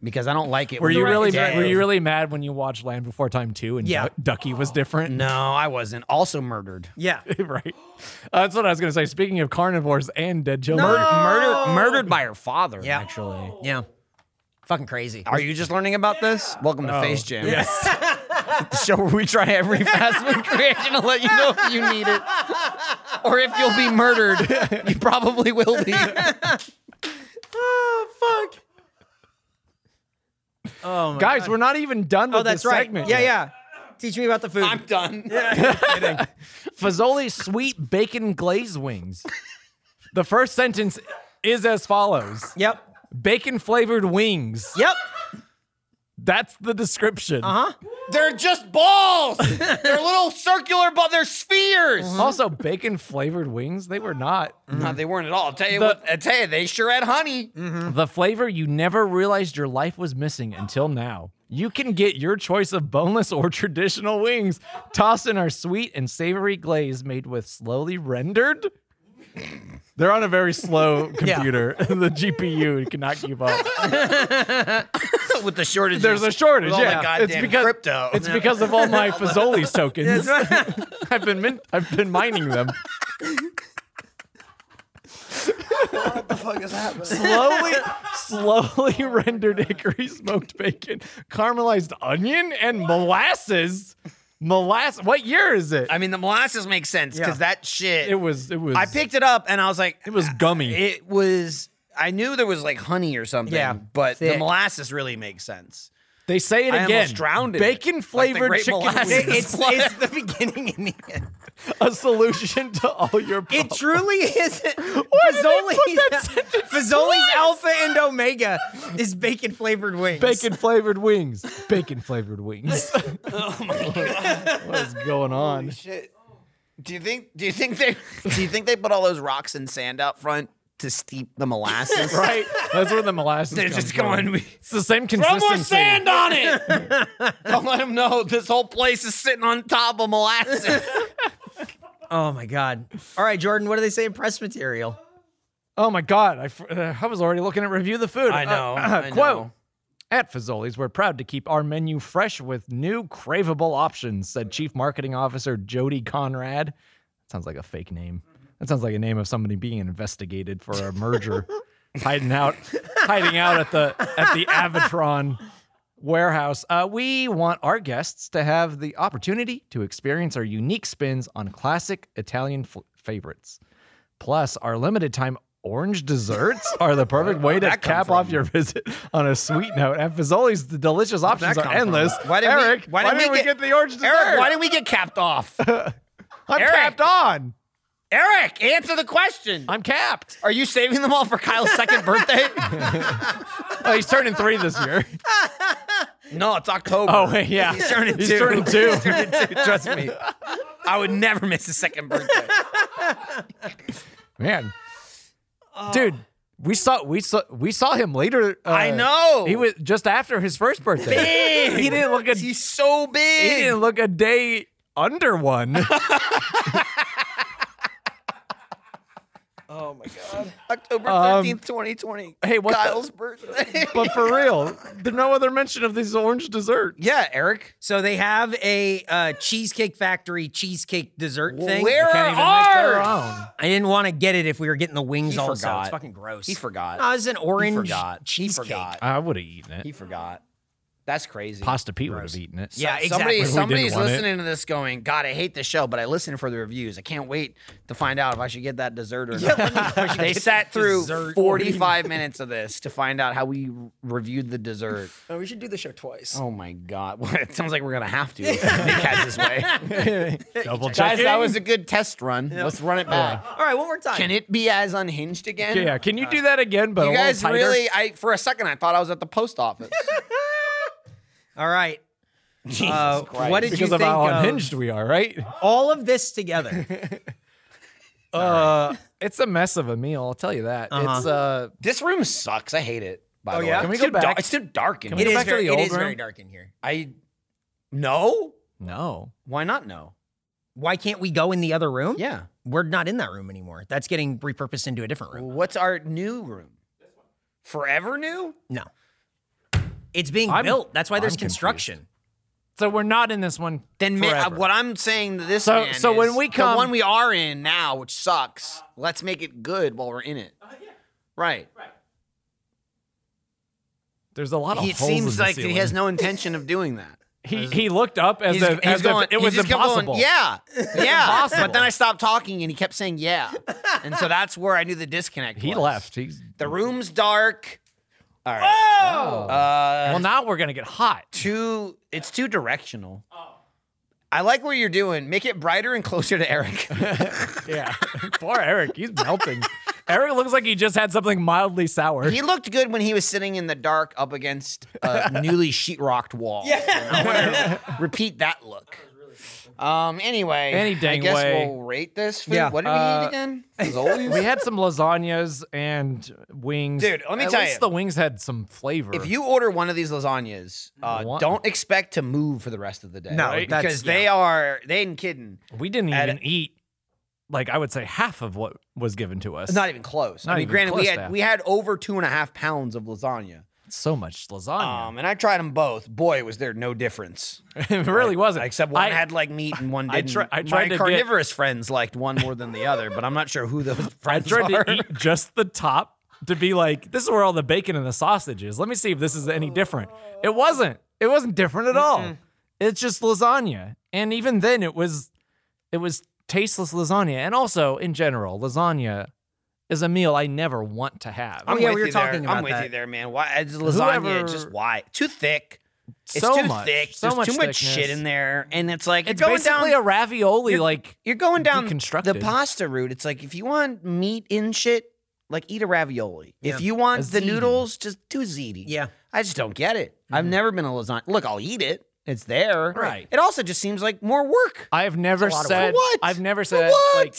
Speaker 2: because I don't like it.
Speaker 3: Were
Speaker 2: when
Speaker 3: you
Speaker 2: they're
Speaker 3: really
Speaker 2: dead.
Speaker 3: were you really mad when you watched Land Before Time 2 and
Speaker 5: Yeah.
Speaker 3: Duck- Ducky was different?
Speaker 2: No, I wasn't. Also murdered.
Speaker 5: Yeah.
Speaker 3: right. Uh, that's what I was going to say. Speaking of carnivores and dead children,
Speaker 2: "Oh." Murder, murdered by her father.
Speaker 5: Yeah.
Speaker 2: Actually,
Speaker 5: Yeah. Fucking crazy.
Speaker 2: are you just learning about this? Welcome to
Speaker 3: Oh.
Speaker 2: Face Jam. the show where we try every fast food creation to let you know if you need it or if you'll be murdered. You probably will be.
Speaker 3: Ah,
Speaker 5: Oh fuck. Oh my
Speaker 3: guys, we're not even done with
Speaker 5: Oh, that's
Speaker 3: this
Speaker 5: right.
Speaker 3: segment.
Speaker 5: Yeah, yeah. Teach me about the food.
Speaker 2: I'm done.
Speaker 3: Fazoli sweet bacon glaze wings. the first sentence is as follows:
Speaker 5: Yep.
Speaker 3: Bacon flavored wings.
Speaker 5: Yep.
Speaker 3: That's the description. Uh-huh.
Speaker 2: They're just balls. they're little circular, but they're spheres.
Speaker 3: Also, bacon flavored wings. They were not
Speaker 2: No, they weren't at all. I'll tell you what. I tell you, they sure had honey.
Speaker 3: the flavor you never realized your life was missing until now. You can get your choice of boneless or traditional wings tossed in our sweet and savory glaze made with slowly rendered. They're on a very slow computer. the GPU cannot keep up.
Speaker 2: With the shortage,
Speaker 3: There's a shortage.
Speaker 2: all the
Speaker 3: yeah, it's
Speaker 2: goddamn
Speaker 3: because
Speaker 2: crypto.
Speaker 3: it's because of all my Fazoli's tokens. I've been min- I've been mining them. slowly, slowly rendered hickory smoked bacon, caramelized onion, and molasses. Molasses. What year is it?
Speaker 2: I mean, the molasses makes sense because that shit.
Speaker 3: it was. It was.
Speaker 2: I picked it up and I was like,
Speaker 3: It was gummy.
Speaker 2: It was. I knew there was like honey or something.
Speaker 5: Yeah,
Speaker 2: but the
Speaker 5: thick.
Speaker 2: molasses really makes sense.
Speaker 3: they say it
Speaker 2: I
Speaker 3: again.
Speaker 2: almost drowned in it.
Speaker 3: bacon
Speaker 2: Like
Speaker 3: flavored
Speaker 2: the great
Speaker 3: chicken.
Speaker 2: molasses.
Speaker 3: wings.
Speaker 5: It's, it's the beginning and the end.
Speaker 3: a solution to all your
Speaker 2: Oh.
Speaker 5: It
Speaker 3: problems.
Speaker 5: truly isn't.
Speaker 3: did they put that
Speaker 5: Fazoli's, Fazoli's Alpha and Omega is bacon flavored wings.
Speaker 3: Bacon flavored wings. Bacon flavored wings. oh my god. what is going on?
Speaker 2: Shit. Do you think? Do you think they? Do you think they put all those rocks and sand out front to steep the molasses?
Speaker 3: Right? That's where the molasses
Speaker 2: They're
Speaker 3: comes
Speaker 2: just
Speaker 3: from.
Speaker 2: going. "We-
Speaker 3: It's the same
Speaker 2: Throw
Speaker 3: consistency.
Speaker 2: more sand on it. Don't let them know this whole place is sitting on top of molasses.
Speaker 5: Oh my God. All right, Jordan, what do they say in press material?
Speaker 3: Oh my god, I, fr- uh, I was already looking at review the food.
Speaker 2: I
Speaker 3: Uh,
Speaker 2: know, I
Speaker 3: quote.
Speaker 2: know.
Speaker 3: At Fazoli's, we're proud to keep our menu fresh with new craveable options, said Chief Marketing Officer Jody Conrad. That sounds like a fake name. That sounds like a name of somebody being investigated for a merger, hiding out, hiding out at the at the Avatron warehouse. Uh, we want our guests to have the opportunity to experience our unique spins on classic Italian f- favorites. Plus, our limited time orange desserts are the perfect way to cap off your visit on a sweet note. At Fazoli's, the delicious options
Speaker 2: that
Speaker 3: are
Speaker 2: come from?
Speaker 3: endless.
Speaker 2: Why didn't we-
Speaker 3: Eric,
Speaker 2: why
Speaker 3: why,
Speaker 2: didn't
Speaker 3: didn't
Speaker 2: we
Speaker 3: we get,
Speaker 2: get-
Speaker 3: the orange dessert?
Speaker 2: Eric, why did we get capped off?
Speaker 3: I'm
Speaker 2: Eric!
Speaker 3: capped on.
Speaker 2: Eric, answer the question.
Speaker 3: I'm capped.
Speaker 2: Are you saving them all for Kyle's second birthday?
Speaker 3: Oh, he's turning three this year.
Speaker 2: no, it's October.
Speaker 3: Oh, wait, yeah.
Speaker 2: He's turning
Speaker 3: He's
Speaker 2: two.
Speaker 3: turning two.
Speaker 2: He's turning two, Trust me. I would never miss a second birthday.
Speaker 3: Man, dude, we saw we saw we saw him later. Uh,
Speaker 2: I know.
Speaker 3: he was just after his first birthday.
Speaker 2: He
Speaker 3: didn't look a-
Speaker 2: He's so
Speaker 3: he
Speaker 2: big.
Speaker 3: didn't look a day under one.
Speaker 2: October
Speaker 3: Um,
Speaker 2: 13th, 2020.
Speaker 3: hey, what the-
Speaker 2: Kyle's birthday.
Speaker 3: but for real, there's no other mention of this orange dessert.
Speaker 2: yeah, Eric.
Speaker 5: So they have a uh, Cheesecake Factory cheesecake dessert thing.
Speaker 2: Where
Speaker 3: Can't
Speaker 2: are
Speaker 3: even make their
Speaker 2: ours?
Speaker 3: own.
Speaker 5: I didn't want to get it if we were getting the wings
Speaker 2: He
Speaker 5: also. It's
Speaker 2: forgot.
Speaker 5: fucking gross.
Speaker 2: He forgot.
Speaker 5: No, it's an orange
Speaker 2: He forgot.
Speaker 5: cheesecake.
Speaker 2: He forgot.
Speaker 3: I would have eaten it.
Speaker 2: He forgot. That's crazy.
Speaker 3: Pasta Pete would have eaten it.
Speaker 5: Yeah,
Speaker 2: Somebody,
Speaker 5: exactly.
Speaker 3: If we
Speaker 2: somebody's
Speaker 3: didn't want it.
Speaker 2: listening to this going, God, I hate the show, but I listen for the reviews. I can't wait to find out if I should get that dessert or not. they sat through
Speaker 5: dessert.
Speaker 2: 45 minutes of this to find out how we re- reviewed the dessert.
Speaker 8: Oh, we should do the show twice.
Speaker 2: Oh my God. it sounds like we're going to have to. if Nick has his way.
Speaker 3: Double check.
Speaker 2: Guys, that was a good test run. Let's run it back.
Speaker 5: All right, one more time.
Speaker 2: Can it be as unhinged again?
Speaker 3: yeah. Can you do that again? But
Speaker 2: You
Speaker 3: a little
Speaker 2: guys
Speaker 3: tighter?
Speaker 2: really, I for a second, I thought I was at the post office.
Speaker 5: All right.
Speaker 2: Jesus
Speaker 5: Uh,
Speaker 2: Christ.
Speaker 5: what did
Speaker 3: because
Speaker 5: you
Speaker 3: of
Speaker 5: think
Speaker 3: how
Speaker 2: um,
Speaker 5: of
Speaker 3: unhinged we are, right?
Speaker 5: all of this together?
Speaker 3: Uh, it's a mess of a meal. I'll tell you that.
Speaker 5: Uh-huh.
Speaker 3: It's uh,
Speaker 2: This room sucks. I hate it. By
Speaker 5: Oh,
Speaker 2: the
Speaker 5: yeah?
Speaker 2: way,
Speaker 5: Can
Speaker 3: we
Speaker 2: It's
Speaker 3: go
Speaker 2: too dark-
Speaker 3: back?
Speaker 2: It's too dark in
Speaker 3: Can we
Speaker 5: it
Speaker 2: here.
Speaker 3: go
Speaker 5: is
Speaker 3: back to the
Speaker 5: very, it
Speaker 3: old
Speaker 5: is very
Speaker 3: room?
Speaker 5: dark in here.
Speaker 2: I no.
Speaker 3: no.
Speaker 2: Why not no?
Speaker 5: Why can't we go in the other room?
Speaker 2: Yeah.
Speaker 5: We're not in that room anymore. That's getting repurposed into a different room.
Speaker 2: What's our new room? Forever new?
Speaker 5: No. It's being
Speaker 3: I'm-
Speaker 5: built. That's why there's
Speaker 3: I'm confused.
Speaker 5: construction.
Speaker 3: So we're not in this one.
Speaker 2: Then ma- uh,
Speaker 3: forever.
Speaker 2: what I'm saying to this
Speaker 3: So-
Speaker 2: man
Speaker 3: so when
Speaker 2: is
Speaker 3: we come-
Speaker 2: the one we are in now, which sucks. Let's make it good while we're in it. Right.
Speaker 3: There's a lot of
Speaker 2: He- It
Speaker 3: holes in
Speaker 2: seems
Speaker 3: the
Speaker 2: like he
Speaker 3: ceiling.
Speaker 2: has no intention of doing that.
Speaker 3: He he looked up as
Speaker 2: He's,
Speaker 3: if,
Speaker 2: he's
Speaker 3: as if
Speaker 2: going.
Speaker 3: it
Speaker 2: he
Speaker 3: was
Speaker 2: just kept going,
Speaker 3: impossible.
Speaker 2: yeah, yeah. But then I stopped talking, and he kept saying yeah, and so that's where I knew the disconnect.
Speaker 3: he
Speaker 2: was.
Speaker 3: left. He's
Speaker 2: The room's dark. All right. Uh,
Speaker 3: well. Now we're gonna get hot.
Speaker 2: too it's too directional. I like what you're doing. Make it brighter and closer to Eric.
Speaker 3: Yeah, poor Eric. He's melting. Eric looks like he just had something mildly sour.
Speaker 2: he looked good when he was sitting in the dark up against a newly sheetrocked wall. Yeah. I want to repeat that look. Um. Anyway,
Speaker 3: Any dang
Speaker 2: I guess
Speaker 3: way.
Speaker 2: we'll rate this food.
Speaker 5: Yeah.
Speaker 2: What did we
Speaker 3: Uh,
Speaker 2: eat again? Fazoli's?
Speaker 3: we had some lasagnas and wings.
Speaker 2: Dude, let me
Speaker 3: At
Speaker 2: tell
Speaker 3: least
Speaker 2: you.
Speaker 3: the wings had some flavor.
Speaker 2: if you order one of these lasagnas, uh,
Speaker 3: One-
Speaker 2: don't expect to move for the rest of the day.
Speaker 5: No, that's-
Speaker 2: because they are they ain't kidding.
Speaker 3: we didn't
Speaker 2: At-
Speaker 3: even eat, like I would say, half of what was given to us.
Speaker 2: Not even close.
Speaker 3: Not
Speaker 2: I mean,
Speaker 3: even
Speaker 2: granted, we
Speaker 3: close
Speaker 2: had
Speaker 3: to that.
Speaker 2: we had over two and a half pounds of lasagna.
Speaker 3: so much lasagna.
Speaker 2: Um, and I tried them both. Boy, was there no difference.
Speaker 3: it really wasn't.
Speaker 2: Except one
Speaker 3: I-
Speaker 2: had like meat and one
Speaker 3: I
Speaker 2: didn't.
Speaker 3: tri- I tried to
Speaker 2: My
Speaker 3: get-
Speaker 2: carnivorous friends liked one more than the other, but I'm not sure who those
Speaker 3: I
Speaker 2: friends
Speaker 3: tried
Speaker 2: are.
Speaker 3: to eat just the top to be like, this is where all the bacon and the sausage is. Let me see if this is any different. It wasn't. It wasn't different at all. It's just lasagna. And even then it was it was tasteless lasagna. And also in general, lasagna is a meal I never want to have.
Speaker 2: I'm
Speaker 5: yeah,
Speaker 2: with
Speaker 5: we were
Speaker 2: you
Speaker 5: talking
Speaker 2: there.
Speaker 5: about
Speaker 2: I'm with
Speaker 5: that.
Speaker 2: you there, man. Why it's lasagna?
Speaker 3: Whoever-
Speaker 2: Just why? Too thick. It's
Speaker 3: so
Speaker 2: too
Speaker 3: much,
Speaker 2: thick.
Speaker 3: so
Speaker 2: There's
Speaker 3: much
Speaker 2: too much
Speaker 3: thickness.
Speaker 2: shit in there, and it's like
Speaker 3: It's
Speaker 2: you're going
Speaker 3: basically
Speaker 2: down.
Speaker 3: a ravioli. like
Speaker 2: you're going down the
Speaker 3: deconstructed.
Speaker 2: pasta route. It's like if you want meat in shit, like eat a ravioli.
Speaker 5: Yeah.
Speaker 2: If you want
Speaker 3: A
Speaker 2: the
Speaker 3: ziti.
Speaker 2: noodles, just do ziti.
Speaker 5: Yeah.
Speaker 2: I just don't get it. I've never been a lasagna. Look, I'll eat it. It's there.
Speaker 3: Right.
Speaker 2: It also just seems like more work.
Speaker 3: I have never
Speaker 2: lot of
Speaker 3: said.
Speaker 2: work. For what?
Speaker 3: I've never
Speaker 2: For
Speaker 3: said
Speaker 2: what?
Speaker 3: like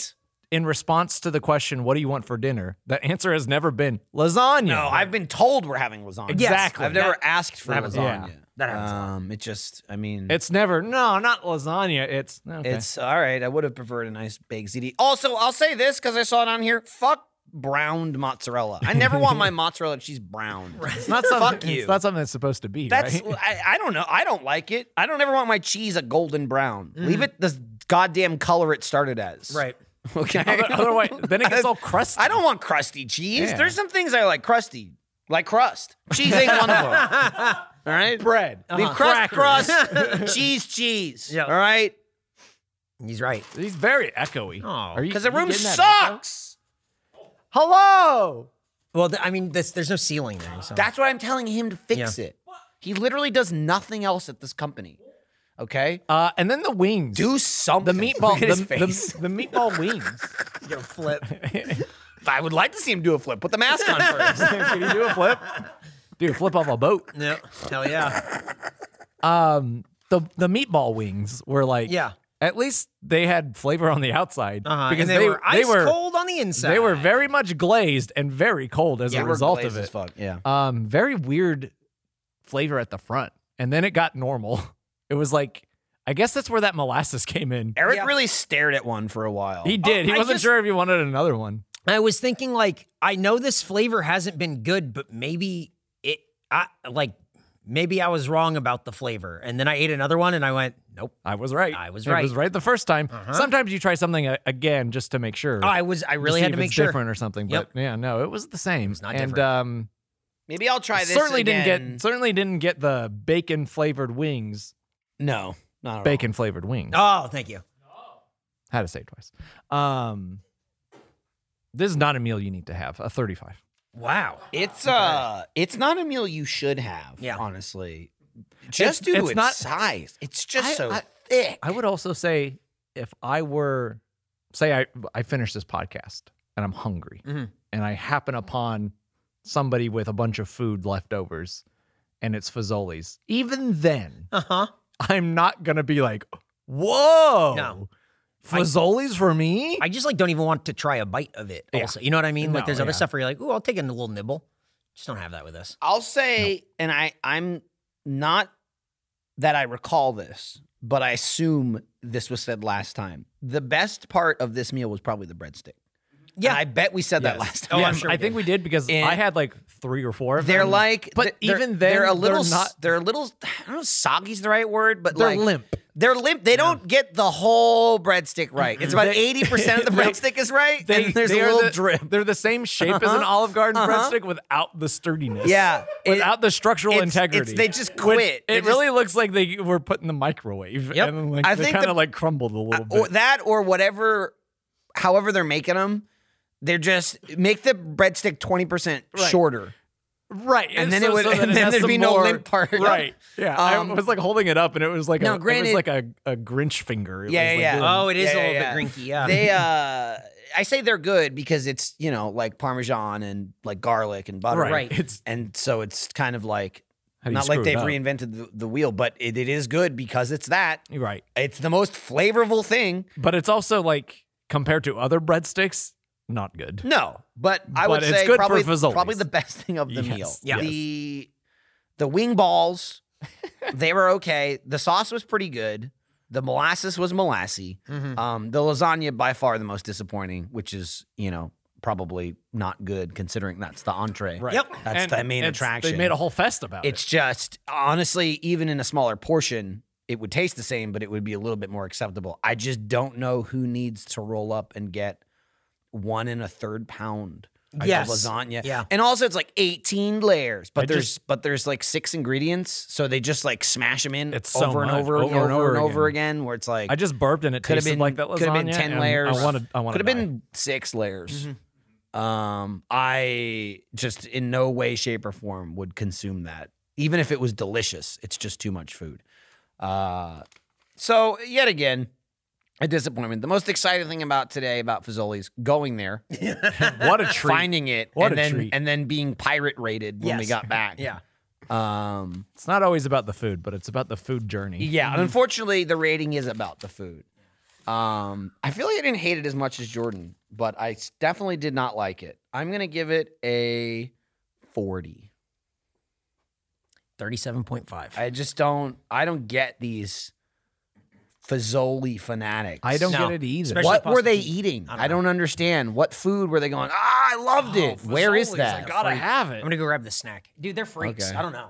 Speaker 3: in response to the question, "What do you want for dinner?" The answer has never been lasagna.
Speaker 2: No, I've been told we're having lasagna.
Speaker 3: Exactly.
Speaker 2: I've never asked for
Speaker 5: happens a
Speaker 3: lot.
Speaker 2: lasagna.
Speaker 3: Yeah.
Speaker 5: That happens a
Speaker 2: Um, it just, I mean,
Speaker 3: It's never. No, not lasagna. It's. okay.
Speaker 2: It's all right. I would have preferred a nice baked ziti. Also, I'll say this because I saw it on here. Fuck browned mozzarella. I never want my mozzarella. She's brown.
Speaker 3: It's not something.
Speaker 2: Fuck you.
Speaker 3: It's not something that's supposed to be.
Speaker 2: That's
Speaker 3: right?
Speaker 2: I, I don't know. I don't like it. I don't ever want my cheese a golden brown.
Speaker 3: Mm.
Speaker 2: Leave it the goddamn color it started as.
Speaker 5: Right.
Speaker 2: Okay.
Speaker 3: Other- Otherwise, then it gets all crusty.
Speaker 2: I don't want crusty cheese.
Speaker 3: Yeah.
Speaker 2: There's some things I like crusty, like crust. Cheese ain't one of them. All right.
Speaker 3: bread. Uh-huh.
Speaker 2: Leave crust, crust, cheese, cheese.
Speaker 5: Yeah.
Speaker 2: All right.
Speaker 5: He's right.
Speaker 3: He's very echoey.
Speaker 5: Oh,
Speaker 3: Are you-
Speaker 2: Because the
Speaker 3: you
Speaker 2: room
Speaker 3: getting that echo?
Speaker 2: sucks.
Speaker 3: Hello.
Speaker 5: Well, th- I mean, this, there's no ceiling there. So.
Speaker 2: That's why I'm telling him to fix it. He literally does nothing else at this company. Okay?
Speaker 3: Uh, and then the wings.
Speaker 2: Do something.
Speaker 3: the meatball.
Speaker 2: Look at
Speaker 3: The,
Speaker 2: his face.
Speaker 3: the- the meatball wings.
Speaker 5: your flip.
Speaker 2: I would like to see him do a flip. Put the mask on first.
Speaker 3: Can you do a flip? Do a flip off a boat.
Speaker 5: no. Hell yeah.
Speaker 3: Um, the the meatball wings were like.
Speaker 5: Yeah.
Speaker 3: At least they had flavor on the outside
Speaker 5: Uh-huh.
Speaker 3: because
Speaker 5: and they, were ice cold on the inside.
Speaker 3: They were very much glazed and very cold as
Speaker 2: Yeah,
Speaker 3: a
Speaker 2: we're
Speaker 3: result
Speaker 2: glazed
Speaker 3: of
Speaker 2: as
Speaker 3: it.
Speaker 2: fuck. Yeah.
Speaker 3: Um, very weird flavor at the front, and then it got normal. It was like, I guess that's where that molasses came in.
Speaker 2: Eric
Speaker 5: Yeah.
Speaker 2: really stared at one for a while.
Speaker 3: He did. he
Speaker 5: Oh, I
Speaker 3: wasn't
Speaker 5: just-
Speaker 3: sure if he wanted another one.
Speaker 5: I was thinking like I know this flavor hasn't been good, but maybe it I like maybe I was wrong about the flavor. And then I ate another one and I went, nope.
Speaker 3: I was right.
Speaker 5: I was
Speaker 3: It was
Speaker 5: right. Uh-huh.
Speaker 3: right the first time. Sometimes you try something a- again just to make sure.
Speaker 5: Oh, I was I
Speaker 3: to
Speaker 5: really
Speaker 3: see
Speaker 5: had
Speaker 3: if
Speaker 5: to make
Speaker 3: it's
Speaker 5: sure.
Speaker 3: different or something.
Speaker 5: Yep.
Speaker 3: But yeah, no, it was the same. It's
Speaker 5: not
Speaker 3: and,
Speaker 5: different.
Speaker 3: Um,
Speaker 2: Maybe I'll try this.
Speaker 3: certainly didn't
Speaker 2: again.
Speaker 3: get certainly didn't get the bacon flavored wings.
Speaker 2: No. Not at all.
Speaker 3: Bacon flavored wings.
Speaker 5: Oh, thank you.
Speaker 3: Had to say it twice. Um, this is not a meal you need to have. A thirty-five.
Speaker 5: Wow.
Speaker 2: It's uh it's not a meal you should have,
Speaker 5: Yeah.
Speaker 2: honestly. Just due to
Speaker 3: it's
Speaker 2: its
Speaker 3: not-
Speaker 2: size. It's just
Speaker 3: I-
Speaker 2: so
Speaker 3: I-
Speaker 2: thick.
Speaker 3: I would also say if I were say I I finish this podcast and I'm hungry
Speaker 2: Mm-hmm.
Speaker 5: Mhm.
Speaker 3: and I happen upon somebody with a bunch of food leftovers and it's Fazoli's, even then
Speaker 5: Uh-huh.
Speaker 3: I'm not gonna be like, whoa,
Speaker 5: No.
Speaker 3: Fazoli's for me.
Speaker 5: I just like don't even want to try a bite of it.
Speaker 3: Yeah.
Speaker 5: Also, you know what I mean? like
Speaker 3: No,
Speaker 5: there's other
Speaker 3: yeah.
Speaker 5: stuff where you're like, ooh, I'll take a little nibble. Just don't have that with us.
Speaker 2: I'll say, and I I'm not that I recall this, but I assume this was said last time. The best part of this meal was probably the breadstick.
Speaker 5: Yeah.
Speaker 2: And I bet we said that
Speaker 3: Yes.
Speaker 2: last
Speaker 5: Oh,
Speaker 2: time.
Speaker 5: I'm sure
Speaker 3: I
Speaker 5: we
Speaker 3: think we did because
Speaker 2: And-
Speaker 3: I had like three or four of
Speaker 2: They're
Speaker 3: them.
Speaker 2: like,
Speaker 3: But
Speaker 2: they're-
Speaker 3: even
Speaker 2: they're,
Speaker 3: then,
Speaker 2: a little,
Speaker 3: they're not-
Speaker 2: s- they're a little, I don't know, if soggy's the right word, but
Speaker 3: They're
Speaker 2: like
Speaker 3: limp.
Speaker 2: They're limp. They don't get the whole breadstick right. It's about
Speaker 3: Mm-hmm. They-
Speaker 2: eighty percent of the
Speaker 3: They-
Speaker 2: breadstick is right,
Speaker 3: They-
Speaker 2: and there's a
Speaker 3: they are
Speaker 2: little
Speaker 3: the-
Speaker 2: drip.
Speaker 3: They're the same shape as an Olive Garden
Speaker 2: uh-huh.
Speaker 3: breadstick without the sturdiness.
Speaker 2: Yeah, it-
Speaker 3: without the structural
Speaker 2: it's- it's-
Speaker 3: integrity.
Speaker 2: they just
Speaker 3: When-
Speaker 2: quit.
Speaker 3: It
Speaker 2: They just-
Speaker 3: really looks like they were put in the microwave.
Speaker 5: Yep.
Speaker 3: And then, like,
Speaker 2: I
Speaker 3: they
Speaker 2: think
Speaker 3: kind
Speaker 2: the- oh,
Speaker 3: of like crumbled a little
Speaker 2: or
Speaker 3: bit.
Speaker 2: that or whatever however they're making them they're just make the breadstick 20%
Speaker 3: Right.
Speaker 2: shorter
Speaker 3: right.
Speaker 2: and then it would-
Speaker 3: that
Speaker 2: and then
Speaker 3: has
Speaker 2: there'd
Speaker 3: some
Speaker 2: be no
Speaker 3: more-
Speaker 2: limp part.
Speaker 3: Right. Yeah.
Speaker 2: Um,
Speaker 3: I was like holding it up and it was like,
Speaker 2: Now,
Speaker 3: a,
Speaker 2: granted-
Speaker 3: it was like a, a Grinch finger. It
Speaker 2: Yeah,
Speaker 3: was,
Speaker 2: yeah,
Speaker 3: like,
Speaker 2: yeah.
Speaker 3: little-
Speaker 5: Oh, it is
Speaker 2: Yeah,
Speaker 5: a little
Speaker 2: yeah,
Speaker 5: bit grinky. Yeah.
Speaker 2: they uh i say they're good because it's you know like parmesan and like garlic and butter
Speaker 3: right.
Speaker 5: right.
Speaker 3: It's
Speaker 2: and so it's kind of like
Speaker 3: how do you
Speaker 2: not like
Speaker 3: screw it
Speaker 2: they've
Speaker 3: up?
Speaker 2: reinvented the, the wheel but it, it is good because it's that
Speaker 3: You're Right.
Speaker 2: it's the most flavorful thing
Speaker 3: But it's also like compared to other breadsticks, not good.
Speaker 2: no but i would
Speaker 3: But it's
Speaker 2: say
Speaker 3: good for
Speaker 2: probably,
Speaker 3: Fazoli's.
Speaker 2: probably the best thing of the
Speaker 3: Yes,
Speaker 2: meal
Speaker 5: yeah.
Speaker 2: the the wing balls they were okay the sauce was pretty good the molasses was molassy
Speaker 5: Mhm.
Speaker 2: Um, the lasagna by far the most disappointing, which is you know probably not good considering that's the entree.
Speaker 3: Right.
Speaker 5: Yep.
Speaker 2: That's
Speaker 3: And
Speaker 2: the main
Speaker 3: it's-
Speaker 2: attraction.
Speaker 3: They made a whole fest about
Speaker 2: It's
Speaker 3: it.
Speaker 2: just honestly, even in a smaller portion, it would taste the same, but it would be a little bit more acceptable. I just don't know who needs to roll up and get one and a third pound.
Speaker 5: Yes.
Speaker 2: Of lasagna.
Speaker 5: Yeah.
Speaker 2: And also it's like 18 layers, but
Speaker 3: I
Speaker 2: there's
Speaker 3: just-
Speaker 2: but there's like six ingredients. So they just like smash them in
Speaker 3: It's so
Speaker 2: over and
Speaker 3: much,
Speaker 2: over, and
Speaker 3: over and
Speaker 2: over and
Speaker 3: over
Speaker 2: over again. where it's like
Speaker 3: I just burped and it
Speaker 2: could have
Speaker 3: tasted
Speaker 2: been
Speaker 3: like that lasagna.
Speaker 2: could have been 10
Speaker 3: and
Speaker 2: layers
Speaker 3: I wanted. I wanted.
Speaker 2: could have been six layers
Speaker 3: Mm-hmm.
Speaker 2: um i just in no way shape or form would consume that even if it was delicious. It's just too much food. Uh, so yet again, a disappointment. The most exciting thing about today about Fazoli's going there,
Speaker 3: What a treat.
Speaker 2: finding it, and
Speaker 3: What a
Speaker 2: then
Speaker 3: treat.
Speaker 2: and then being pirate raided when we
Speaker 5: Yes.
Speaker 2: got back.
Speaker 5: Yeah.
Speaker 2: Um,
Speaker 3: It's not always about the food, but it's about the food journey.
Speaker 2: yeah, and unfortunately, the rating is about the food. Um, I feel like I didn't hate it as much as Jordan, but I s- definitely did not like it. I'm gonna give it a forty.
Speaker 5: 37.5.
Speaker 2: I just don't. I don't get these Fazoli fanatics.
Speaker 3: I don't
Speaker 5: No.
Speaker 3: get it either.
Speaker 5: Especially-
Speaker 2: What were they
Speaker 5: pasta.
Speaker 2: eating?
Speaker 5: I
Speaker 2: I
Speaker 5: don't
Speaker 2: don't, understand. What food were they going? Ah, I loved
Speaker 3: Oh,
Speaker 2: it. Where is that?
Speaker 3: have
Speaker 5: I'm going to go grab the snack. Dude, they're freaks.
Speaker 2: Okay.
Speaker 5: I don't know.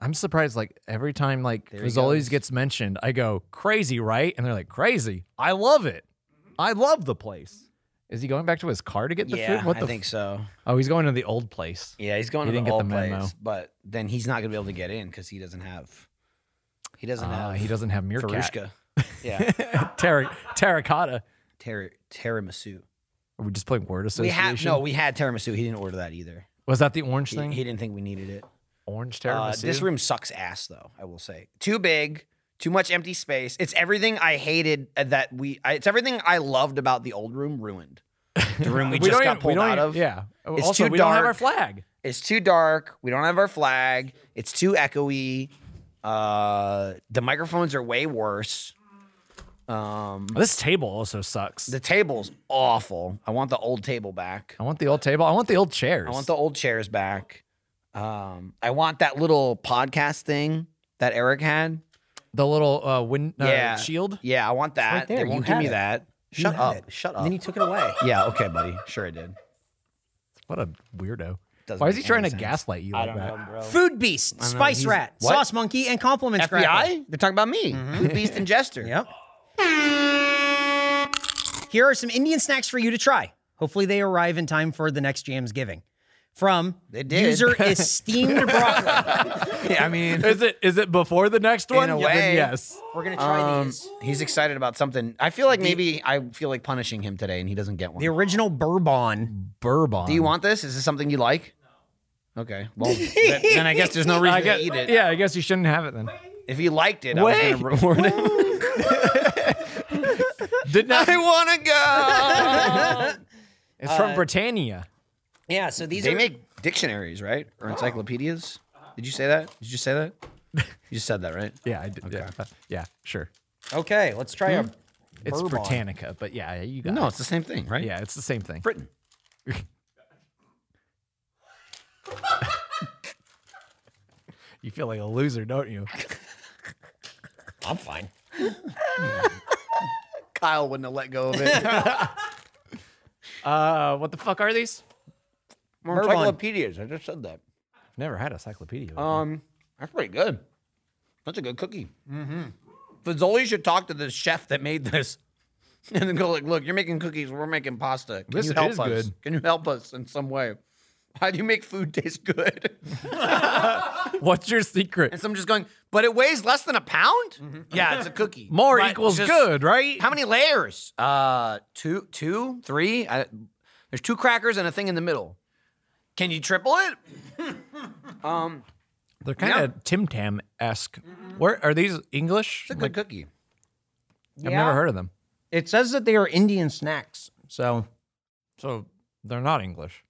Speaker 3: I'm surprised. Like every time, like
Speaker 2: he
Speaker 3: Fazoli's
Speaker 2: goes.
Speaker 3: gets mentioned, I go crazy, right? And they're like, crazy. I love it. I love the place. Is he going back to his car to get the
Speaker 2: yeah,
Speaker 3: food? What
Speaker 2: I
Speaker 3: the?
Speaker 2: think
Speaker 3: f-
Speaker 2: so.
Speaker 3: oh, he's going to the old place.
Speaker 2: Yeah, he's going
Speaker 3: He
Speaker 2: to
Speaker 3: didn't
Speaker 2: the
Speaker 3: get the
Speaker 2: old
Speaker 3: memo.
Speaker 2: place, but then he's not gonna be able to get in because he doesn't have. He doesn't
Speaker 3: Ah,
Speaker 2: have.
Speaker 3: he doesn't have meerkat.
Speaker 2: Farushka. Yeah,
Speaker 3: Terra, terracotta.
Speaker 2: ter- tiramisu.
Speaker 3: Are we just playing word
Speaker 2: We
Speaker 3: association?
Speaker 2: had no, we had tiramisu. He didn't order that either.
Speaker 3: Was that the orange
Speaker 2: He,
Speaker 3: thing?
Speaker 2: he didn't think we needed it.
Speaker 3: orange
Speaker 2: Uh,
Speaker 3: tiramisu.
Speaker 2: this room sucks ass, though. I will say, too big, too much empty space. It's everything I hated uh, that we. I, it's everything I loved about the old room ruined. The room we, just
Speaker 3: don't
Speaker 2: got
Speaker 3: even- we
Speaker 2: pulled
Speaker 3: don't
Speaker 2: out
Speaker 3: even-
Speaker 2: of.
Speaker 3: Yeah.
Speaker 2: It's
Speaker 3: also,
Speaker 2: too
Speaker 3: we don't have our
Speaker 2: dark.
Speaker 3: flag.
Speaker 2: It's too dark. We don't have our flag. It's too echoey. Uh, the microphones are way worse. Um,
Speaker 3: This table also sucks.
Speaker 2: the table's awful. I want the old table back.
Speaker 3: I want the old table. I want the old chairs.
Speaker 2: I want the old chairs back. Um, I want that little podcast thing that Eric had.
Speaker 3: the little uh, wind uh,
Speaker 2: Yeah.
Speaker 3: shield.
Speaker 2: Yeah, I want that.
Speaker 5: right there.
Speaker 2: They
Speaker 5: You
Speaker 2: won't give
Speaker 5: had
Speaker 2: me
Speaker 5: it.
Speaker 2: that.
Speaker 5: You
Speaker 2: Shut
Speaker 5: had
Speaker 2: up.
Speaker 5: it.
Speaker 2: Shut
Speaker 5: And
Speaker 2: up.
Speaker 5: then you took it away.
Speaker 2: yeah, okay, buddy. Sure, I did.
Speaker 3: What a weirdo.
Speaker 2: Doesn't
Speaker 3: Why is he
Speaker 2: make
Speaker 3: trying to
Speaker 2: any sense.
Speaker 3: gaslight you like that?
Speaker 2: bro.
Speaker 5: Food Beast, Spice
Speaker 2: he's-
Speaker 5: Rat,
Speaker 2: What?
Speaker 5: Sauce Monkey, and Compliments Grappler.
Speaker 2: FBI? They're talking about me. Food Beast and Jester.
Speaker 5: Yep. Here are some Indian snacks for you to try. Hopefully, they arrive in time for the next Jam's Giving. From
Speaker 2: They did.
Speaker 5: user esteemed broccoli.
Speaker 2: Yeah, I mean,
Speaker 3: Is it is it before the next one?
Speaker 2: a
Speaker 3: Yeah, then
Speaker 2: way.
Speaker 3: yes.
Speaker 5: We're gonna try
Speaker 2: um,
Speaker 5: these.
Speaker 2: he's excited about something. I feel like maybe I feel like punishing him today and he doesn't get one.
Speaker 5: The original bourbon.
Speaker 3: Bourbon.
Speaker 2: Do you want this? Is this something you like? Okay. Well, then, then I guess there's no reason
Speaker 3: I guess,
Speaker 2: to eat it.
Speaker 3: Yeah, I guess you shouldn't have it then.
Speaker 2: If he liked it, I
Speaker 3: Wait.
Speaker 2: was going to reward him.
Speaker 3: Did not.
Speaker 2: I want to go. Uh,
Speaker 3: It's from Britannia.
Speaker 5: Yeah. So these
Speaker 2: They
Speaker 5: are
Speaker 2: make dictionaries, right? Or encyclopedias? Did you say that? Did you say that? You just said that, right?
Speaker 3: Yeah, I did. Yeah, yeah, sure.
Speaker 5: okay. Let's try a
Speaker 3: It's
Speaker 5: Bourbon.
Speaker 3: Britannica, but yeah, you got
Speaker 2: No,
Speaker 3: it.
Speaker 2: it's the same thing, right?
Speaker 3: Yeah, it's the same thing.
Speaker 2: Britain.
Speaker 3: You feel like a loser, don't you?
Speaker 5: I'm fine.
Speaker 2: Kyle wouldn't have let go of it.
Speaker 3: Uh, what the fuck are these?
Speaker 2: More encyclopedias. I just said that.
Speaker 3: Never had a cyclopedia.
Speaker 2: Um, that's pretty good. That's a good cookie. Mm-hmm. Fazoli should talk to the chef that made this, and then go like, "Look, you're making cookies. We're making pasta. Can
Speaker 3: This
Speaker 2: you help
Speaker 3: is
Speaker 2: us?
Speaker 3: good.
Speaker 2: Can you help us in some way? How do you make food taste good?"
Speaker 3: What's your secret?
Speaker 2: And so I'm just going, "But it weighs less than a pound. Yeah, it's a cookie.
Speaker 3: More
Speaker 2: But
Speaker 3: equals
Speaker 2: just-
Speaker 3: good, right?
Speaker 2: How many layers? Uh, two, two, three. I, there's two crackers and a thing in the middle. Can you triple it?
Speaker 3: They're kind of Tim Tam esque. Where are these English?
Speaker 2: It's a good
Speaker 3: Like,
Speaker 2: cookie.
Speaker 3: I've never heard of them.
Speaker 5: It says that they are Indian snacks. So
Speaker 3: So they're not English.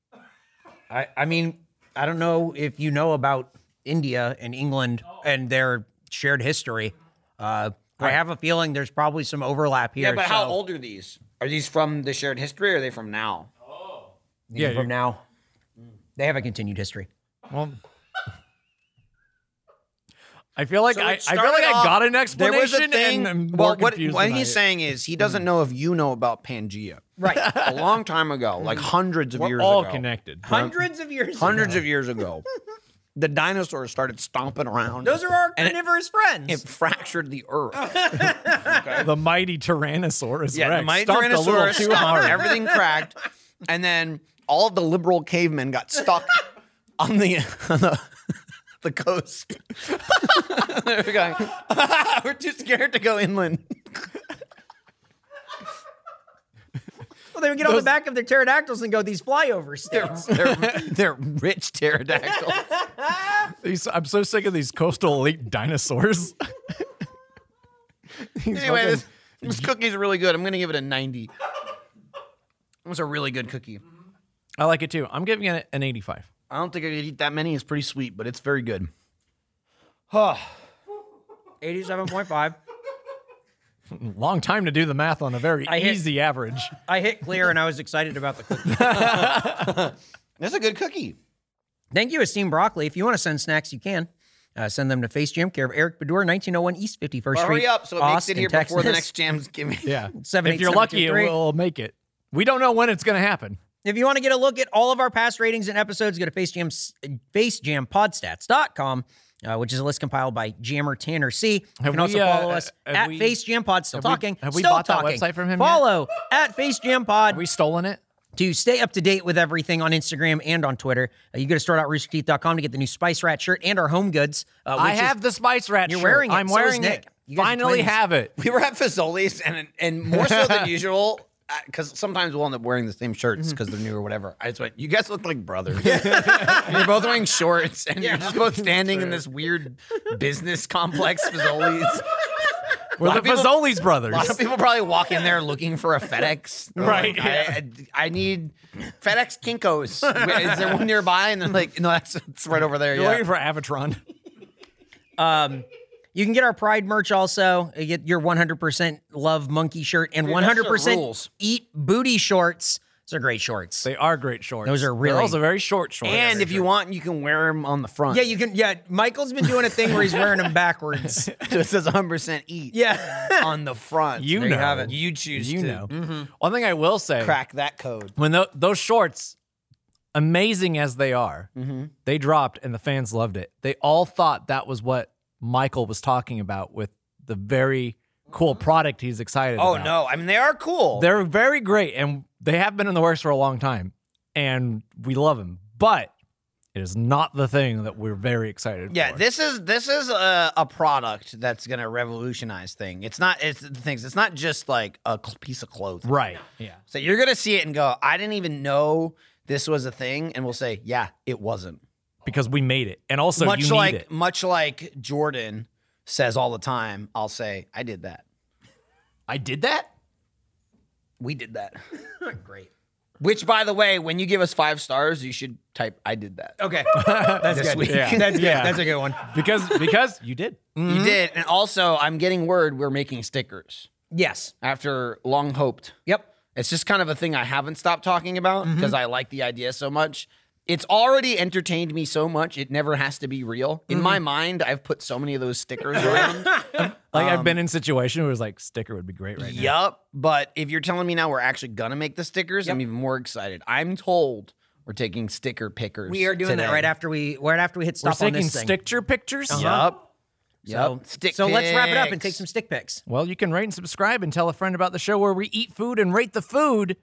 Speaker 5: I, I mean, I don't know if you know about India and England and their shared history. Uh, I have a feeling there's probably some overlap here.
Speaker 2: Yeah, but how
Speaker 5: so-
Speaker 2: old are these? Are these from the shared history or are they from now?
Speaker 5: yeah,
Speaker 3: you're-
Speaker 5: from now? They have a continued history.
Speaker 3: Well, I feel like
Speaker 2: So
Speaker 3: I, I
Speaker 2: it
Speaker 3: feel
Speaker 2: started
Speaker 3: like I
Speaker 2: off-
Speaker 3: got an explanation and I'm more
Speaker 2: well, what,
Speaker 3: confused
Speaker 2: what
Speaker 3: than I-
Speaker 2: he's saying is he doesn't know if you know about Pangea.
Speaker 5: Right.
Speaker 2: A long time ago, like hundreds of
Speaker 3: Mm-hmm. we're
Speaker 2: years
Speaker 3: all
Speaker 2: ago.
Speaker 3: connected.
Speaker 5: Hundreds of years
Speaker 2: Hundreds of years ago, the dinosaurs started stomping around.
Speaker 5: Those are our
Speaker 2: And it-
Speaker 5: carnivorous friends.
Speaker 2: It fractured the earth.
Speaker 3: The mighty Tyrannosaurus
Speaker 2: Yeah,
Speaker 3: Rex
Speaker 2: the mighty
Speaker 3: stomped a little
Speaker 2: Tyrannosaurus
Speaker 3: too
Speaker 2: stomped,
Speaker 3: hard.
Speaker 2: Everything cracked, and then all the liberal cavemen got stuck on the on the, the coast. They were going, we're too scared to go inland.
Speaker 5: well, they would get on the back of their pterodactyls and go, these flyover states.
Speaker 2: They're, they're rich pterodactyls.
Speaker 3: These, I'm so sick of these coastal elite dinosaurs. These
Speaker 2: Anyway,
Speaker 3: fucking-
Speaker 2: this, this cookie is really good. I'm gonna give it a 90. It was a really good cookie.
Speaker 3: I like it too. I'm giving it an 85.
Speaker 2: I don't think I could eat that many. It's pretty sweet, but it's very good.
Speaker 5: 87.5.
Speaker 3: Long time to do the math on a very
Speaker 5: I hit-
Speaker 3: easy average.
Speaker 5: I hit clear and I was excited about the cookie.
Speaker 2: That's a good cookie.
Speaker 5: Thank you, esteemed broccoli. If you want to send snacks, you can. Uh, send them to Face Jam, care of Eric Bedour, 1901 East 51st Street.
Speaker 2: Hurry up so it
Speaker 5: Austin,
Speaker 2: makes it here before the
Speaker 5: Texas.
Speaker 2: next jam's giving.
Speaker 3: Yeah.
Speaker 5: Seven,
Speaker 3: if
Speaker 5: eight,
Speaker 3: you're
Speaker 5: seven,
Speaker 3: lucky,
Speaker 5: two,
Speaker 3: it
Speaker 5: three.
Speaker 3: will make it. We don't know when it's going to happen.
Speaker 5: If you want to get a look at all of our past ratings and episodes, go to FaceJam's, FaceJamPodStats.com, uh, which is a list compiled by Jammer Tanner C. You
Speaker 3: Have
Speaker 5: can also
Speaker 3: we, uh,
Speaker 5: follow us
Speaker 3: have
Speaker 5: at
Speaker 3: we-
Speaker 5: FaceJamPod. Still
Speaker 3: have we-
Speaker 5: talking.
Speaker 3: have we
Speaker 5: still
Speaker 3: bought that
Speaker 5: talking.
Speaker 3: website from him yet?
Speaker 5: Follow at FaceJamPod.
Speaker 3: Have we stolen it?
Speaker 5: To stay up to date with everything on Instagram and on Twitter, uh, you go to store.roosterteeth.com to get the new Spice Rat shirt and our home goods. Uh,
Speaker 3: I
Speaker 5: which is-
Speaker 3: have the Spice Rat
Speaker 5: You're
Speaker 3: shirt.
Speaker 5: wearing it.
Speaker 3: I'm
Speaker 5: So is
Speaker 3: wearing
Speaker 5: Nick.
Speaker 3: it.
Speaker 5: You guys are
Speaker 3: Finally
Speaker 5: twins.
Speaker 3: have it.
Speaker 2: We were at Fazoli's and and more so than usual because sometimes we'll end up wearing the same shirts because they're new or whatever. I just went, you guys look like brothers. you're both wearing shorts and you're just both standing in this weird business complex Fazoli's.
Speaker 3: We're the
Speaker 2: of people-
Speaker 3: Fazoli's brothers.
Speaker 2: A lot of people probably walk in there looking for a FedEx. They're
Speaker 3: Right,
Speaker 2: like, I, I, I need FedEx Kinkos. Is there one nearby? And they're like, no, that's it's right over there.
Speaker 3: You're
Speaker 2: yeah.
Speaker 3: looking for Avatron.
Speaker 5: You can get our Pride merch also. You get your 100% Love Monkey shirt and
Speaker 2: that shit
Speaker 5: 100%
Speaker 2: rules.
Speaker 5: Eat Booty shorts. Those are great shorts.
Speaker 3: They are great shorts.
Speaker 5: Those are
Speaker 3: They're
Speaker 5: really-
Speaker 3: also very short shorts.
Speaker 2: and if you want, you can wear them on the front.
Speaker 5: yeah, you can. Yeah, Michael's been doing a thing where he's wearing them backwards.
Speaker 2: so it says 100% eat
Speaker 5: Yeah.
Speaker 2: on the front.
Speaker 3: You
Speaker 2: There
Speaker 3: know.
Speaker 2: have it. You choose
Speaker 3: you
Speaker 2: to Mm-hmm.
Speaker 3: know, one thing I will say,
Speaker 2: crack that code.
Speaker 3: when tho- those shorts, amazing as they are,
Speaker 2: Mm-hmm.
Speaker 3: they dropped and the fans loved it. They all thought that was what Michael was talking about with the very cool product he's excited
Speaker 2: Oh
Speaker 3: about.
Speaker 2: no! I mean, they are cool.
Speaker 3: They're very great and they have been in the works for a long time and we love them. But it is not the thing that we're very excited
Speaker 2: yeah,
Speaker 3: for.
Speaker 2: this is this is a, a product that's gonna revolutionize thing. It's not it's things. It's not just like a cl- piece of clothing.
Speaker 3: Right. Yeah.
Speaker 2: So you're gonna see it and go, I didn't even know this was a thing, and we'll say, yeah, it wasn't.
Speaker 3: Because we made it. And also you
Speaker 2: much
Speaker 3: need
Speaker 2: like
Speaker 3: it.
Speaker 2: much like Jordan says all the time, I'll say, I did that.
Speaker 3: I did that?
Speaker 2: We did that.
Speaker 5: Great.
Speaker 2: Which, by the way, when you give us five stars, you should type "I did that."
Speaker 5: Okay.
Speaker 2: That's this week.
Speaker 3: Yeah.
Speaker 5: That's good.
Speaker 3: Yeah.
Speaker 5: That's a good one.
Speaker 3: Because because you did.
Speaker 2: You did, and also I'm getting word we're making stickers
Speaker 5: Yes.
Speaker 2: after long hoped.
Speaker 5: Yep.
Speaker 2: It's just kind of a thing I haven't stopped talking about because I like the idea so much. It's already entertained me so much; it never has to be real. In my mind, I've put so many of those stickers around.
Speaker 3: Like I've
Speaker 2: Um,
Speaker 3: been in situation where it was like sticker would be great right now.
Speaker 2: Yup. But if you're telling me now we're actually gonna make the stickers, I'm even more excited. I'm told we're taking sticker pickers.
Speaker 5: We are doing
Speaker 2: today.
Speaker 5: that right after we right after we hit
Speaker 3: We're
Speaker 5: stop on
Speaker 3: taking
Speaker 5: this thing.
Speaker 3: sticker pictures.
Speaker 2: Yup.
Speaker 5: So,
Speaker 2: Yup. Stick
Speaker 5: so let's wrap it up and
Speaker 2: pics.
Speaker 5: take some stick picks.
Speaker 3: Well, you can rate and subscribe and tell a friend about the show where we eat food and rate the food.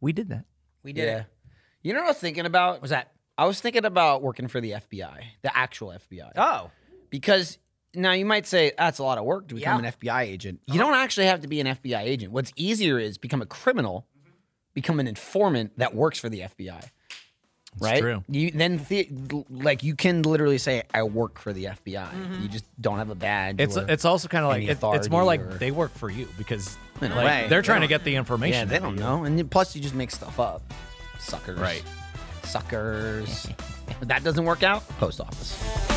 Speaker 3: We did that.
Speaker 5: We did
Speaker 2: Yeah.
Speaker 5: it.
Speaker 2: You know what I was thinking about?
Speaker 5: What was that?
Speaker 2: I was thinking about working for the FBI, the actual FBI.
Speaker 5: Oh.
Speaker 2: Because now you might say that's a lot of work to become an
Speaker 5: Yeah. Uh-huh.
Speaker 2: FBI agent. You don't actually have to be an FBI agent. What's easier is become a criminal,
Speaker 5: Mm-hmm.
Speaker 2: become an informant that works for the FBI. right?
Speaker 3: true.
Speaker 2: You then the,
Speaker 5: Oh.
Speaker 2: like you can literally say I work for the FBI.
Speaker 5: Mm-hmm.
Speaker 2: You just don't have a badge.
Speaker 3: It's
Speaker 2: or,
Speaker 3: it's also kind of like
Speaker 2: any
Speaker 3: it- it's more
Speaker 2: authority
Speaker 3: like
Speaker 2: or-
Speaker 3: they work for you because
Speaker 2: In a
Speaker 3: like,
Speaker 2: way.
Speaker 3: they're
Speaker 2: They
Speaker 3: trying to get the
Speaker 2: yeah,
Speaker 3: information.
Speaker 2: they
Speaker 3: out of
Speaker 2: don't
Speaker 3: you.
Speaker 2: know. And then plus you just make stuff up. Suckers.
Speaker 3: Right.
Speaker 2: Suckers. if that doesn't work out, post office.